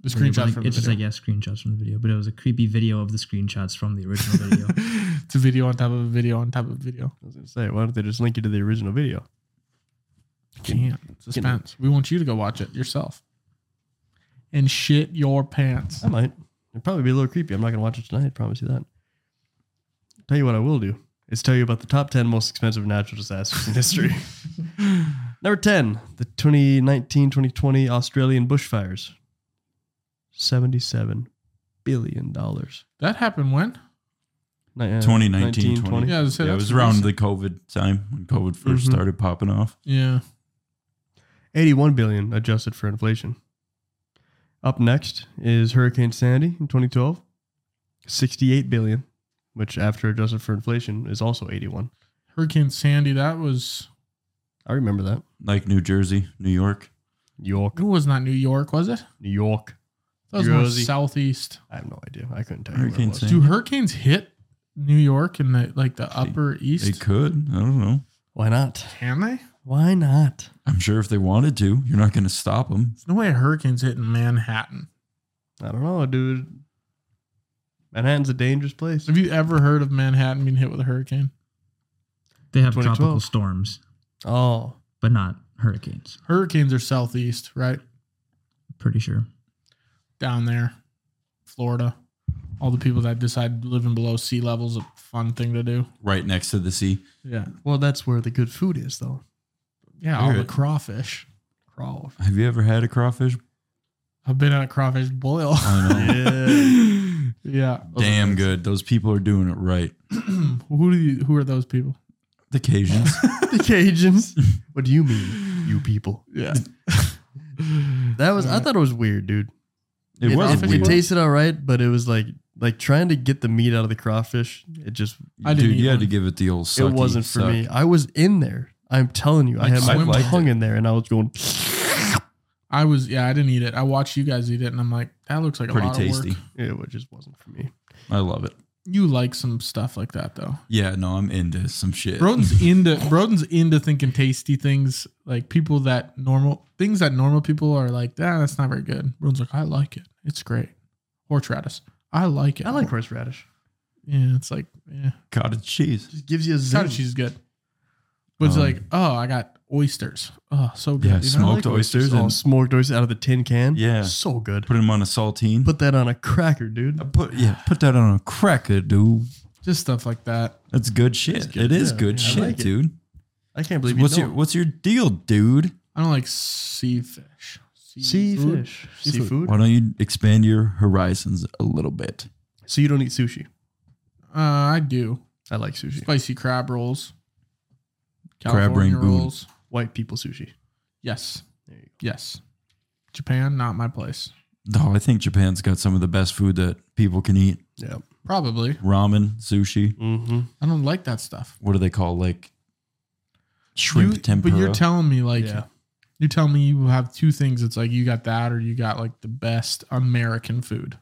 Speaker 1: The screenshot
Speaker 4: like,
Speaker 1: from the
Speaker 4: it's just like
Speaker 1: video.
Speaker 4: yeah, screenshots from the video, but it was a creepy video of the screenshots from the original
Speaker 5: *laughs*
Speaker 4: video.
Speaker 1: *laughs* it's a video on top of a video on top of a video.
Speaker 2: I was gonna say, why don't they just link you to the original video?
Speaker 1: Can't suspense. We want you to go watch it yourself and shit your pants.
Speaker 2: I might. It'd probably be a little creepy. I'm not gonna watch it tonight. I promise you that. Tell you what I will do is tell you about the top ten most expensive natural disasters in history. Number ten, the 2019-2020 Australian bushfires. Seventy-seven billion dollars. uh,
Speaker 1: That happened when?
Speaker 3: 2019, 20.
Speaker 1: Yeah, I was gonna say,
Speaker 3: Yeah, it
Speaker 1: that's
Speaker 3: was around
Speaker 1: recent.
Speaker 3: the COVID time when COVID 1st
Speaker 2: Mhm.
Speaker 3: started popping off.
Speaker 1: Yeah.
Speaker 2: 81 billion adjusted for inflation. Up next is Hurricane Sandy in 2012, 68 billion, which after adjusted for inflation is also 81.
Speaker 1: Hurricane Sandy, that was
Speaker 2: I remember that.
Speaker 3: Like New Jersey, New York.
Speaker 2: New York,
Speaker 1: it was not New York, was it?
Speaker 2: New York.
Speaker 1: That was more
Speaker 2: Jersey.
Speaker 1: southeast.
Speaker 2: I have no idea. I couldn't tell you.
Speaker 3: Hurricane
Speaker 2: what it was.
Speaker 3: Sandy.
Speaker 1: Do hurricanes hit New York and the like the upper
Speaker 3: They
Speaker 1: east?
Speaker 3: could. I don't know.
Speaker 2: Why not?
Speaker 1: Can they?
Speaker 2: Why not?
Speaker 3: I'm sure if they wanted to, you're not going to stop them.
Speaker 1: There's no way a hurricane's hitting Manhattan.
Speaker 2: I don't know, dude. Manhattan's a dangerous place.
Speaker 1: Have you ever heard of Manhattan being hit with a hurricane?
Speaker 4: They have
Speaker 2: 2012.
Speaker 4: tropical storms,
Speaker 2: Oh,
Speaker 4: but not hurricanes.
Speaker 1: Hurricanes are southeast, right?
Speaker 4: Pretty sure.
Speaker 1: Down there, Florida. All the people that decide living below sea level is a fun thing to do.
Speaker 3: Right next to the sea.
Speaker 1: Yeah.
Speaker 2: well, that's where the good food is, though.
Speaker 3: *laughs*
Speaker 1: Yeah, all the
Speaker 3: Alright.
Speaker 1: crawfish.
Speaker 2: Crawl.
Speaker 3: Have you ever had a crawfish?
Speaker 1: I've been at a crawfish boil. *laughs*
Speaker 3: I know.
Speaker 2: *laughs* Yeah.
Speaker 1: yeah.
Speaker 3: Damn good. Those people are doing it right.
Speaker 1: *clears throat* who do you, who are those people?
Speaker 2: *laughs*
Speaker 3: The Cajuns.
Speaker 2: the Cajuns. What do you mean, you people?
Speaker 1: Yeah.
Speaker 2: That was. I thought it was weird, dude.
Speaker 3: It was
Speaker 2: It
Speaker 3: weird.
Speaker 2: tasted all right, but it was like Like trying to get the meat out of the crawfish, it just
Speaker 1: I didn't
Speaker 3: Dude,
Speaker 1: eat
Speaker 3: you had to
Speaker 1: one.
Speaker 3: give it the old sucky
Speaker 2: it wasn't for
Speaker 3: suck.
Speaker 2: me. I was in there. I'm telling you, I
Speaker 1: Like
Speaker 2: had
Speaker 1: swim
Speaker 2: my
Speaker 1: liked
Speaker 2: tongue in there, and I was going. *laughs*
Speaker 1: I was yeah, I didn't eat it. I watched you guys eat it, and I'm like, that looks like a
Speaker 3: Pretty
Speaker 1: lot
Speaker 3: tasty.
Speaker 1: of work.
Speaker 2: It just wasn't for me.
Speaker 3: I love it.
Speaker 1: You like some stuff like that though.
Speaker 3: Yeah, no, I'm into some shit.
Speaker 1: Broden's into Broden's into thinking tasty things like people that normal things that normal people are like, ah, that's not very good. Broden's like, I like it. It's great. Horseradish. I like it.
Speaker 2: I
Speaker 3: Oh.
Speaker 2: like horseradish.
Speaker 1: Yeah, it's like yeah.
Speaker 3: cottage cheese.
Speaker 2: Just gives you a zing.
Speaker 1: Cottage cheese is good. But it's
Speaker 3: Um,
Speaker 1: like, oh, I got oysters. Oh, so good.
Speaker 3: Yeah,
Speaker 1: you know?
Speaker 3: smoked oysters
Speaker 2: Oh,
Speaker 3: and-
Speaker 2: smoked oysters out of the tin can.
Speaker 3: Yeah.
Speaker 2: so good.
Speaker 3: Put them on a saltine.
Speaker 2: Put that on a cracker, dude.
Speaker 3: I put yeah, put that on a cracker, dude.
Speaker 1: Just stuff like that.
Speaker 3: That's good shit.
Speaker 2: good.
Speaker 3: It is
Speaker 2: Yeah,
Speaker 3: good
Speaker 2: yeah, I
Speaker 3: shit,
Speaker 2: like it.
Speaker 3: dude.
Speaker 2: I can't believe you
Speaker 3: what's your
Speaker 2: don't.
Speaker 3: what's your deal, dude?
Speaker 1: I don't like sea fish.
Speaker 2: sea
Speaker 1: food?
Speaker 2: fish, seafood.
Speaker 3: Why don't you expand your horizons a little bit?
Speaker 2: So you don't eat sushi.
Speaker 1: Uh, I do.
Speaker 2: I like sushi.
Speaker 1: Spicy crab rolls.
Speaker 3: Crab ring
Speaker 1: California
Speaker 3: boon.
Speaker 1: rolls.
Speaker 2: White people sushi.
Speaker 1: Yes.
Speaker 2: There you go.
Speaker 1: Yes. Japan, not my place.
Speaker 3: No, I think Japan's got some of the best food that people can eat.
Speaker 2: Yeah.
Speaker 1: Probably.
Speaker 3: Ramen, sushi.
Speaker 2: Mm-hmm.
Speaker 1: I don't like that stuff.
Speaker 3: What do they call like shrimp
Speaker 1: You-
Speaker 3: tempura?
Speaker 1: But you're telling me like
Speaker 2: Yeah.
Speaker 1: you're telling me you have two things. It's like you got that or you got like the best American food.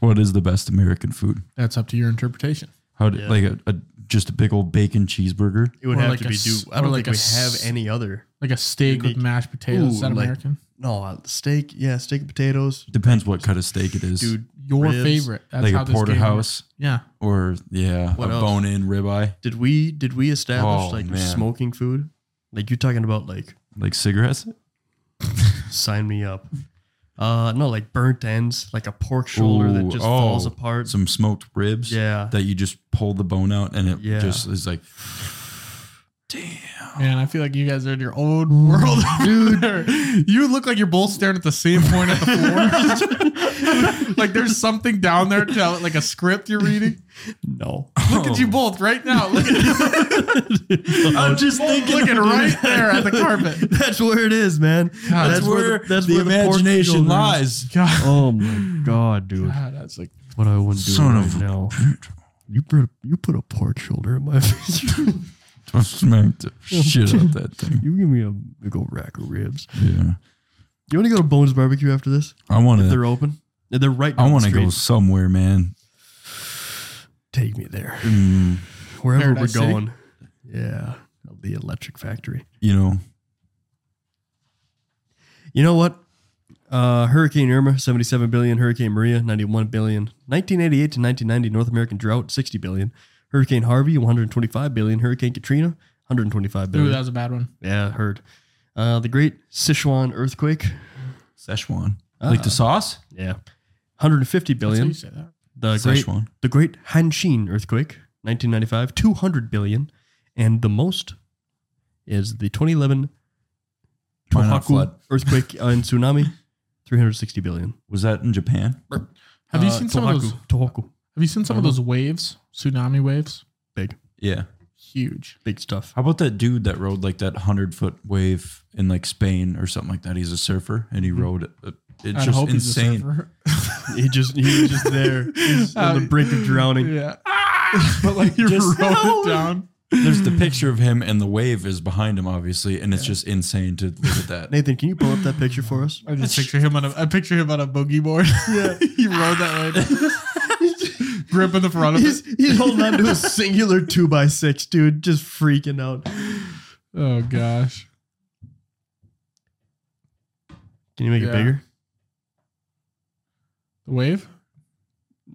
Speaker 3: what is the best American food?
Speaker 1: That's up to your interpretation.
Speaker 3: How do,
Speaker 2: Yeah.
Speaker 3: like a, a just a big old bacon cheeseburger?
Speaker 2: It would
Speaker 1: Or
Speaker 2: have
Speaker 1: like
Speaker 2: to
Speaker 1: a
Speaker 2: be do.
Speaker 1: s-
Speaker 2: I don't
Speaker 1: or like
Speaker 2: think
Speaker 1: a
Speaker 2: we have
Speaker 1: s-
Speaker 2: any other.
Speaker 1: Like a steak with
Speaker 2: Unique.
Speaker 1: mashed potatoes. Is
Speaker 2: Ooh,
Speaker 1: that
Speaker 2: like-
Speaker 1: American?
Speaker 2: No, uh, steak. Yeah, steak and potatoes.
Speaker 3: Depends what cut of steak it is.
Speaker 2: Dude,
Speaker 1: Your
Speaker 2: ribs.
Speaker 1: favorite. That's
Speaker 3: like
Speaker 1: how
Speaker 3: a
Speaker 1: this game works.
Speaker 3: porterhouse
Speaker 1: Yeah.
Speaker 3: or yeah,
Speaker 2: What
Speaker 3: a
Speaker 2: else?
Speaker 3: bone-in ribeye,
Speaker 2: Did we did we establish
Speaker 3: Oh,
Speaker 2: like
Speaker 3: man.
Speaker 2: smoking food? Like you're talking about like
Speaker 3: like cigarettes.
Speaker 2: sign me up. Uh no, like burnt ends, like a pork shoulder that
Speaker 3: Ooh,
Speaker 2: just
Speaker 3: oh,
Speaker 2: falls apart.
Speaker 3: Some smoked ribs.
Speaker 2: yeah.
Speaker 3: that you just pull the bone out and it
Speaker 2: Yeah.
Speaker 3: just is like
Speaker 1: Man, I feel like you guys are in your own *laughs* world, dude. *laughs* you look like you're both staring at the same point at the floor. *laughs* like there's something down there, tell like a script you're reading.
Speaker 2: no.
Speaker 1: Look at you both right now. Look at *laughs*
Speaker 2: I'm just thinking
Speaker 1: looking
Speaker 2: of-
Speaker 1: right there at the
Speaker 2: *laughs*
Speaker 1: carpet.
Speaker 2: *laughs* That's where it is, man.
Speaker 1: God,
Speaker 2: that's where the, that's where pork shoulder is.
Speaker 3: *laughs*
Speaker 1: God,
Speaker 2: Oh my god, dude.
Speaker 1: God, Ah, that's like
Speaker 2: What I wouldn't do
Speaker 3: Son
Speaker 2: right
Speaker 3: of a
Speaker 2: now. You put a, you put a pork shoulder in my *laughs* face.
Speaker 3: I smacked the shit out of that thing.
Speaker 2: you give me a big old rack of ribs.
Speaker 3: Yeah,
Speaker 2: You want to go to Bones Barbecue after this?
Speaker 3: I want
Speaker 2: If they're
Speaker 3: to.
Speaker 2: open, they're right. Down
Speaker 3: I
Speaker 2: the
Speaker 3: want to go
Speaker 2: street.
Speaker 3: somewhere, man.
Speaker 2: Take me there.
Speaker 3: Mm,
Speaker 2: Wherever
Speaker 1: Paradise
Speaker 2: we're
Speaker 1: City?
Speaker 2: going. Yeah. The electric factory.
Speaker 3: you know,
Speaker 2: You know what? Uh, Hurricane Irma, 77 billion. Hurricane Maria, 91 billion. 1988 to 1990, North American drought, 60 billion. Hurricane Harvey, 125 billion. Hurricane Katrina, 125
Speaker 1: ooh,
Speaker 2: billion.
Speaker 1: that was a bad one.
Speaker 2: yeah, heard. Uh, the Great Sichuan Earthquake.
Speaker 3: Szechuan,
Speaker 1: Ah.
Speaker 3: like the sauce.
Speaker 2: Yeah. 150
Speaker 1: That's how you
Speaker 2: billion.
Speaker 1: say that.
Speaker 2: The Great
Speaker 3: Szechuan.
Speaker 2: The Great Hanshin Earthquake, 1995, 200 billion. And the most is the 2011
Speaker 3: Why not
Speaker 2: Tohoku
Speaker 3: flood?
Speaker 2: earthquake and
Speaker 1: *laughs*
Speaker 2: tsunami, 360 billion.
Speaker 3: Was that in Japan?
Speaker 1: Have you
Speaker 2: Uh,
Speaker 1: seen some of those?
Speaker 2: Tohoku- Tohoku.
Speaker 1: Have you seen some of those waves? Tsunami waves?
Speaker 2: Big,
Speaker 3: Yeah.
Speaker 1: Huge.
Speaker 2: big stuff.
Speaker 3: How about that dude that rode like that hundred foot wave in like Spain or something like that? He's a surfer and he rode. uh, It's
Speaker 1: Hmm. I'd
Speaker 3: just
Speaker 1: hope he's a
Speaker 3: insane.
Speaker 1: surfer.
Speaker 2: He just, he was just there *laughs* He's on the
Speaker 1: Uh,
Speaker 2: brink of drowning.
Speaker 1: Yeah. *laughs* but like *laughs* you
Speaker 3: Just-
Speaker 1: wrote
Speaker 3: No.
Speaker 1: it down.
Speaker 3: *laughs* There's the picture of him and the wave is behind him, obviously, and it's just insane to look
Speaker 1: *laughs*
Speaker 3: at that.
Speaker 2: Nathan, can you pull up that picture for us?
Speaker 1: I just picture him on a I picture him on a boogie board. *laughs* Yeah. he rode
Speaker 3: *laughs*
Speaker 1: that way. Gripping the front of
Speaker 2: *laughs* He's,
Speaker 1: it.
Speaker 2: he's holding on to a singular two by six, dude, just freaking out.
Speaker 1: Oh gosh.
Speaker 2: Can you make it
Speaker 1: Yeah.
Speaker 2: bigger?
Speaker 1: The wave?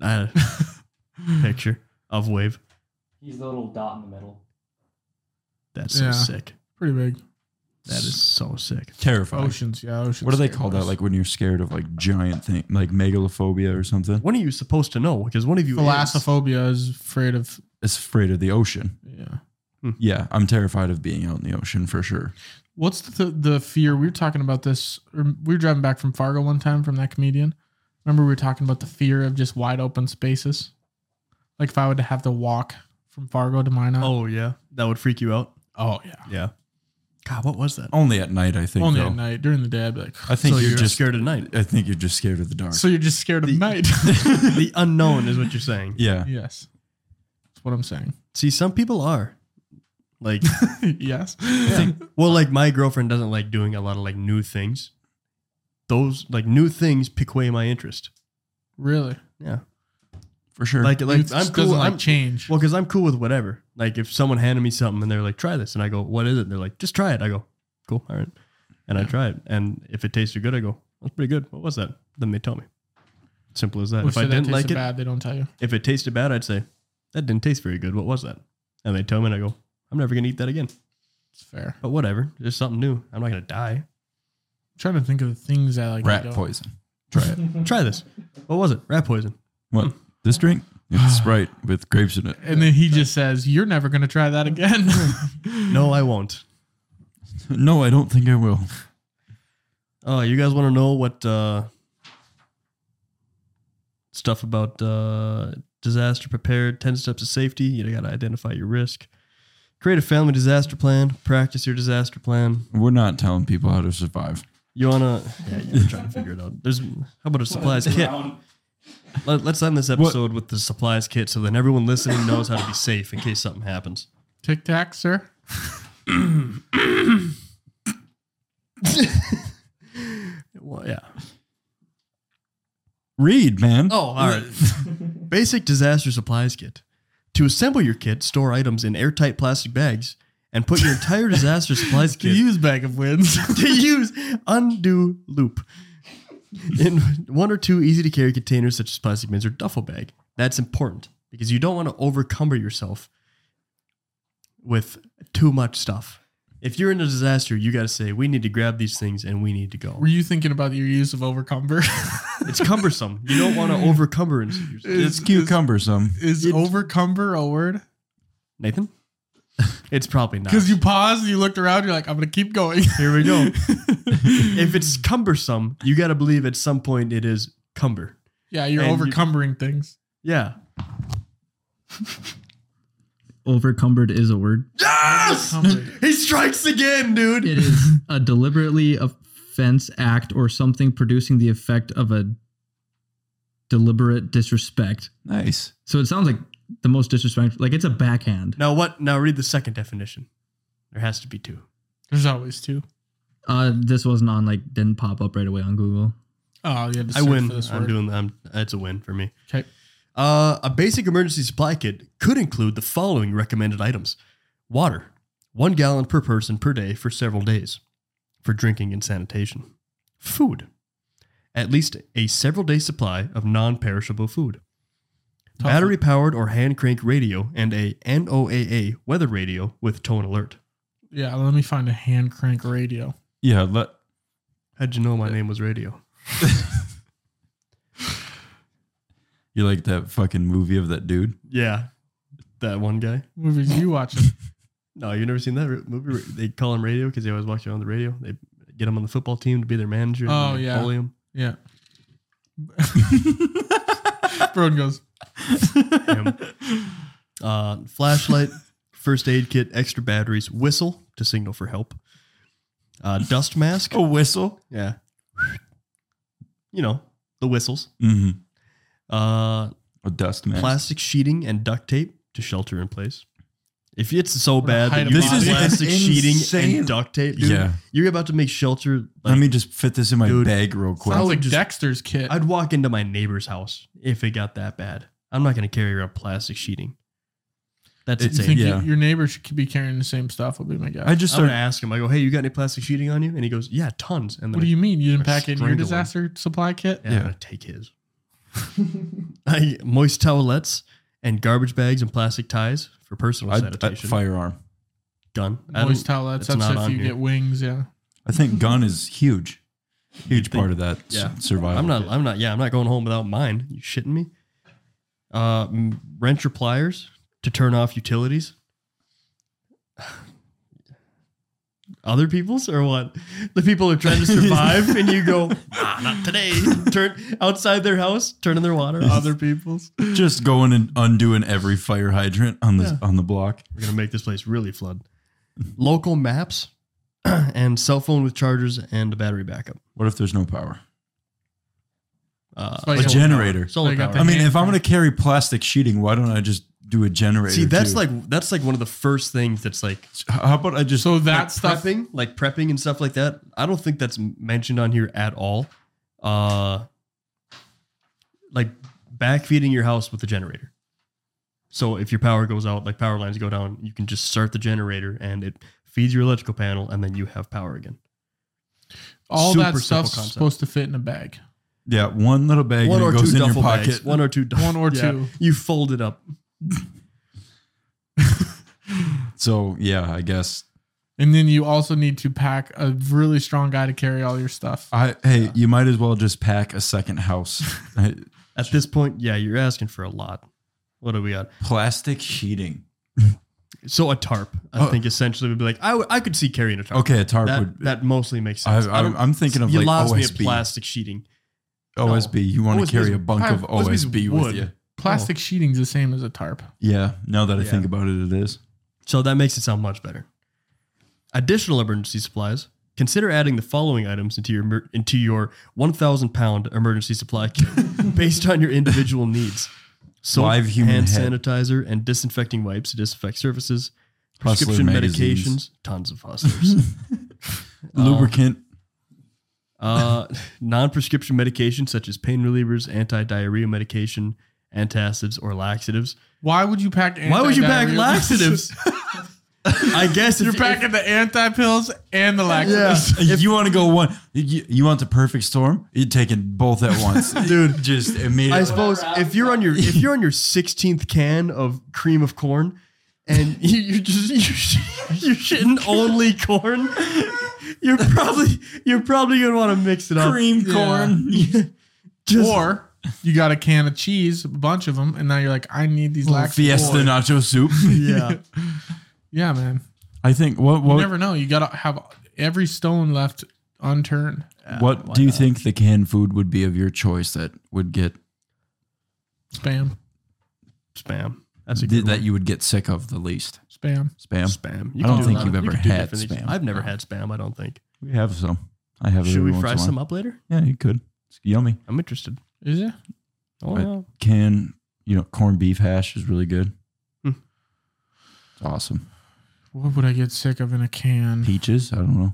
Speaker 2: Uh, *laughs* picture of wave.
Speaker 5: He's the little dot in the middle.
Speaker 2: That's so
Speaker 1: Yeah.
Speaker 2: sick.
Speaker 1: Pretty big.
Speaker 2: That is so sick.
Speaker 3: Terrifying.
Speaker 1: Oceans, yeah, oceans.
Speaker 3: What do they
Speaker 1: scare
Speaker 3: call
Speaker 1: worse.
Speaker 3: that? Like when you're scared of like giant thing, like megalophobia or something.
Speaker 2: One of you is supposed to know because one of you is.
Speaker 1: Thalassophobia is afraid of
Speaker 3: It's afraid of the ocean.
Speaker 1: yeah.
Speaker 3: Yeah, I'm terrified of being out in the ocean for sure.
Speaker 1: What's the the fear? We were talking about this. or We were driving back from Fargo one time from that comedian. Remember we were talking about the fear of just wide open spaces. Like if I would
Speaker 3: Oh.
Speaker 1: have to walk from Fargo to Minot.
Speaker 2: Oh yeah, that would freak you out.
Speaker 1: oh yeah.
Speaker 2: Yeah, God, what was that?
Speaker 3: Only at night, I think.
Speaker 1: Only
Speaker 3: though.
Speaker 1: at night. During the day, I'd be like,
Speaker 3: I think
Speaker 2: so
Speaker 3: you're,
Speaker 2: you're
Speaker 3: just
Speaker 2: scared at night.
Speaker 3: I think you're just scared of the dark.
Speaker 1: so you're just scared of
Speaker 2: *laughs*
Speaker 1: night. *laughs*
Speaker 2: the unknown is what you're saying.
Speaker 3: yeah.
Speaker 1: yes. That's what I'm
Speaker 2: *laughs*
Speaker 1: saying.
Speaker 2: See, some people are
Speaker 1: *laughs*
Speaker 2: like,
Speaker 1: yes.
Speaker 2: well, like my girlfriend doesn't like doing a lot of like new things. Those like new things pick away my interest.
Speaker 1: Really.
Speaker 2: Yeah,
Speaker 3: for sure.
Speaker 2: like like
Speaker 1: Youth
Speaker 2: I'm
Speaker 1: just
Speaker 2: cool.
Speaker 1: doesn't like
Speaker 2: I'm,
Speaker 1: change.
Speaker 2: well, because I'm cool with whatever. Like if someone handed me something and they're like, "Try this," and I go, "What is it?" They're like, "Just try it." I go, "Cool, all right," and I try it. And if it tasted good, I go, "That's pretty good." What was that? Then they tell me. Simple as that.
Speaker 1: Well,
Speaker 2: if I
Speaker 1: say that
Speaker 2: didn't
Speaker 1: tasted
Speaker 2: like it,
Speaker 1: bad, they don't tell you.
Speaker 2: if it tasted bad, I'd say that didn't taste very good. What was that? And they tell me, and I go, "I'm never gonna eat that again."
Speaker 1: It's fair.
Speaker 2: But whatever, there's something new. I'm not gonna die.
Speaker 1: I'm trying to think of the things that like I
Speaker 3: Rat
Speaker 1: don't- *laughs*
Speaker 3: poison. Try it.
Speaker 2: Try this. What was it? Rat poison.
Speaker 3: What?
Speaker 2: Hmm.
Speaker 3: This drink?
Speaker 2: *sighs*
Speaker 3: It's Sprite with grapes in it.
Speaker 1: And then he just says, "You're never gonna try that again." *laughs*
Speaker 2: No, I won't.
Speaker 3: No, I don't think I will.
Speaker 2: Oh, you guys want to know what uh, stuff about uh, disaster prepared, 10 steps of safety? You got to identify your risk, create a family disaster plan, practice your disaster plan.
Speaker 3: We're not telling people how to survive.
Speaker 2: You want to, yeah, you're trying to figure it out. There's, how about a supplies kit? Let, let's end this episode with the supplies kit so then everyone listening knows how to be safe in case something happens.
Speaker 1: Tic Tac, sir.
Speaker 2: Well, yeah.
Speaker 3: Read, man.
Speaker 2: Oh, all right. *laughs* Basic disaster supplies kit. To assemble your kit, store items in airtight plastic bags and put your entire disaster *laughs* supplies
Speaker 1: The
Speaker 2: kit
Speaker 1: use bag of wins. *laughs*
Speaker 2: to use undo loop in one or two easy to carry containers such as plastic bins or duffel bag. That's important because you don't want to overcumber yourself with too much stuff. If you're in a disaster, you got to say, we need to grab these things and we need to go. *laughs*
Speaker 1: Were you thinking about your use of overcumber? *laughs*
Speaker 2: It's cumbersome. You don't want to overcumber yourself.
Speaker 3: it's cucumbersome.
Speaker 1: Is overcumber a word?
Speaker 2: Nathan? It's probably not. *laughs*
Speaker 1: Because you paused, you looked around, you're like, "I'm gonna keep going." Here we go.
Speaker 2: if it's cumbersome, you got to believe at some point it is cumber.
Speaker 1: *laughs* yeah, you're
Speaker 2: And you-
Speaker 1: overcumbering
Speaker 2: *laughs*
Speaker 1: things.
Speaker 2: Yeah.
Speaker 4: Overcumbered is
Speaker 3: *laughs*
Speaker 4: a word.
Speaker 2: Yes!
Speaker 1: Cumbered.
Speaker 2: He strikes again, dude.
Speaker 4: It is a deliberately offense act or something producing the effect of a deliberate disrespect.
Speaker 3: Nice.
Speaker 4: So it sounds like the most disrespectful. Like it's a backhand.
Speaker 2: Now what? Now read the second definition. There has to be two.
Speaker 1: There's always two.
Speaker 4: Uh, this wasn't on like didn't pop up right away on Google.
Speaker 1: Oh, yeah.
Speaker 2: I win. I'm doing. I'm. That's a win for me.
Speaker 1: Okay.
Speaker 2: Uh, a basic emergency supply kit could include the following recommended items: water, one gallon per person per day for several days, for drinking and sanitation; food, at least a several-day supply of non-perishable food; battery-powered or hand crank radio, and a NOAA weather radio with tone alert.
Speaker 1: Yeah, let me find a hand crank radio.
Speaker 3: Yeah, let
Speaker 2: How'd you know my name was radio?
Speaker 3: you like that fucking movie of that dude?
Speaker 2: Yeah, that one guy.
Speaker 1: Movies you
Speaker 2: *laughs*
Speaker 1: watching?
Speaker 2: No, you've never seen that r- movie. where They call him radio because they always watch it on the radio. They get him on the football team to be their manager. and
Speaker 1: Oh,
Speaker 2: they
Speaker 1: yeah. *laughs*
Speaker 2: bully him.
Speaker 1: Yeah. Broden goes.
Speaker 2: him. Uh, flashlight, first aid kit, extra batteries, whistle to signal for help, uh,
Speaker 1: *laughs*
Speaker 2: dust mask.
Speaker 3: A whistle?
Speaker 2: Yeah, you know the whistles.
Speaker 3: hmm
Speaker 2: Uh,
Speaker 3: A dust mask.
Speaker 2: plastic sheeting and duct tape to shelter in place. If it's so
Speaker 1: to
Speaker 2: bad
Speaker 1: hide a
Speaker 2: that you
Speaker 1: body.
Speaker 2: need
Speaker 1: This is
Speaker 2: plastic
Speaker 3: an
Speaker 2: sheeting
Speaker 3: insane-
Speaker 2: and duct tape, dude,
Speaker 3: Yeah.
Speaker 2: you're about to make shelter.
Speaker 3: Let me just fit this in my
Speaker 2: Dude.
Speaker 3: bag real quick.
Speaker 1: Sounds like
Speaker 2: just-
Speaker 1: Dexter's kit.
Speaker 2: *laughs* I'd walk into my neighbor's house if it got that bad. I'm not going to carry around plastic sheeting. That's
Speaker 3: It-
Speaker 1: you
Speaker 2: insane.
Speaker 1: think you-
Speaker 3: yeah.
Speaker 1: your neighbor should be carrying the same stuff? Would be my guess.
Speaker 3: I just
Speaker 2: I'm going to
Speaker 3: started.
Speaker 2: ask him. I go, "Hey, you got any plastic sheeting on you?" And he goes, "Yeah, tons." And then
Speaker 1: What do you mean you didn't
Speaker 2: I
Speaker 1: pack in your
Speaker 2: strangle
Speaker 1: disaster supply kit?
Speaker 2: I, yeah, I'm gonna take his. *laughs* I, moist towelettes and garbage bags and plastic ties for personal
Speaker 3: I'd, I'd
Speaker 2: sanitation.
Speaker 3: firearm.
Speaker 2: Gun. I
Speaker 1: Moist
Speaker 2: don't-
Speaker 1: towelettes.
Speaker 2: it's
Speaker 1: That's
Speaker 2: not
Speaker 1: if
Speaker 2: on
Speaker 1: you
Speaker 2: here.
Speaker 1: get wings. Yeah.
Speaker 2: *laughs*
Speaker 3: I think gun is huge, huge part of that
Speaker 2: Yeah.
Speaker 3: s- survival.
Speaker 2: I'm not.
Speaker 3: kit.
Speaker 2: I'm not. Yeah, I'm not going home without mine. You shitting me? Uh, m- wrench or pliers to turn off utilities. *sighs* Other people's or what? The people are trying to survive, and you go, nah, not today. *laughs* Turn outside their house, turning their water. off.
Speaker 1: Other people's.
Speaker 3: just going and undoing every fire hydrant on the
Speaker 2: Yeah.
Speaker 3: on the block.
Speaker 2: We're gonna make this place really flood. Local maps. *clears throat* and cell phone with chargers and a battery backup.
Speaker 3: What if there's no power?
Speaker 2: Uh,
Speaker 1: like
Speaker 3: A
Speaker 1: Solar
Speaker 3: generator.
Speaker 2: solar
Speaker 1: They got
Speaker 2: power.
Speaker 1: the
Speaker 3: I mean, if I'm gonna carry plastic sheeting, why don't I just do a generator?
Speaker 2: See, that's
Speaker 3: too?
Speaker 2: like that's like one of the first things that's like
Speaker 3: how about I just
Speaker 1: So that stuff.
Speaker 2: prepping, like prepping and stuff like that. I don't think that's mentioned on here at all. Uh, like backfeeding your house with a generator. So if your power goes out, like power lines go down, you can just start the generator and it feeds your electrical panel, and then you have power again.
Speaker 1: All that
Speaker 2: Super simple
Speaker 1: stuff's
Speaker 2: concept.
Speaker 1: supposed to fit in a bag.
Speaker 3: yeah, one little bag
Speaker 2: One
Speaker 3: and
Speaker 2: or
Speaker 3: it
Speaker 2: two
Speaker 3: goes in your
Speaker 2: duffel
Speaker 3: pocket.
Speaker 2: bags. One or two. duff-
Speaker 1: One or
Speaker 2: Yeah.
Speaker 1: two.
Speaker 2: You fold it up.
Speaker 3: So yeah, I guess
Speaker 1: And then you also need to pack a really strong guy to carry all your stuff.
Speaker 3: I hey, you might as well just pack a second
Speaker 2: *laughs*
Speaker 3: house. I-
Speaker 2: At this point, yeah, you're asking for a lot. What do we got?
Speaker 3: plastic sheeting.
Speaker 2: So a tarp, I
Speaker 3: Oh.
Speaker 2: think essentially would be like I would- I could see carrying a tarp.
Speaker 3: Okay, a tarp
Speaker 2: that
Speaker 3: would.
Speaker 2: that mostly makes
Speaker 3: I,
Speaker 2: sense. I don't-
Speaker 3: I, am thinking of
Speaker 2: you
Speaker 3: like
Speaker 2: lost me at
Speaker 3: OSB.
Speaker 2: plastic sheeting.
Speaker 3: OSB. You want
Speaker 2: OSB
Speaker 3: to carry a bunk
Speaker 1: I-
Speaker 3: of
Speaker 1: OSB 's
Speaker 3: OSB
Speaker 1: wood.
Speaker 3: with you?
Speaker 2: Oh.
Speaker 1: Plastic sheeting's the same as a tarp.
Speaker 3: Yeah. Now that I
Speaker 2: Yeah.
Speaker 3: think about it, it is.
Speaker 2: So that makes it sound much better. Additional emergency supplies. Consider adding the following items into your emer- into your 1,000 pound emergency supply kit
Speaker 3: *laughs*
Speaker 2: based on your individual needs. Soap,
Speaker 3: Live human
Speaker 2: hand
Speaker 3: head.
Speaker 2: sanitizer, and disinfecting wipes to disinfect surfaces.
Speaker 3: Hustler
Speaker 2: Prescription
Speaker 3: magazines.
Speaker 2: medications, tons of hustlers.
Speaker 3: *laughs*
Speaker 2: Oh.
Speaker 3: Lubricant.
Speaker 2: Uh, non-prescription medications such as pain relievers, anti-diarrhea medication, antacids, or laxatives.
Speaker 1: Why would you pack?
Speaker 2: Why would you pack
Speaker 1: anti-diarrhea-
Speaker 2: laxatives? I guess
Speaker 1: *laughs* You're
Speaker 2: if,
Speaker 1: packing the anti pills and the
Speaker 2: *laughs*
Speaker 1: laxatives.
Speaker 3: you want to go one? You, you want the perfect storm? You're taking both at
Speaker 2: *laughs*
Speaker 3: once, dude. Just immediately.
Speaker 2: I suppose if you're on your if you're on your 16th can of cream of corn, and *laughs* you, you're just you sh- you're shitting only corn, you're probably you're probably gonna want to mix it up.
Speaker 3: cream corn.
Speaker 2: Just-
Speaker 1: Or you got a can of cheese, a bunch of them, and now you're like, I need these laxatives.
Speaker 3: *laughs* Fiesta nacho soup.
Speaker 2: *laughs* yeah,
Speaker 1: Yeah, man.
Speaker 3: I think. What?
Speaker 1: You
Speaker 3: What?
Speaker 1: never know. You got to have every stone left unturned.
Speaker 3: what do you think the canned food would be of your choice that would get
Speaker 1: Spam,
Speaker 2: spam. That's a
Speaker 3: th-
Speaker 2: good
Speaker 3: that you would get sick of the least?
Speaker 1: spam.
Speaker 3: Spam.
Speaker 2: spam. You can
Speaker 3: I don't
Speaker 2: do a
Speaker 3: think
Speaker 2: lot
Speaker 3: you've
Speaker 2: of- you
Speaker 3: ever
Speaker 2: can do
Speaker 3: had
Speaker 2: different things.
Speaker 3: spam.
Speaker 2: I've never had spam. I don't think.
Speaker 3: We have some. I have. it
Speaker 2: Should
Speaker 3: every
Speaker 2: we
Speaker 3: once
Speaker 2: fry
Speaker 3: in a while.
Speaker 2: some up later?
Speaker 3: Yeah, you could. It's yummy.
Speaker 2: I'm interested.
Speaker 1: Is it?
Speaker 2: Oh,
Speaker 3: But- Can you know corned beef hash is really good.
Speaker 2: Hmm.
Speaker 3: It's awesome.
Speaker 1: What would I get sick of in a can?
Speaker 3: Peaches. I don't know.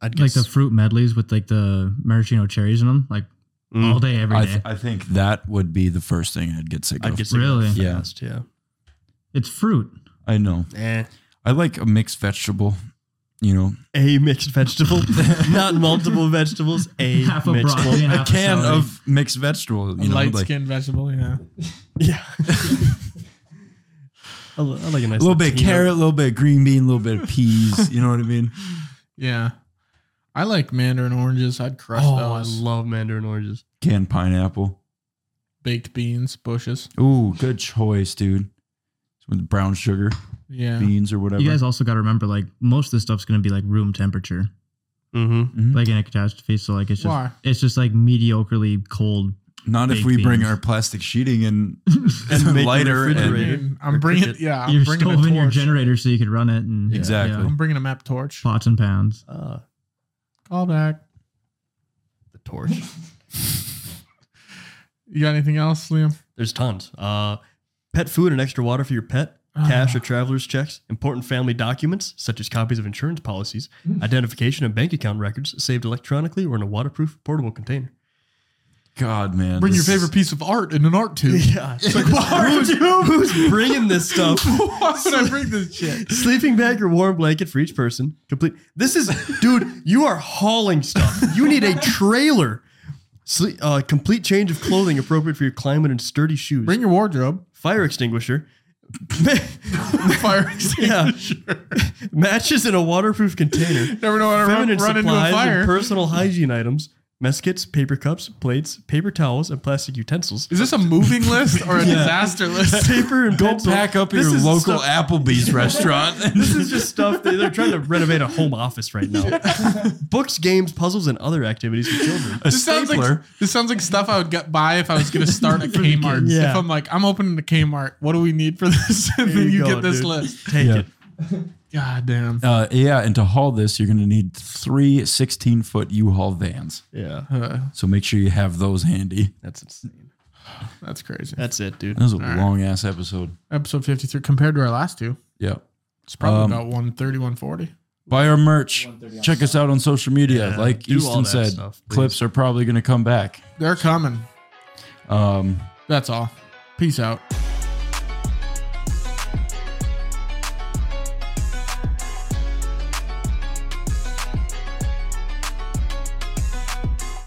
Speaker 2: I'd
Speaker 4: Like
Speaker 2: guess.
Speaker 4: the fruit medleys with like the maraschino cherries in them, like
Speaker 2: Mm.
Speaker 4: all day, every day.
Speaker 3: I, th- I think that would be the first thing I'd get sick
Speaker 2: I'd
Speaker 3: of.
Speaker 2: get sick of
Speaker 4: Really?
Speaker 2: it
Speaker 3: Yeah.
Speaker 2: fast, yeah.
Speaker 4: it's fruit.
Speaker 3: I know.
Speaker 2: Eh.
Speaker 3: I like a mixed vegetable. You know,
Speaker 2: A mixed
Speaker 4: *laughs*
Speaker 2: vegetable, not multiple vegetables. A
Speaker 4: Half a
Speaker 2: mixed
Speaker 4: broccoli
Speaker 2: one.
Speaker 4: and
Speaker 3: a
Speaker 4: half a
Speaker 3: can
Speaker 4: celery.
Speaker 3: of mixed vegetable. You know,
Speaker 1: Light
Speaker 3: like
Speaker 1: skinned vegetable, yeah.
Speaker 2: Yeah. *laughs* I li- I like a nice
Speaker 3: a little bit of
Speaker 2: Latino.
Speaker 3: carrot, a little bit of green bean, a little bit of peas. you know what I mean?
Speaker 1: Yeah. I like mandarin oranges. I'd crush
Speaker 2: Oh, I
Speaker 1: those.
Speaker 2: love mandarin oranges.
Speaker 3: Canned pineapple.
Speaker 1: Baked beans, bushes.
Speaker 3: Ooh, good choice, dude. With brown sugar,
Speaker 1: Yeah.
Speaker 3: beans, or whatever.
Speaker 4: You guys also got to remember, like most of the stuff's gonna be like room temperature,
Speaker 2: Mm-hmm.
Speaker 3: Mhm.
Speaker 4: like in a catastrophe. So like it's just
Speaker 1: Why?
Speaker 4: it's just like mediocrely cold. *laughs*
Speaker 3: Not if
Speaker 4: baked
Speaker 3: we bring
Speaker 4: beans.
Speaker 3: our plastic sheeting and,
Speaker 2: And
Speaker 3: and
Speaker 2: make a
Speaker 3: lighter.
Speaker 1: I
Speaker 2: refrigerator.
Speaker 3: And,
Speaker 1: mean, I'm
Speaker 2: Or
Speaker 1: bringing,
Speaker 2: cricket.
Speaker 1: yeah. I'm
Speaker 4: your
Speaker 1: bringing a
Speaker 4: stove and your
Speaker 1: torch.
Speaker 4: generator, so you could run it and
Speaker 3: Exactly.
Speaker 1: I'm bringing a map torch.
Speaker 4: pots and pounds.
Speaker 2: Uh,
Speaker 1: Call back.
Speaker 2: the torch.
Speaker 1: You got anything else, Liam?
Speaker 2: *laughs* There's tons. Uh, pet food and extra water for your pet. Cash or traveler's checks, important family documents such as copies of insurance policies, identification and bank account records saved electronically or in a waterproof portable container.
Speaker 3: God, man.
Speaker 1: Bring your
Speaker 3: this is-
Speaker 1: favorite piece of art in an art tube.
Speaker 2: *laughs*
Speaker 1: *laughs*
Speaker 2: Yeah. It's like, who's, who's bringing this *laughs* stuff?
Speaker 1: Why would I bring this shit?
Speaker 2: Sleeping bag or warm blanket for each person. Complete. This is, dude, you are hauling stuff. You need a trailer. Sle- uh, complete change of clothing appropriate for your climate and sturdy shoes.
Speaker 1: Bring your wardrobe. *laughs*
Speaker 2: Fire extinguisher. *laughs*
Speaker 1: Fire extinguisher.
Speaker 2: yeah. Matches in a waterproof container.
Speaker 1: Never know when I run,
Speaker 2: feminine
Speaker 1: run into a
Speaker 2: supplies and
Speaker 1: fire.
Speaker 2: personal hygiene items, mess kits, paper cups, plates, paper towels, and plastic utensils.
Speaker 1: Is this a moving list
Speaker 2: *laughs*
Speaker 1: or a disaster list?
Speaker 2: Paper and
Speaker 3: Go
Speaker 2: pencil.
Speaker 3: pack up
Speaker 2: This
Speaker 3: your
Speaker 2: is
Speaker 3: local
Speaker 2: stuff-
Speaker 3: Applebee's restaurant.
Speaker 2: *laughs* This is just stuff they, they're trying to renovate a home office right now. *laughs* Books, games, puzzles, and other activities for children.
Speaker 3: a
Speaker 1: This sounds like
Speaker 3: stapler.
Speaker 1: this sounds like stuff I would get buy if I was going to
Speaker 2: *laughs*
Speaker 1: start a Kmart.
Speaker 2: Yeah.
Speaker 1: If I'm like, I'm opening a Kmart. What do we need for *laughs* this? and
Speaker 2: There
Speaker 1: then you
Speaker 2: go,
Speaker 1: get this
Speaker 2: dude.
Speaker 1: list.
Speaker 2: Take
Speaker 3: Yeah.
Speaker 2: it.
Speaker 1: God damn.
Speaker 3: Uh, yeah, and to haul this, you're going to need three 16 foot U Haul vans.
Speaker 2: Yeah,
Speaker 1: Uh,
Speaker 3: So make sure you have those handy.
Speaker 2: that's insane.
Speaker 1: that's crazy.
Speaker 2: That's it, dude.
Speaker 3: That was a
Speaker 1: All right.
Speaker 3: long ass episode.
Speaker 1: Episode 53 compared to our last two.
Speaker 3: Yeah.
Speaker 1: It's probably
Speaker 3: Um,
Speaker 1: about 130, 140.
Speaker 3: Buy our merch.
Speaker 5: 130 on
Speaker 3: Check us out on social media.
Speaker 2: Yeah,
Speaker 3: like
Speaker 2: do all
Speaker 3: Easton
Speaker 2: that
Speaker 3: said,
Speaker 2: stuff, please.
Speaker 3: clips are probably going to come back.
Speaker 1: They're coming.
Speaker 3: Um,
Speaker 1: That's all. Peace out.